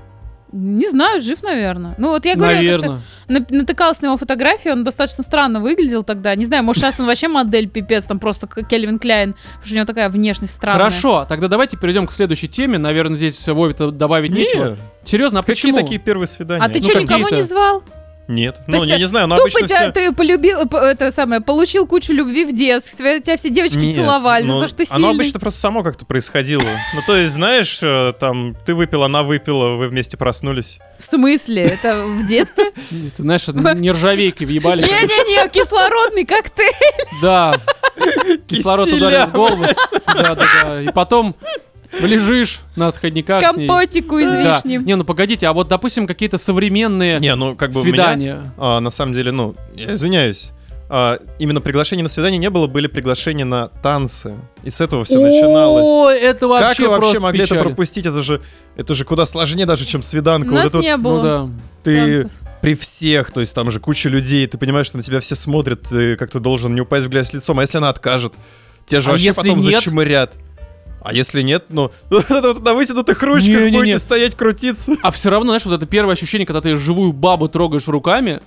Speaker 3: Не знаю, жив, наверное. Ну вот я говорю, я как-то
Speaker 1: Наверное.
Speaker 3: на- натыкалась на его фотографии, он достаточно странно выглядел тогда. Не знаю, может, сейчас он вообще модель пипец, там просто как Кельвин Кляйн, потому что у него такая внешность странная.
Speaker 1: Хорошо, тогда давайте перейдем к следующей теме. Наверное, здесь Вове добавить нечего.
Speaker 2: Не,
Speaker 1: Серьезно, а
Speaker 2: Какие
Speaker 1: почему?
Speaker 2: такие первые свидания?
Speaker 3: А ты
Speaker 1: Ну,
Speaker 3: что,
Speaker 1: какие-то.
Speaker 3: никого не звал?
Speaker 2: Нет. Ну,
Speaker 3: есть
Speaker 2: я
Speaker 3: ты
Speaker 2: не знаю, но
Speaker 3: Тупо
Speaker 2: обычно
Speaker 3: тебя,
Speaker 2: все...
Speaker 3: ты полюбил, п- это самое, получил кучу любви в детстве, тебя все девочки
Speaker 2: Нет,
Speaker 3: целовали,
Speaker 2: ну,
Speaker 3: за то, что ты сильный.
Speaker 2: Оно обычно просто само как-то происходило. Ну, то есть, знаешь, э, там, ты выпил, она выпила, вы вместе проснулись.
Speaker 3: В смысле? Это в детстве?
Speaker 1: Не, Ты знаешь, нержавейки въебали.
Speaker 3: Не-не-не, кислородный коктейль.
Speaker 1: Да. Кислород
Speaker 2: Киселя,
Speaker 1: ударил в голову. Да, да, да. И потом лежишь на
Speaker 2: А,
Speaker 1: отходниках с ней.
Speaker 3: Компотику из
Speaker 1: Да.
Speaker 3: вишни.
Speaker 1: Не, ну погодите, а вот, допустим, какие-то современные
Speaker 2: Не, ну, как бы у меня,
Speaker 1: свидания.
Speaker 2: а, на самом деле, ну, я извиняюсь, а, именно приглашений на свидание не было, были приглашения на танцы. И с этого все начиналось.
Speaker 1: О, это
Speaker 2: Как
Speaker 1: вообще
Speaker 2: вы вообще
Speaker 1: просто
Speaker 2: могли это
Speaker 1: печаль.
Speaker 2: пропустить? Это же, это же куда сложнее даже, чем свиданка. Вот
Speaker 3: Нас
Speaker 2: это вот
Speaker 3: не было.
Speaker 1: Ну да.
Speaker 2: ты
Speaker 3: танцев.
Speaker 2: при всех, то есть там же куча людей, ты понимаешь, что на тебя все смотрят, ты как-то должен не упасть в грязь лицом, а если она откажет? Тебя же
Speaker 1: А
Speaker 2: вообще
Speaker 1: если
Speaker 2: потом
Speaker 1: нет?
Speaker 2: зачмырят. А если нет, ну, вот это вот на вытянутых ручках
Speaker 1: Не-не-не.
Speaker 2: будете стоять, крутиться.
Speaker 1: А все равно, знаешь, вот это первое ощущение, когда ты живую бабу трогаешь руками.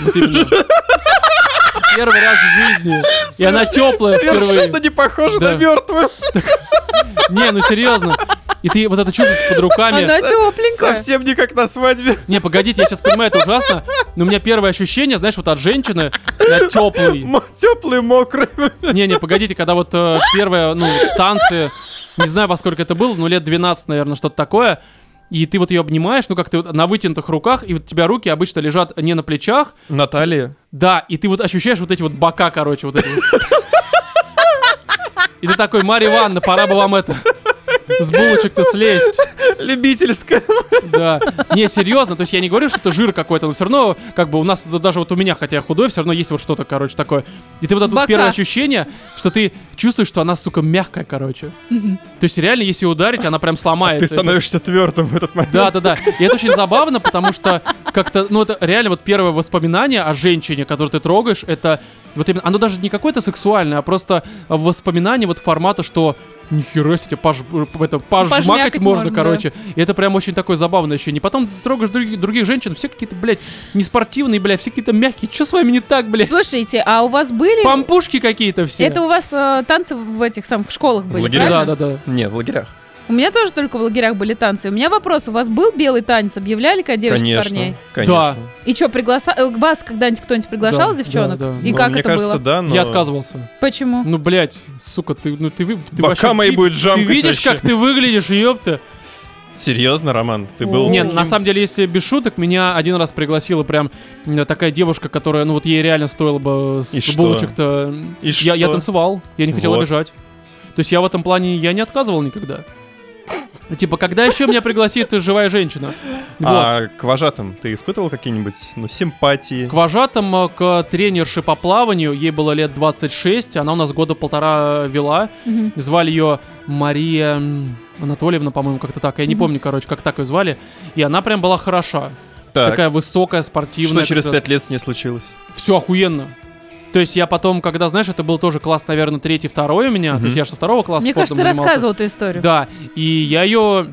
Speaker 1: Вот именно. Первый раз в жизни. И она теплая впервые.
Speaker 2: Совершенно не похоже
Speaker 1: Да.
Speaker 2: на мертвую.
Speaker 1: Не, ну серьезно. И ты вот это чувствуешь под руками.
Speaker 3: Она тепленькая.
Speaker 2: Совсем не как на свадьбе.
Speaker 1: Не, погодите, я сейчас понимаю, это ужасно. Но у меня первое ощущение, знаешь, вот от женщины, я теплый.
Speaker 2: Теплый, мокрый.
Speaker 1: Не, не, погодите, когда вот э, первые, ну, танцы, не знаю, во сколько это было, ну, лет 12, наверное, что-то такое. И ты вот ее обнимаешь, ну, как ты вот на вытянутых руках, и вот у тебя руки обычно лежат не на плечах,
Speaker 2: Наталья.
Speaker 1: да, и ты вот ощущаешь вот эти вот бока, короче, вот эти вот. И ты такой, Марья Ивановна, пора бы вам это, с булочек-то слезть. А
Speaker 2: Любительская.
Speaker 1: Да. Не, серьезно, то есть я не говорю, что это жир какой-то, но все равно, как бы у нас, да, даже вот у меня, хотя я худой, все равно есть вот что-то, короче, такое. И ты вот это вот
Speaker 3: Бока.
Speaker 1: первое ощущение, что ты чувствуешь, что она, сука, мягкая, короче. То есть реально, если ударить, она прям сломается.
Speaker 2: Ты становишься твердым в этот момент.
Speaker 1: Да, да, да. И это очень забавно, потому что как-то, ну, это реально вот первое воспоминание о женщине, которую ты трогаешь, это вот именно, оно даже не какое-то сексуальное, а просто воспоминание вот формата, что нихера себе, тебя пож, э, это, пожмакать
Speaker 3: Пожмякать
Speaker 1: можно,
Speaker 3: можно, да.
Speaker 1: короче. И это прям очень такое забавное ощущение. Потом трогаешь други- других женщин, все какие-то, блядь, неспортивные, блядь, все какие-то мягкие. Че с вами не так, блядь?
Speaker 3: Слушайте, а у вас были...
Speaker 1: Пампушки какие-то все.
Speaker 3: Это у вас э, танцы в этих самых школах были,
Speaker 2: Лагеря.
Speaker 1: Да,
Speaker 3: правильно?
Speaker 1: да, да.
Speaker 2: Не, в лагерях.
Speaker 3: У меня тоже только в лагерях были танцы. У меня вопрос, у вас был белый танец? Объявляли когда девочек парней?
Speaker 2: Конечно. Ну, Конечно.
Speaker 3: И что, пригласа... э, вас когда-нибудь кто-нибудь приглашал,
Speaker 1: Да,
Speaker 3: девчонок?
Speaker 1: да, да.
Speaker 3: И
Speaker 2: Ну,
Speaker 3: как
Speaker 2: мне
Speaker 3: это
Speaker 2: кажется,
Speaker 3: было?
Speaker 2: да, но...
Speaker 1: Я отказывался.
Speaker 3: Почему?
Speaker 1: Ну, блядь, сука, ты, ну ты, вы- ты
Speaker 2: Бока
Speaker 1: вообще-
Speaker 2: мои
Speaker 1: ты-
Speaker 2: будут
Speaker 1: Ты
Speaker 2: жамкать
Speaker 1: видишь,
Speaker 2: вообще.
Speaker 1: как ты выглядишь, ёпта?
Speaker 2: Серьезно, Роман? Ты был...
Speaker 1: Не,
Speaker 3: О.
Speaker 1: на самом деле, если без шуток, меня один раз пригласила прям э, такая девушка, которая, ну вот ей реально стоило бы с
Speaker 2: И что?
Speaker 1: булочек-то...
Speaker 2: И
Speaker 1: я, я
Speaker 2: что?
Speaker 1: танцевал, я не хотел
Speaker 2: Вот.
Speaker 1: обижать. То есть я в этом плане, я не отказывал никогда. Типа, когда еще меня пригласит живая женщина? Вот.
Speaker 2: А к вожатым ты испытывал какие-нибудь, ну, симпатии?
Speaker 1: К вожатым, э, к тренерше по плаванию, ей было лет 26, она у нас года полтора вела.
Speaker 3: Мгм.
Speaker 1: Звали ее Мария м, Анатольевна, по-моему, как-то так. Я не
Speaker 3: Мгм.
Speaker 1: помню, короче, как так ее звали. И она прям была хороша.
Speaker 2: Так,
Speaker 1: Такая высокая, спортивная.
Speaker 2: что через пять лет с ней случилось?
Speaker 1: Все охуенно. То есть я потом, когда, знаешь, это был тоже класс, наверное, третий, второй у меня. То
Speaker 2: Мгм.
Speaker 1: есть я же со второго класса
Speaker 3: Мне кажется,
Speaker 1: спортом
Speaker 3: ты
Speaker 1: занимался.
Speaker 3: рассказывал эту историю.
Speaker 1: Да, и я ее...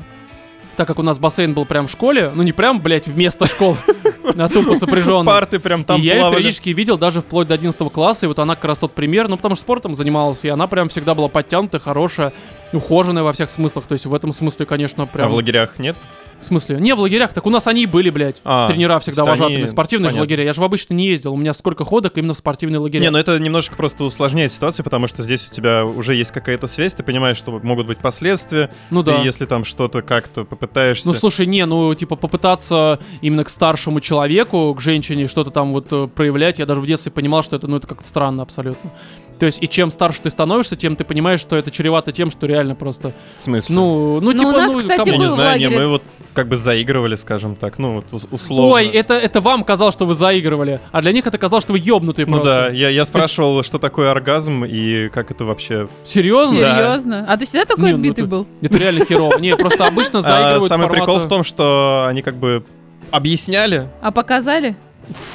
Speaker 1: Так как у нас бассейн был прям в школе, ну не прям, блядь, вместо школы, а тупо сопряженный.
Speaker 2: Парты прям там
Speaker 1: и я ее
Speaker 2: плавали. А
Speaker 1: периодически видел даже вплоть до 11 класса, и вот она как раз тот пример, ну потому что спортом занималась, и она прям всегда была подтянутая, хорошая, ухоженная во всех смыслах, то есть в этом смысле, конечно,
Speaker 2: А
Speaker 1: прям...
Speaker 2: в лагерях нет?
Speaker 1: В смысле? Не, в лагерях, так у нас они и были, блядь,
Speaker 2: А,
Speaker 1: тренера всегда
Speaker 2: то есть
Speaker 1: вожатыми,
Speaker 2: они-
Speaker 1: спортивные же
Speaker 2: понятно.
Speaker 1: лагеря, я же в обычно не ездил, у меня сколько ходок именно в спортивные лагеря.
Speaker 2: Не, ну это немножко просто усложняет ситуацию, потому что здесь у тебя уже есть какая-то связь, ты понимаешь, что могут быть последствия,
Speaker 1: ну
Speaker 2: ты
Speaker 1: да.
Speaker 2: если там что-то как-то попытаешься...
Speaker 1: Ну слушай, не, ну типа попытаться именно к старшему человеку, к женщине что-то там вот э, проявлять, я даже в детстве понимал, что это ну это как-то странно абсолютно. То есть и чем старше ты становишься, тем ты понимаешь, что это чревато тем, что реально просто,
Speaker 2: в смысле?
Speaker 1: ну, ну
Speaker 3: Ну,
Speaker 1: типа,
Speaker 3: у нас,
Speaker 1: ну, кому-
Speaker 3: кстати,
Speaker 2: я не
Speaker 3: был в
Speaker 2: знаю, не,
Speaker 3: лагере.
Speaker 2: мы вот как бы заигрывали, скажем так, ну вот ус- условно.
Speaker 1: Ой, это это вам казалось, что вы заигрывали, а для них это казалось, что вы ёбнутые
Speaker 2: Ну да,
Speaker 1: просто.
Speaker 2: я, я спрашивал, что такое оргазм и как это вообще...
Speaker 1: Серьезно?
Speaker 2: Да.
Speaker 3: Серьезно? А ты всегда такой
Speaker 1: Не, ну
Speaker 3: отбитый
Speaker 1: ты-
Speaker 3: был?
Speaker 1: Это реально херово. Не, просто обычно
Speaker 2: А,
Speaker 1: заигрывают
Speaker 2: самый прикол
Speaker 1: формата-
Speaker 2: в том, что они как бы объясняли
Speaker 3: А показали?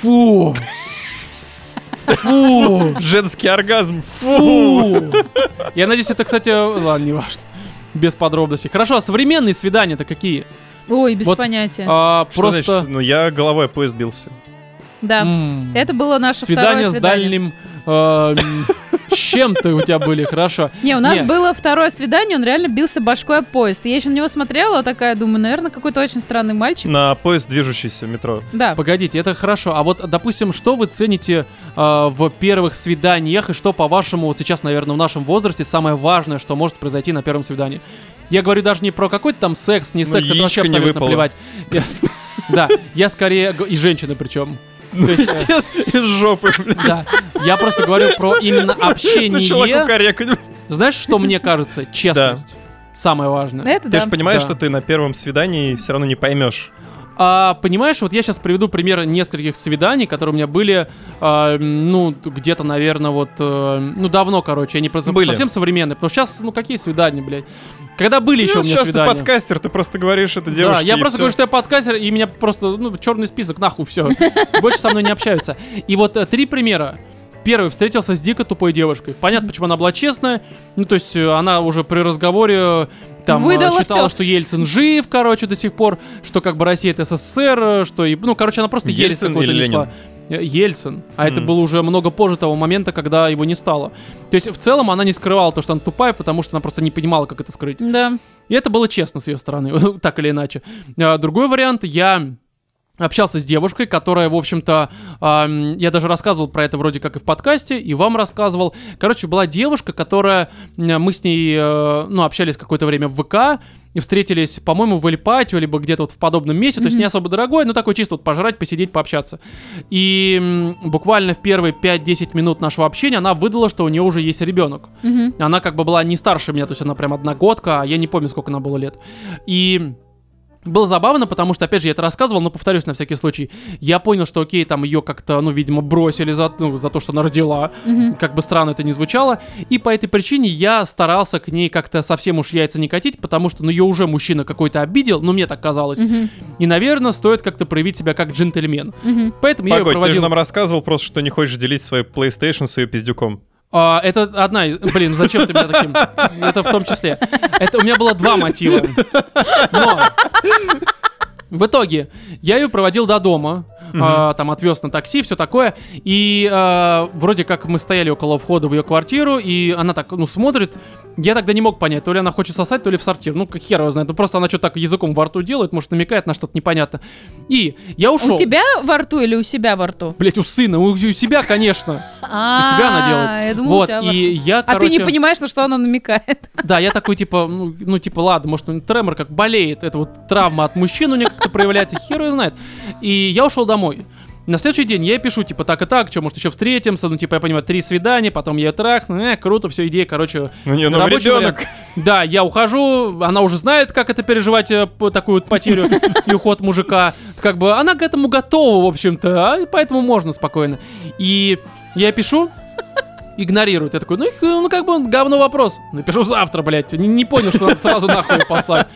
Speaker 1: Фу. Фу.
Speaker 2: женский оргазм.
Speaker 1: Фу! Я надеюсь, это, кстати, ладно, не важно. Без подробностей. Хорошо, а современные свидания-то какие?
Speaker 3: Ой, без
Speaker 1: Вот,
Speaker 3: понятия.
Speaker 1: А,
Speaker 2: Что
Speaker 1: просто
Speaker 2: значит, ну я головой о поезд бился.
Speaker 3: да.
Speaker 1: м,
Speaker 3: Это было наше
Speaker 1: свидание
Speaker 3: второе
Speaker 1: с
Speaker 3: свидание.
Speaker 1: дальним э, м, с чем-то у тебя были, хорошо.
Speaker 3: Не, у нас
Speaker 1: Не.
Speaker 3: было второе свидание, он реально бился башкой о поезд. И Я еще на него смотрела, а такая думаю, наверное, какой-то очень странный
Speaker 1: Типа-
Speaker 3: мальчик.
Speaker 2: На поезд, движущийся в метро.
Speaker 3: Да.
Speaker 1: А, Погодите, это хорошо. А вот, допустим, что вы цените э, в первых свиданиях и что, по-вашему, вот сейчас, наверное, в нашем возрасте самое важное, что может произойти на первом свидании? Я говорю даже не про какой-то там секс, не
Speaker 2: Ну,
Speaker 1: секс, это вообще
Speaker 2: яичко не
Speaker 1: абсолютно
Speaker 2: выпало.
Speaker 1: плевать. Я- Да, я скорее... г- И женщины причем.
Speaker 2: Ну,
Speaker 1: То есть, э,
Speaker 2: естественно, из жопы. блин.
Speaker 1: Да, я просто говорю про именно
Speaker 2: Начала
Speaker 1: общение.
Speaker 2: кукарекать.
Speaker 1: Знаешь, что мне кажется? Честность. Самое важное.
Speaker 3: Это
Speaker 2: Ты
Speaker 3: да.
Speaker 2: же понимаешь,
Speaker 1: Да.
Speaker 2: что ты на первом свидании все равно не поймешь.
Speaker 1: А, понимаешь, вот я сейчас приведу пример нескольких свиданий, которые у меня были, а, м, ну, т- где-то, наверное, вот, э, ну, давно, короче, они просто
Speaker 2: Были.
Speaker 1: совсем современные, потому что сейчас, ну, какие свидания, блядь? Когда были еще у меня
Speaker 2: сейчас Ну, ты
Speaker 1: свидания?
Speaker 2: подкастер, ты просто говоришь это
Speaker 1: Да,
Speaker 2: девушке.
Speaker 1: я
Speaker 2: и
Speaker 1: просто
Speaker 2: всё.
Speaker 1: говорю, что я подкастер, и меня просто, ну, черный список, нахуй, все. Больше со мной не общаются. И вот э, три примера. Первый, встретился с дико тупой девушкой. Понятно, почему она была честная. Ну, то есть, э, она уже при разговоре э, там э,
Speaker 3: Выдала
Speaker 1: считала,
Speaker 3: всё.
Speaker 1: что Ельцин жив, короче, до сих пор, что как бы Россия это СССР, э, что и. Ну, короче, она просто ересь
Speaker 2: Ельцин
Speaker 1: какой-то
Speaker 2: или
Speaker 1: несла. Э, Ельцин. А это
Speaker 2: М.
Speaker 1: было уже много позже того момента, когда его не стало. То есть, в целом, она не скрывала то, что она тупая, потому что она просто не понимала, как это скрыть.
Speaker 3: Да.
Speaker 1: И это было честно с ее стороны, так или иначе. А, Другой вариант, я общался с девушкой, которая, в общем-то, ам, я даже рассказывал про это вроде как и в подкасте, и вам рассказывал. Короче, была девушка, которая, м, мы с ней, э, ну, общались какое-то время в ВК, и встретились, по-моему, в Эльпатио, либо где-то вот в подобном месте, то есть
Speaker 3: Мгм.
Speaker 1: не особо дорогой, но такой чисто вот пожрать, посидеть, пообщаться. И м, буквально в первые 5-10 минут нашего общения она выдала, что у нее уже есть ребенок.
Speaker 3: Мгм.
Speaker 1: Она как бы была не старше меня, то есть она прям одногодка, а я не помню, сколько она было лет. И было забавно, потому что, опять же, я это рассказывал, но повторюсь на всякий случай. Я понял, что, окей, там ее как-то, ну, видимо, бросили за, ну, за то, что она родила.
Speaker 3: Мгм.
Speaker 1: Как бы странно это ни звучало. И по этой причине я старался к ней как-то совсем уж яйца не катить, потому что, ну, ее уже мужчина какой-то обидел, ну, мне так казалось.
Speaker 3: Мгм.
Speaker 1: И, наверное, стоит как-то проявить себя как джентльмен.
Speaker 3: Мгм.
Speaker 1: Поэтому я ее
Speaker 2: Погодь, ты же
Speaker 1: проводил...
Speaker 2: нам рассказывал просто, что не хочешь делить свой PlayStation с ее пиздюком.
Speaker 1: А, это одна из... Блин, зачем ты меня таким... Это в том числе. Это у меня было два мотива. Но... В итоге, я ее проводил до дома, а, там отвез на такси, все такое. И а, вроде как мы стояли около входа в ее квартиру, и она так, ну, смотрит. Я тогда не мог понять, то ли она хочет сосать, то ли в сортир. Ну, как хер его знает. Ну, просто она что-то так языком во рту делает, может, намекает на что-то непонятно. И я ушел.
Speaker 3: У тебя во рту или у себя во рту?
Speaker 1: Блять, у сына, у, у себя, конечно. У
Speaker 3: А,
Speaker 1: себя она делает.
Speaker 3: Я думала, у
Speaker 1: вот,
Speaker 3: тебя во
Speaker 1: и
Speaker 3: рту.
Speaker 1: я,
Speaker 3: А
Speaker 1: короче...
Speaker 3: ты не понимаешь, на что она намекает.
Speaker 1: Да, я такой, типа, ну, ну, типа, ладно, может, он тремор как болеет, это вот травма от мужчин у нее как-то проявляется, хер его знает. И я ушел домой. На следующий день я ей пишу, типа, так и так, что, может, еще встретимся, ну, типа, я понимаю, три свидания, потом я ее трахну, э, круто, все, идея, короче,
Speaker 2: Ну, У нее новый
Speaker 1: рабочий
Speaker 2: ребенок.
Speaker 1: вариант. Да, я ухожу, она уже знает, как это переживать, э, п- такую вот потерю и уход мужика. Как бы она к этому готова, в общем-то, а, и поэтому можно спокойно. И я пишу, игнорирует. Я такой, ну, их, ну как бы он говно вопрос. Напишу завтра, блядь. Не, не понял, что надо сразу нахуй его послать.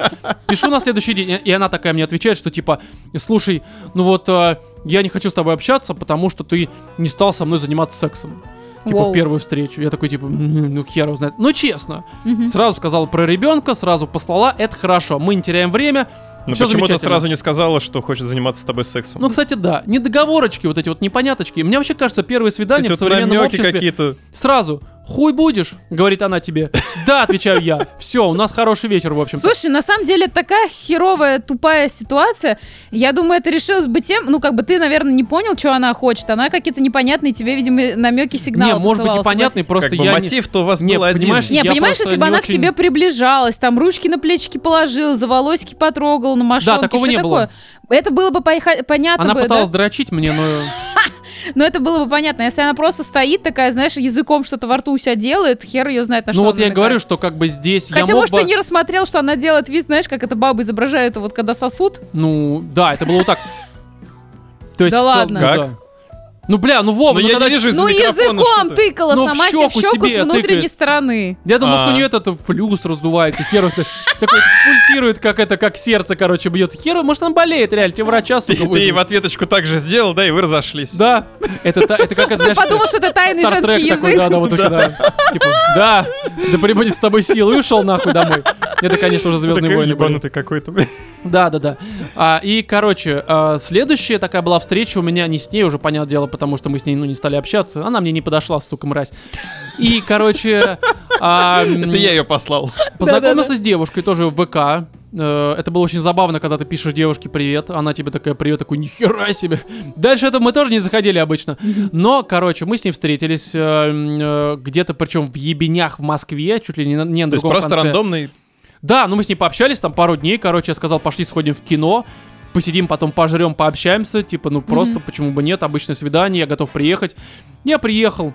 Speaker 1: Пишу на следующий день, и она такая мне отвечает, что типа, слушай, ну вот э, я не хочу с тобой общаться, потому что ты не стал со мной заниматься сексом. Типа
Speaker 3: Воу.
Speaker 1: в первую встречу. Я такой, типа, «М, ну хер его знает. Ну честно.
Speaker 3: Мгм.
Speaker 1: Сразу сказала про ребенка, сразу послала, это хорошо. Мы не теряем время.
Speaker 2: Но
Speaker 1: Всё
Speaker 2: почему ты
Speaker 1: замечательно.
Speaker 2: сразу не сказала, что хочет заниматься с тобой сексом?
Speaker 1: Ну, кстати, да. Недоговорочки вот эти вот непоняточки. Мне вообще кажется, первые свидания
Speaker 2: Эти
Speaker 1: в
Speaker 2: вот
Speaker 1: современном
Speaker 2: намеки
Speaker 1: обществе...
Speaker 2: какие-то.
Speaker 1: Сразу. Хуй будешь, говорит она тебе. Да, отвечаю я. Все, у нас хороший вечер, в общем-то.
Speaker 3: Слушай, на самом деле это такая херовая, тупая ситуация. Я думаю, это решилось бы тем, ну как бы ты, наверное, не понял, что она хочет. Она какие-то непонятные тебе, видимо, намеки,
Speaker 1: Не,
Speaker 3: сигналы
Speaker 1: может быть, и
Speaker 3: посылала,
Speaker 1: понятный,
Speaker 3: согласись.
Speaker 1: просто
Speaker 2: как бы
Speaker 1: я не-
Speaker 2: мотив-то у вас
Speaker 1: Не,
Speaker 2: был один.
Speaker 1: понимаешь,
Speaker 3: Не,
Speaker 1: Я
Speaker 3: понимаешь,
Speaker 1: просто
Speaker 3: если бы
Speaker 1: не
Speaker 3: она к
Speaker 1: очень-
Speaker 3: тебе приближалась, там ручки на плечики положила, за волосики потрогала, на машинке,
Speaker 1: такого
Speaker 3: всё
Speaker 1: не было.
Speaker 3: такое. Это было бы поиха- понятно
Speaker 1: Она
Speaker 3: бы, А да? А
Speaker 1: пыталась дрочить мне, но...
Speaker 3: Но это было бы понятно. Если она просто стоит такая, знаешь, языком что-то во рту у себя делает, хер ее знает, на что
Speaker 1: Ну вот
Speaker 3: она
Speaker 1: я и
Speaker 3: намекает.
Speaker 1: говорю, что как бы здесь я
Speaker 3: Хотя,
Speaker 1: мог
Speaker 3: может,
Speaker 1: бы...
Speaker 3: ты не рассмотрел, что она делает вид, знаешь, как это бабы изображают, вот когда сосут.
Speaker 1: Ну, да, это было вот так. То есть
Speaker 3: Да
Speaker 1: в целом,
Speaker 3: ладно.
Speaker 1: ну
Speaker 2: Как?
Speaker 1: да. Ну, бля, ну Вова,
Speaker 2: Но
Speaker 1: ну
Speaker 2: я
Speaker 1: когда...
Speaker 2: не вижу из
Speaker 3: ну,
Speaker 2: микрофона
Speaker 3: языком
Speaker 2: что-то.
Speaker 3: тыкала
Speaker 1: Ну, в
Speaker 3: сама себе в
Speaker 1: щеку
Speaker 3: щеку
Speaker 1: себе
Speaker 3: с внутренней
Speaker 1: тыкает.
Speaker 3: стороны.
Speaker 1: Я думал, что у
Speaker 2: А.
Speaker 1: нее этот флюс раздувается, хер его знает. Такой пульсирует, как это, как сердце, короче, бьется. Хер, его- может, она болеет, реально, тебе врача, сука,
Speaker 2: Ты, ты ей
Speaker 1: вызовут.
Speaker 2: в ответочку так же сделал, да, и вы разошлись.
Speaker 1: Да, это, та- это как это, знаешь, э,
Speaker 3: Подумал, что это тайный
Speaker 1: Стартрек
Speaker 3: женский
Speaker 1: такой,
Speaker 3: язык.
Speaker 1: Да, да, вот у тебя, да. Типа, да, да прибудет с тобой силы, и ушел нахуй домой. Это, конечно, уже
Speaker 2: Ты
Speaker 1: Звездные
Speaker 2: такой
Speaker 1: войны. были.
Speaker 2: ебанутый какой-то.
Speaker 1: Да, да, да. А, и, короче, а, следующая такая была встреча у меня не с ней, уже понятное дело, потому что мы с ней ну, не стали общаться. Она мне не подошла, сука, мразь. И, короче, а, м,
Speaker 2: Это я ее послал.
Speaker 1: познакомился с девушкой тоже в ВК. Э, Это было очень забавно, когда ты пишешь девушке привет, она тебе такая привет, такой нихера себе. Дальше это мы тоже не заходили обычно. Но, короче, мы с ней встретились э, м, э, где-то, причем в Ебенях в Москве, чуть ли не на, не на
Speaker 2: То есть
Speaker 1: другом
Speaker 2: просто
Speaker 1: конце.
Speaker 2: рандомный.
Speaker 1: Да, ну мы с ней пообщались там пару дней, короче, я сказал, пошли сходим в кино, посидим, потом пожрем, пообщаемся, типа, ну просто, почему бы нет, обычное свидание, я готов приехать. Я приехал,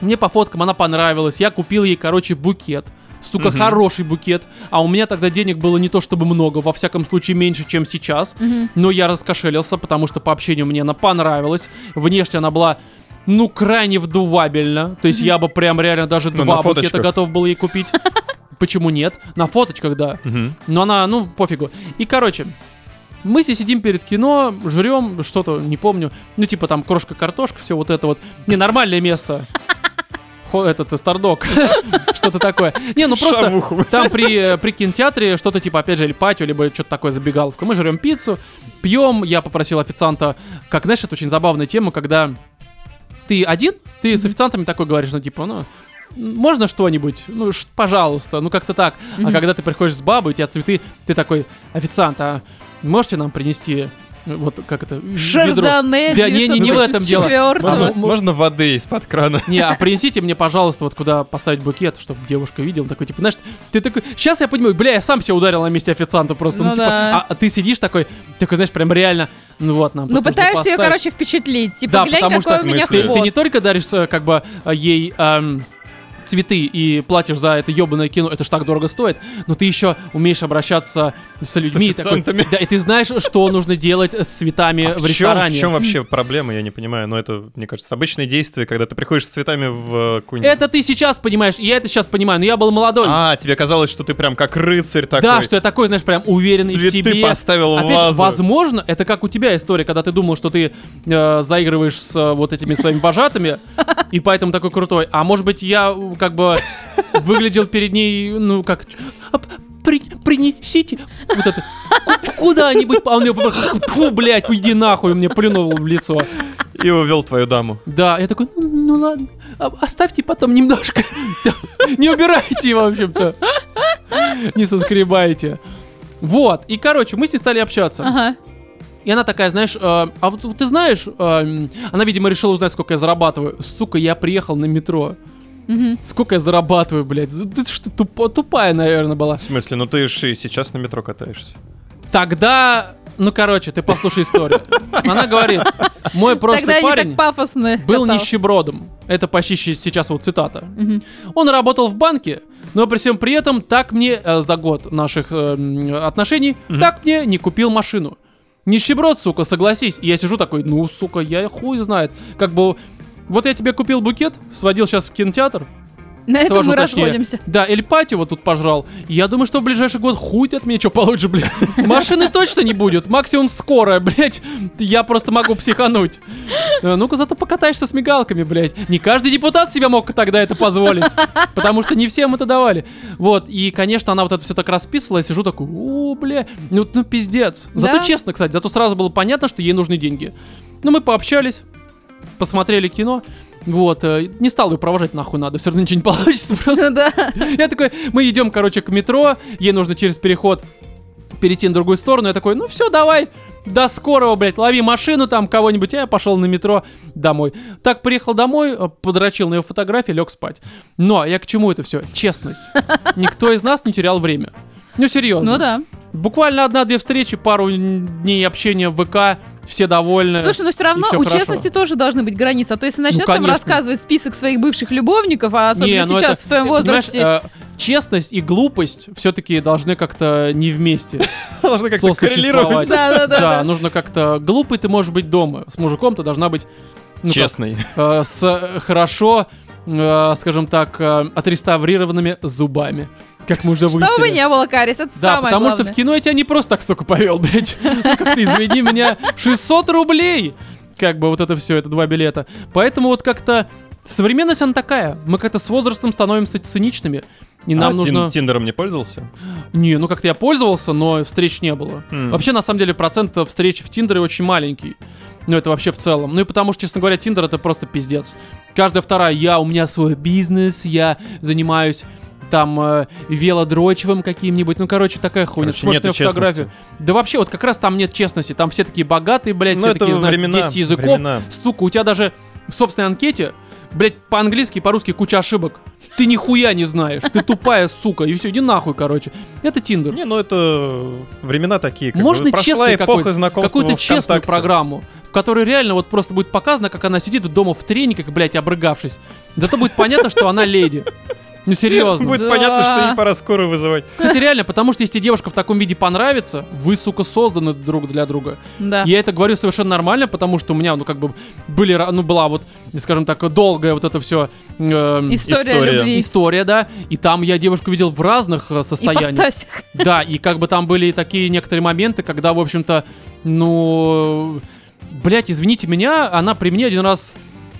Speaker 1: мне по фоткам она понравилась, я купил ей, короче, букет. сука,
Speaker 2: Мгм.
Speaker 1: хороший букет. А у меня тогда денег было не то чтобы много, во всяком случае меньше, чем сейчас.
Speaker 3: Мгм.
Speaker 1: Но я раскошелился, потому что по общению мне она понравилась. Внешне она была, ну, крайне вдувабельна. То есть я бы прям реально даже
Speaker 2: Ну,
Speaker 1: два
Speaker 2: на
Speaker 1: букета
Speaker 2: фоточках.
Speaker 1: готов был ей купить. Почему нет? На фоточках, да.
Speaker 2: Мгм.
Speaker 1: Но она, ну, пофигу. И, короче, мы все сидим перед кино, жрем что-то, не помню. Ну, типа там крошка, картошка, все вот это вот. Не, нормальное место. Хо- Этот э, стардок. Что-то такое. Не, ну просто...
Speaker 2: Шавуху.
Speaker 1: Там при, э, при кинотеатре что-то типа, опять же, или патио, либо что-то такое забегаловка. Мы жрем пиццу, пьем. Я попросил официанта, как, знаешь, это очень забавная тема, когда ты один, ты с официантами такой говоришь, ну, типа, ну, можно что-нибудь? Ну, ш- пожалуйста, ну, как-то так. А
Speaker 3: Мгм.
Speaker 1: когда ты приходишь с бабой, у тебя цветы, ты такой, официант, а можете нам принести, ну, вот, как это, в- ведро?
Speaker 3: Шардоне
Speaker 1: Да не, не, не в этом дело.
Speaker 3: 984-го.
Speaker 1: Ладно.
Speaker 2: Можно,
Speaker 1: ну,
Speaker 2: можно воды из-под крана.
Speaker 1: Не, а принесите мне, пожалуйста, вот куда поставить букет, чтобы девушка видела. Такой, типа, знаешь, ты такой, сейчас я понимаю, бля, я сам себя ударил на месте официанта просто. Ну,
Speaker 3: Ну
Speaker 1: типа,
Speaker 3: да.
Speaker 1: а- а ты сидишь такой, такой, знаешь, прям реально, ну вот нам
Speaker 3: Ну,
Speaker 1: тут нужно
Speaker 3: пытаешься ее,
Speaker 1: поставить».
Speaker 3: короче, впечатлить. Типа,
Speaker 1: Да,
Speaker 3: глянь,
Speaker 1: потому
Speaker 3: какой
Speaker 1: что
Speaker 3: у меня
Speaker 2: смысле,
Speaker 1: ты, ты не
Speaker 3: хвост.
Speaker 1: только даришь э, как бы э, ей эм, цветы и платишь за это ебаное кино, это ж так дорого стоит, но ты еще умеешь обращаться с людьми. такой,
Speaker 2: официантами.
Speaker 1: да, и ты знаешь, что нужно делать с цветами в
Speaker 2: А в, чем, в
Speaker 1: ресторане.
Speaker 2: чем вообще проблема, я не понимаю, но это, мне кажется, обычное действие, когда ты приходишь с цветами в э, какую-нибудь...
Speaker 1: Это ты сейчас понимаешь, и я это сейчас понимаю, но я был молодой.
Speaker 2: А, тебе казалось, что ты прям как рыцарь такой.
Speaker 1: Да, что я такой, знаешь, прям уверенный в
Speaker 2: Цветы
Speaker 1: себе. А,
Speaker 2: поставил в
Speaker 1: Опять же,
Speaker 2: вазу.
Speaker 1: возможно, это как у тебя история, когда ты думал, что ты э, заигрываешь с э, вот этими своими вожатыми, и поэтому такой крутой. А может быть, я э, как бы выглядел перед ней, ну как... «А, при- принесите вот это ку- куда-нибудь, а он мне просто, фу, блядь, иди нахуй, он мне плюнул в лицо.
Speaker 2: И увел твою даму.
Speaker 1: Да, я такой, ну, ну ладно, а- оставьте потом немножко. Да, Не убирайте, в общем-то. Не соскребайте. Вот, и, короче, мы с ней стали общаться.
Speaker 3: Ага.
Speaker 1: И она такая, знаешь, э, а вот вот ты знаешь, эм, она, видимо, решила узнать, сколько я зарабатываю. Сука, я приехал на метро.
Speaker 3: Мгм.
Speaker 1: Сколько я зарабатываю, блядь? Ты что, тупо- тупая, наверное, была.
Speaker 2: В смысле, ну ты же и сейчас на метро катаешься.
Speaker 1: Тогда, ну, короче, ты послушай историю. Она говорит, мой
Speaker 3: Тогда
Speaker 1: прошлый
Speaker 3: я
Speaker 1: парень
Speaker 3: не так пафосно
Speaker 1: был
Speaker 3: каталась.
Speaker 1: нищебродом. Это почти щи- сейчас вот цитата.
Speaker 3: Мгм.
Speaker 1: Он работал в банке, но при всем при этом так мне э, за год наших э, м, отношений, так мне не купил машину. Нищеброд, сука, согласись. И я сижу такой, ну, сука, я хуй знает. Как бы, вот я тебе купил букет, сводил сейчас в кинотеатр.
Speaker 3: На этом
Speaker 1: свожу
Speaker 3: мы
Speaker 1: точнее.
Speaker 3: расходимся.
Speaker 1: Да, Эль Патио вот тут пожрал. Я думаю, что в ближайший год хуй ты от меня что получишь, блядь. Машины точно не будет. Максимум скорая, блядь. Я просто могу психануть. Э, Ну-ка, зато покатаешься с мигалками, блядь. Не каждый депутат себе мог тогда это позволить. Потому что не всем это давали. Вот, и, конечно, она вот это все так расписывала. Я сижу такой, о, бля, ну, ну пиздец. Зато
Speaker 3: Да.
Speaker 1: честно, кстати, зато сразу было понятно, что ей нужны деньги. Ну, мы пообщались, посмотрели кино. Вот, э, не стал ее провожать нахуй надо, все равно ничего не получится просто.
Speaker 3: Ну да.
Speaker 1: Я такой, мы идем, короче, к метро, ей нужно через переход перейти на другую сторону. Я такой, ну все, давай, до скорого, блядь, лови машину там кого-нибудь, а я пошел на метро домой. Так приехал домой, э, подрочил на ее фотографии, лег спать. Но я к чему это все? Честность. Никто из нас не терял время. Ну серьезно.
Speaker 3: Ну да.
Speaker 1: Буквально одна-две встречи, пару н- дней общения в ВК, все довольны.
Speaker 3: Слушай, но все
Speaker 1: и
Speaker 3: равно
Speaker 1: всё
Speaker 3: у
Speaker 1: Э, хорошо. Ну,
Speaker 3: честности тоже должны быть границы. А то если начнет там
Speaker 1: конечно.
Speaker 3: рассказывать список своих бывших любовников, а
Speaker 1: Не,
Speaker 3: особенно
Speaker 1: ну
Speaker 3: сейчас
Speaker 1: это-
Speaker 3: в твоем
Speaker 1: э, понимаешь,
Speaker 3: возрасте,
Speaker 1: э, честность и глупость все-таки должны как-то не вместе.
Speaker 2: Должны как-то
Speaker 1: Сосуществовать.
Speaker 2: коррелировать.
Speaker 3: да, да,
Speaker 1: Да, ну,
Speaker 3: да.
Speaker 1: нужно как-то глупый ты можешь быть дома. С мужиком ты должна быть ну, как,
Speaker 2: Честный.
Speaker 1: э, с э, хорошо, э, скажем так, э, отреставрированными зубами. Как мы уже выяснили.
Speaker 3: Чтобы не было карис, это
Speaker 1: Да,
Speaker 3: самое
Speaker 1: потому
Speaker 3: главное.
Speaker 1: что в кино я тебя не просто так, сука, повел, блядь. Ну, как ты, извини меня, 600 рублей! Как бы вот это все, это два билета. Поэтому вот как-то современность, она такая. Мы как-то с возрастом становимся циничными. И нам
Speaker 2: А, тин-
Speaker 1: нужно...
Speaker 2: Тиндером не пользовался?
Speaker 1: Не, ну как-то я пользовался, но встреч не было.
Speaker 2: М.
Speaker 1: Вообще, на самом деле, процент встреч в Тиндере очень маленький. Ну, это вообще в целом. Ну и потому что, честно говоря, Тиндер это просто пиздец. Каждая вторая, я, у меня свой бизнес, я занимаюсь там э, велодрочевым каким-нибудь. Ну, короче, такая хуйня.
Speaker 2: Короче, нету
Speaker 1: Сплошная фотография. Да вообще, вот как раз там нет честности. Там все такие богатые, блядь,
Speaker 2: Ну,
Speaker 1: все
Speaker 2: это
Speaker 1: такие знают
Speaker 2: времена,
Speaker 1: 10 языков.
Speaker 2: времена.
Speaker 1: Сука, у тебя даже в собственной анкете, блядь, по-английски и по-русски куча ошибок. Ты нихуя не знаешь. Ты тупая, сука. И все, иди нахуй, короче. Это Тиндер.
Speaker 2: Не, ну это времена такие. Как
Speaker 1: Можно
Speaker 2: бы. Прошла
Speaker 1: честный какой-то-
Speaker 2: эпоха знакомства
Speaker 1: какую-то
Speaker 2: во
Speaker 1: честную
Speaker 2: ВКонтакте.
Speaker 1: программу, в которой реально вот просто будет показано, как она сидит дома в трениках, блядь, обрыгавшись. Зато будет понятно, что она леди. Ну серьезно.
Speaker 2: Будет
Speaker 3: Да.
Speaker 2: понятно, что не пора скорую вызывать.
Speaker 1: Кстати, реально, потому что если девушка в таком виде понравится, вы, сука, созданы друг для друга.
Speaker 3: Да.
Speaker 1: Я это говорю совершенно нормально, потому что у меня, ну, как бы, были, ра- ну, была вот, скажем так, долгая вот это эм, все
Speaker 3: История,
Speaker 2: история.
Speaker 3: любви.
Speaker 1: история, да, и там я девушку видел в разных э, состояниях.
Speaker 3: Ипостасях.
Speaker 1: Да, и как бы там были и такие некоторые моменты, когда, в общем-то, ну, блять, извините меня, она при мне один раз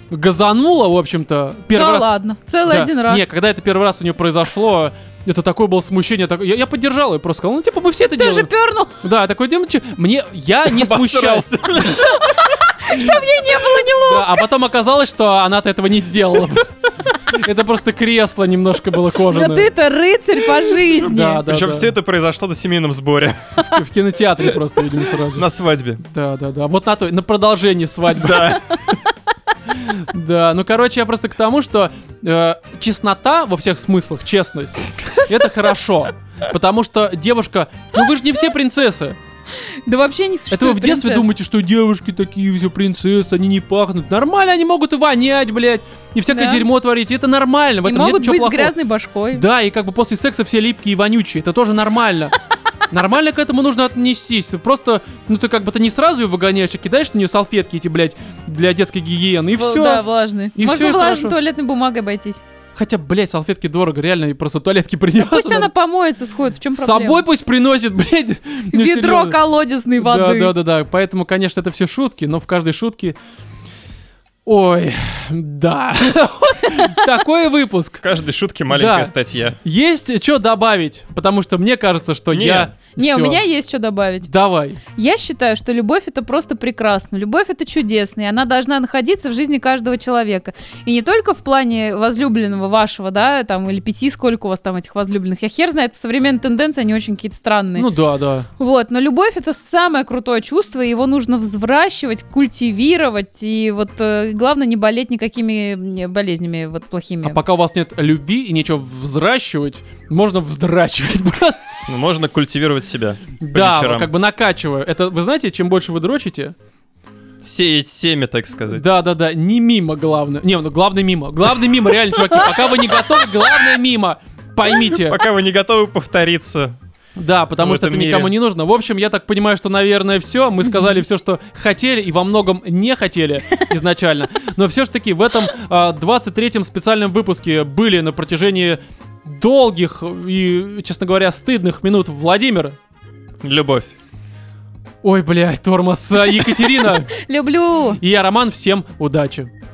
Speaker 1: газанула, в общем-то, первый
Speaker 3: да
Speaker 1: раз.
Speaker 3: ладно, целый
Speaker 1: Да.
Speaker 3: один раз.
Speaker 1: Не, когда это первый раз у нее произошло, это такое было смущение. так- Я, я поддержал ее, просто сказал, ну, типа, мы все это
Speaker 3: Ты же
Speaker 1: делаем.
Speaker 3: пернул,
Speaker 1: Да, я такой, Дима, чё? мне, я не смущался.
Speaker 2: Обосрался, блин.
Speaker 3: мне не было ни
Speaker 1: Да, а потом оказалось, что она-то этого не сделала. Это просто кресло немножко было
Speaker 3: Да
Speaker 1: кожаное.
Speaker 3: ты-то рыцарь по жизни.
Speaker 1: Да, да,
Speaker 2: Причем
Speaker 1: да.
Speaker 2: все это произошло на семейном сборе,
Speaker 1: В кинотеатре просто, видимо, сразу.
Speaker 2: на свадьбе.
Speaker 1: Да, да, да. Вот на той, на продолжении свадьбы.
Speaker 2: Да.
Speaker 1: Да, ну короче, я просто к тому, что э, честнота во всех смыслах, честность, это хорошо. Потому что девушка, ну вы же не все принцессы.
Speaker 3: Да вообще не
Speaker 1: это
Speaker 3: существует
Speaker 1: вы в детстве
Speaker 3: принцесс.
Speaker 1: думаете, что девушки такие все принцессы, они не пахнут. Нормально, они могут и вонять, блядь, и всякое
Speaker 3: Да.
Speaker 1: дерьмо творить. и это нормально, в
Speaker 3: И
Speaker 1: этом нет
Speaker 3: могут
Speaker 1: ничего
Speaker 3: быть с
Speaker 1: плохого.
Speaker 3: грязной башкой.
Speaker 1: Да, и как бы после секса все липкие и вонючие. Это тоже нормально. Нормально к этому нужно отнестись. Просто, ну ты как бы ты не сразу ее выгоняешь, а кидаешь на нее салфетки эти, блядь, для детской гигиены, и
Speaker 3: Вол-
Speaker 1: все.
Speaker 3: Да, влажный.
Speaker 1: И всё,
Speaker 3: Можно
Speaker 1: и
Speaker 3: влажной
Speaker 1: хорошо.
Speaker 3: туалетной бумагой обойтись.
Speaker 1: Хотя, блядь, салфетки дорого, реально, и просто туалетки придется.
Speaker 3: Ну, Пусть она помоется, сходит. В чем
Speaker 1: с
Speaker 3: проблема?
Speaker 1: собой пусть приносит, блядь. ну,
Speaker 3: Ведро
Speaker 1: серьёзно.
Speaker 3: колодезной воды.
Speaker 1: Да, да, да, да. Поэтому, конечно, это все шутки, но в каждой шутке... Ой, да. Вот Такой
Speaker 2: В
Speaker 1: выпуск.
Speaker 2: каждой шутке маленькая
Speaker 1: Да.
Speaker 2: статья.
Speaker 1: Есть что добавить, потому что мне кажется, что
Speaker 2: Не.
Speaker 1: я...
Speaker 3: Не, у
Speaker 1: всё.
Speaker 3: меня есть что добавить.
Speaker 1: Давай.
Speaker 3: Я считаю, что любовь это просто прекрасно. Любовь это чудесно, и она должна находиться в жизни каждого человека. И не только в плане возлюбленного вашего, да, там, или пяти, сколько у вас там этих возлюбленных. Я хер знаю, это современные тенденции, они очень какие-то странные.
Speaker 1: Ну да, да.
Speaker 3: Вот, но любовь это самое крутое чувство, и его нужно взращивать, культивировать, и вот э, главное не болеть никакими м, болезнями вот плохими.
Speaker 1: А пока у вас нет любви и нечего взращивать, можно вздрачивать просто.
Speaker 2: Ну, Можно культивировать себя.
Speaker 1: Да,
Speaker 2: вечерам.
Speaker 1: как бы накачивая. Это, вы знаете, чем больше вы дрочите,
Speaker 2: Сеять семя, так сказать.
Speaker 1: да, да, да, не мимо главное. Не, ну главное мимо. Главное мимо, реально, чуваки. Пока вы не готовы, главное мимо. Поймите.
Speaker 2: Пока вы не готовы повториться.
Speaker 1: Да, потому
Speaker 2: В
Speaker 1: что это
Speaker 2: этом мире.
Speaker 1: никому не нужно. В общем, я так понимаю, что, наверное, все. Мы сказали все, что хотели, и во многом не хотели изначально. Но все же таки в этом а, 23-м специальном выпуске были на протяжении долгих и, честно говоря, стыдных минут Владимир.
Speaker 2: Любовь.
Speaker 1: Ой, блядь, тормоз. а, Екатерина
Speaker 3: Люблю!
Speaker 1: и я, Роман. Всем удачи.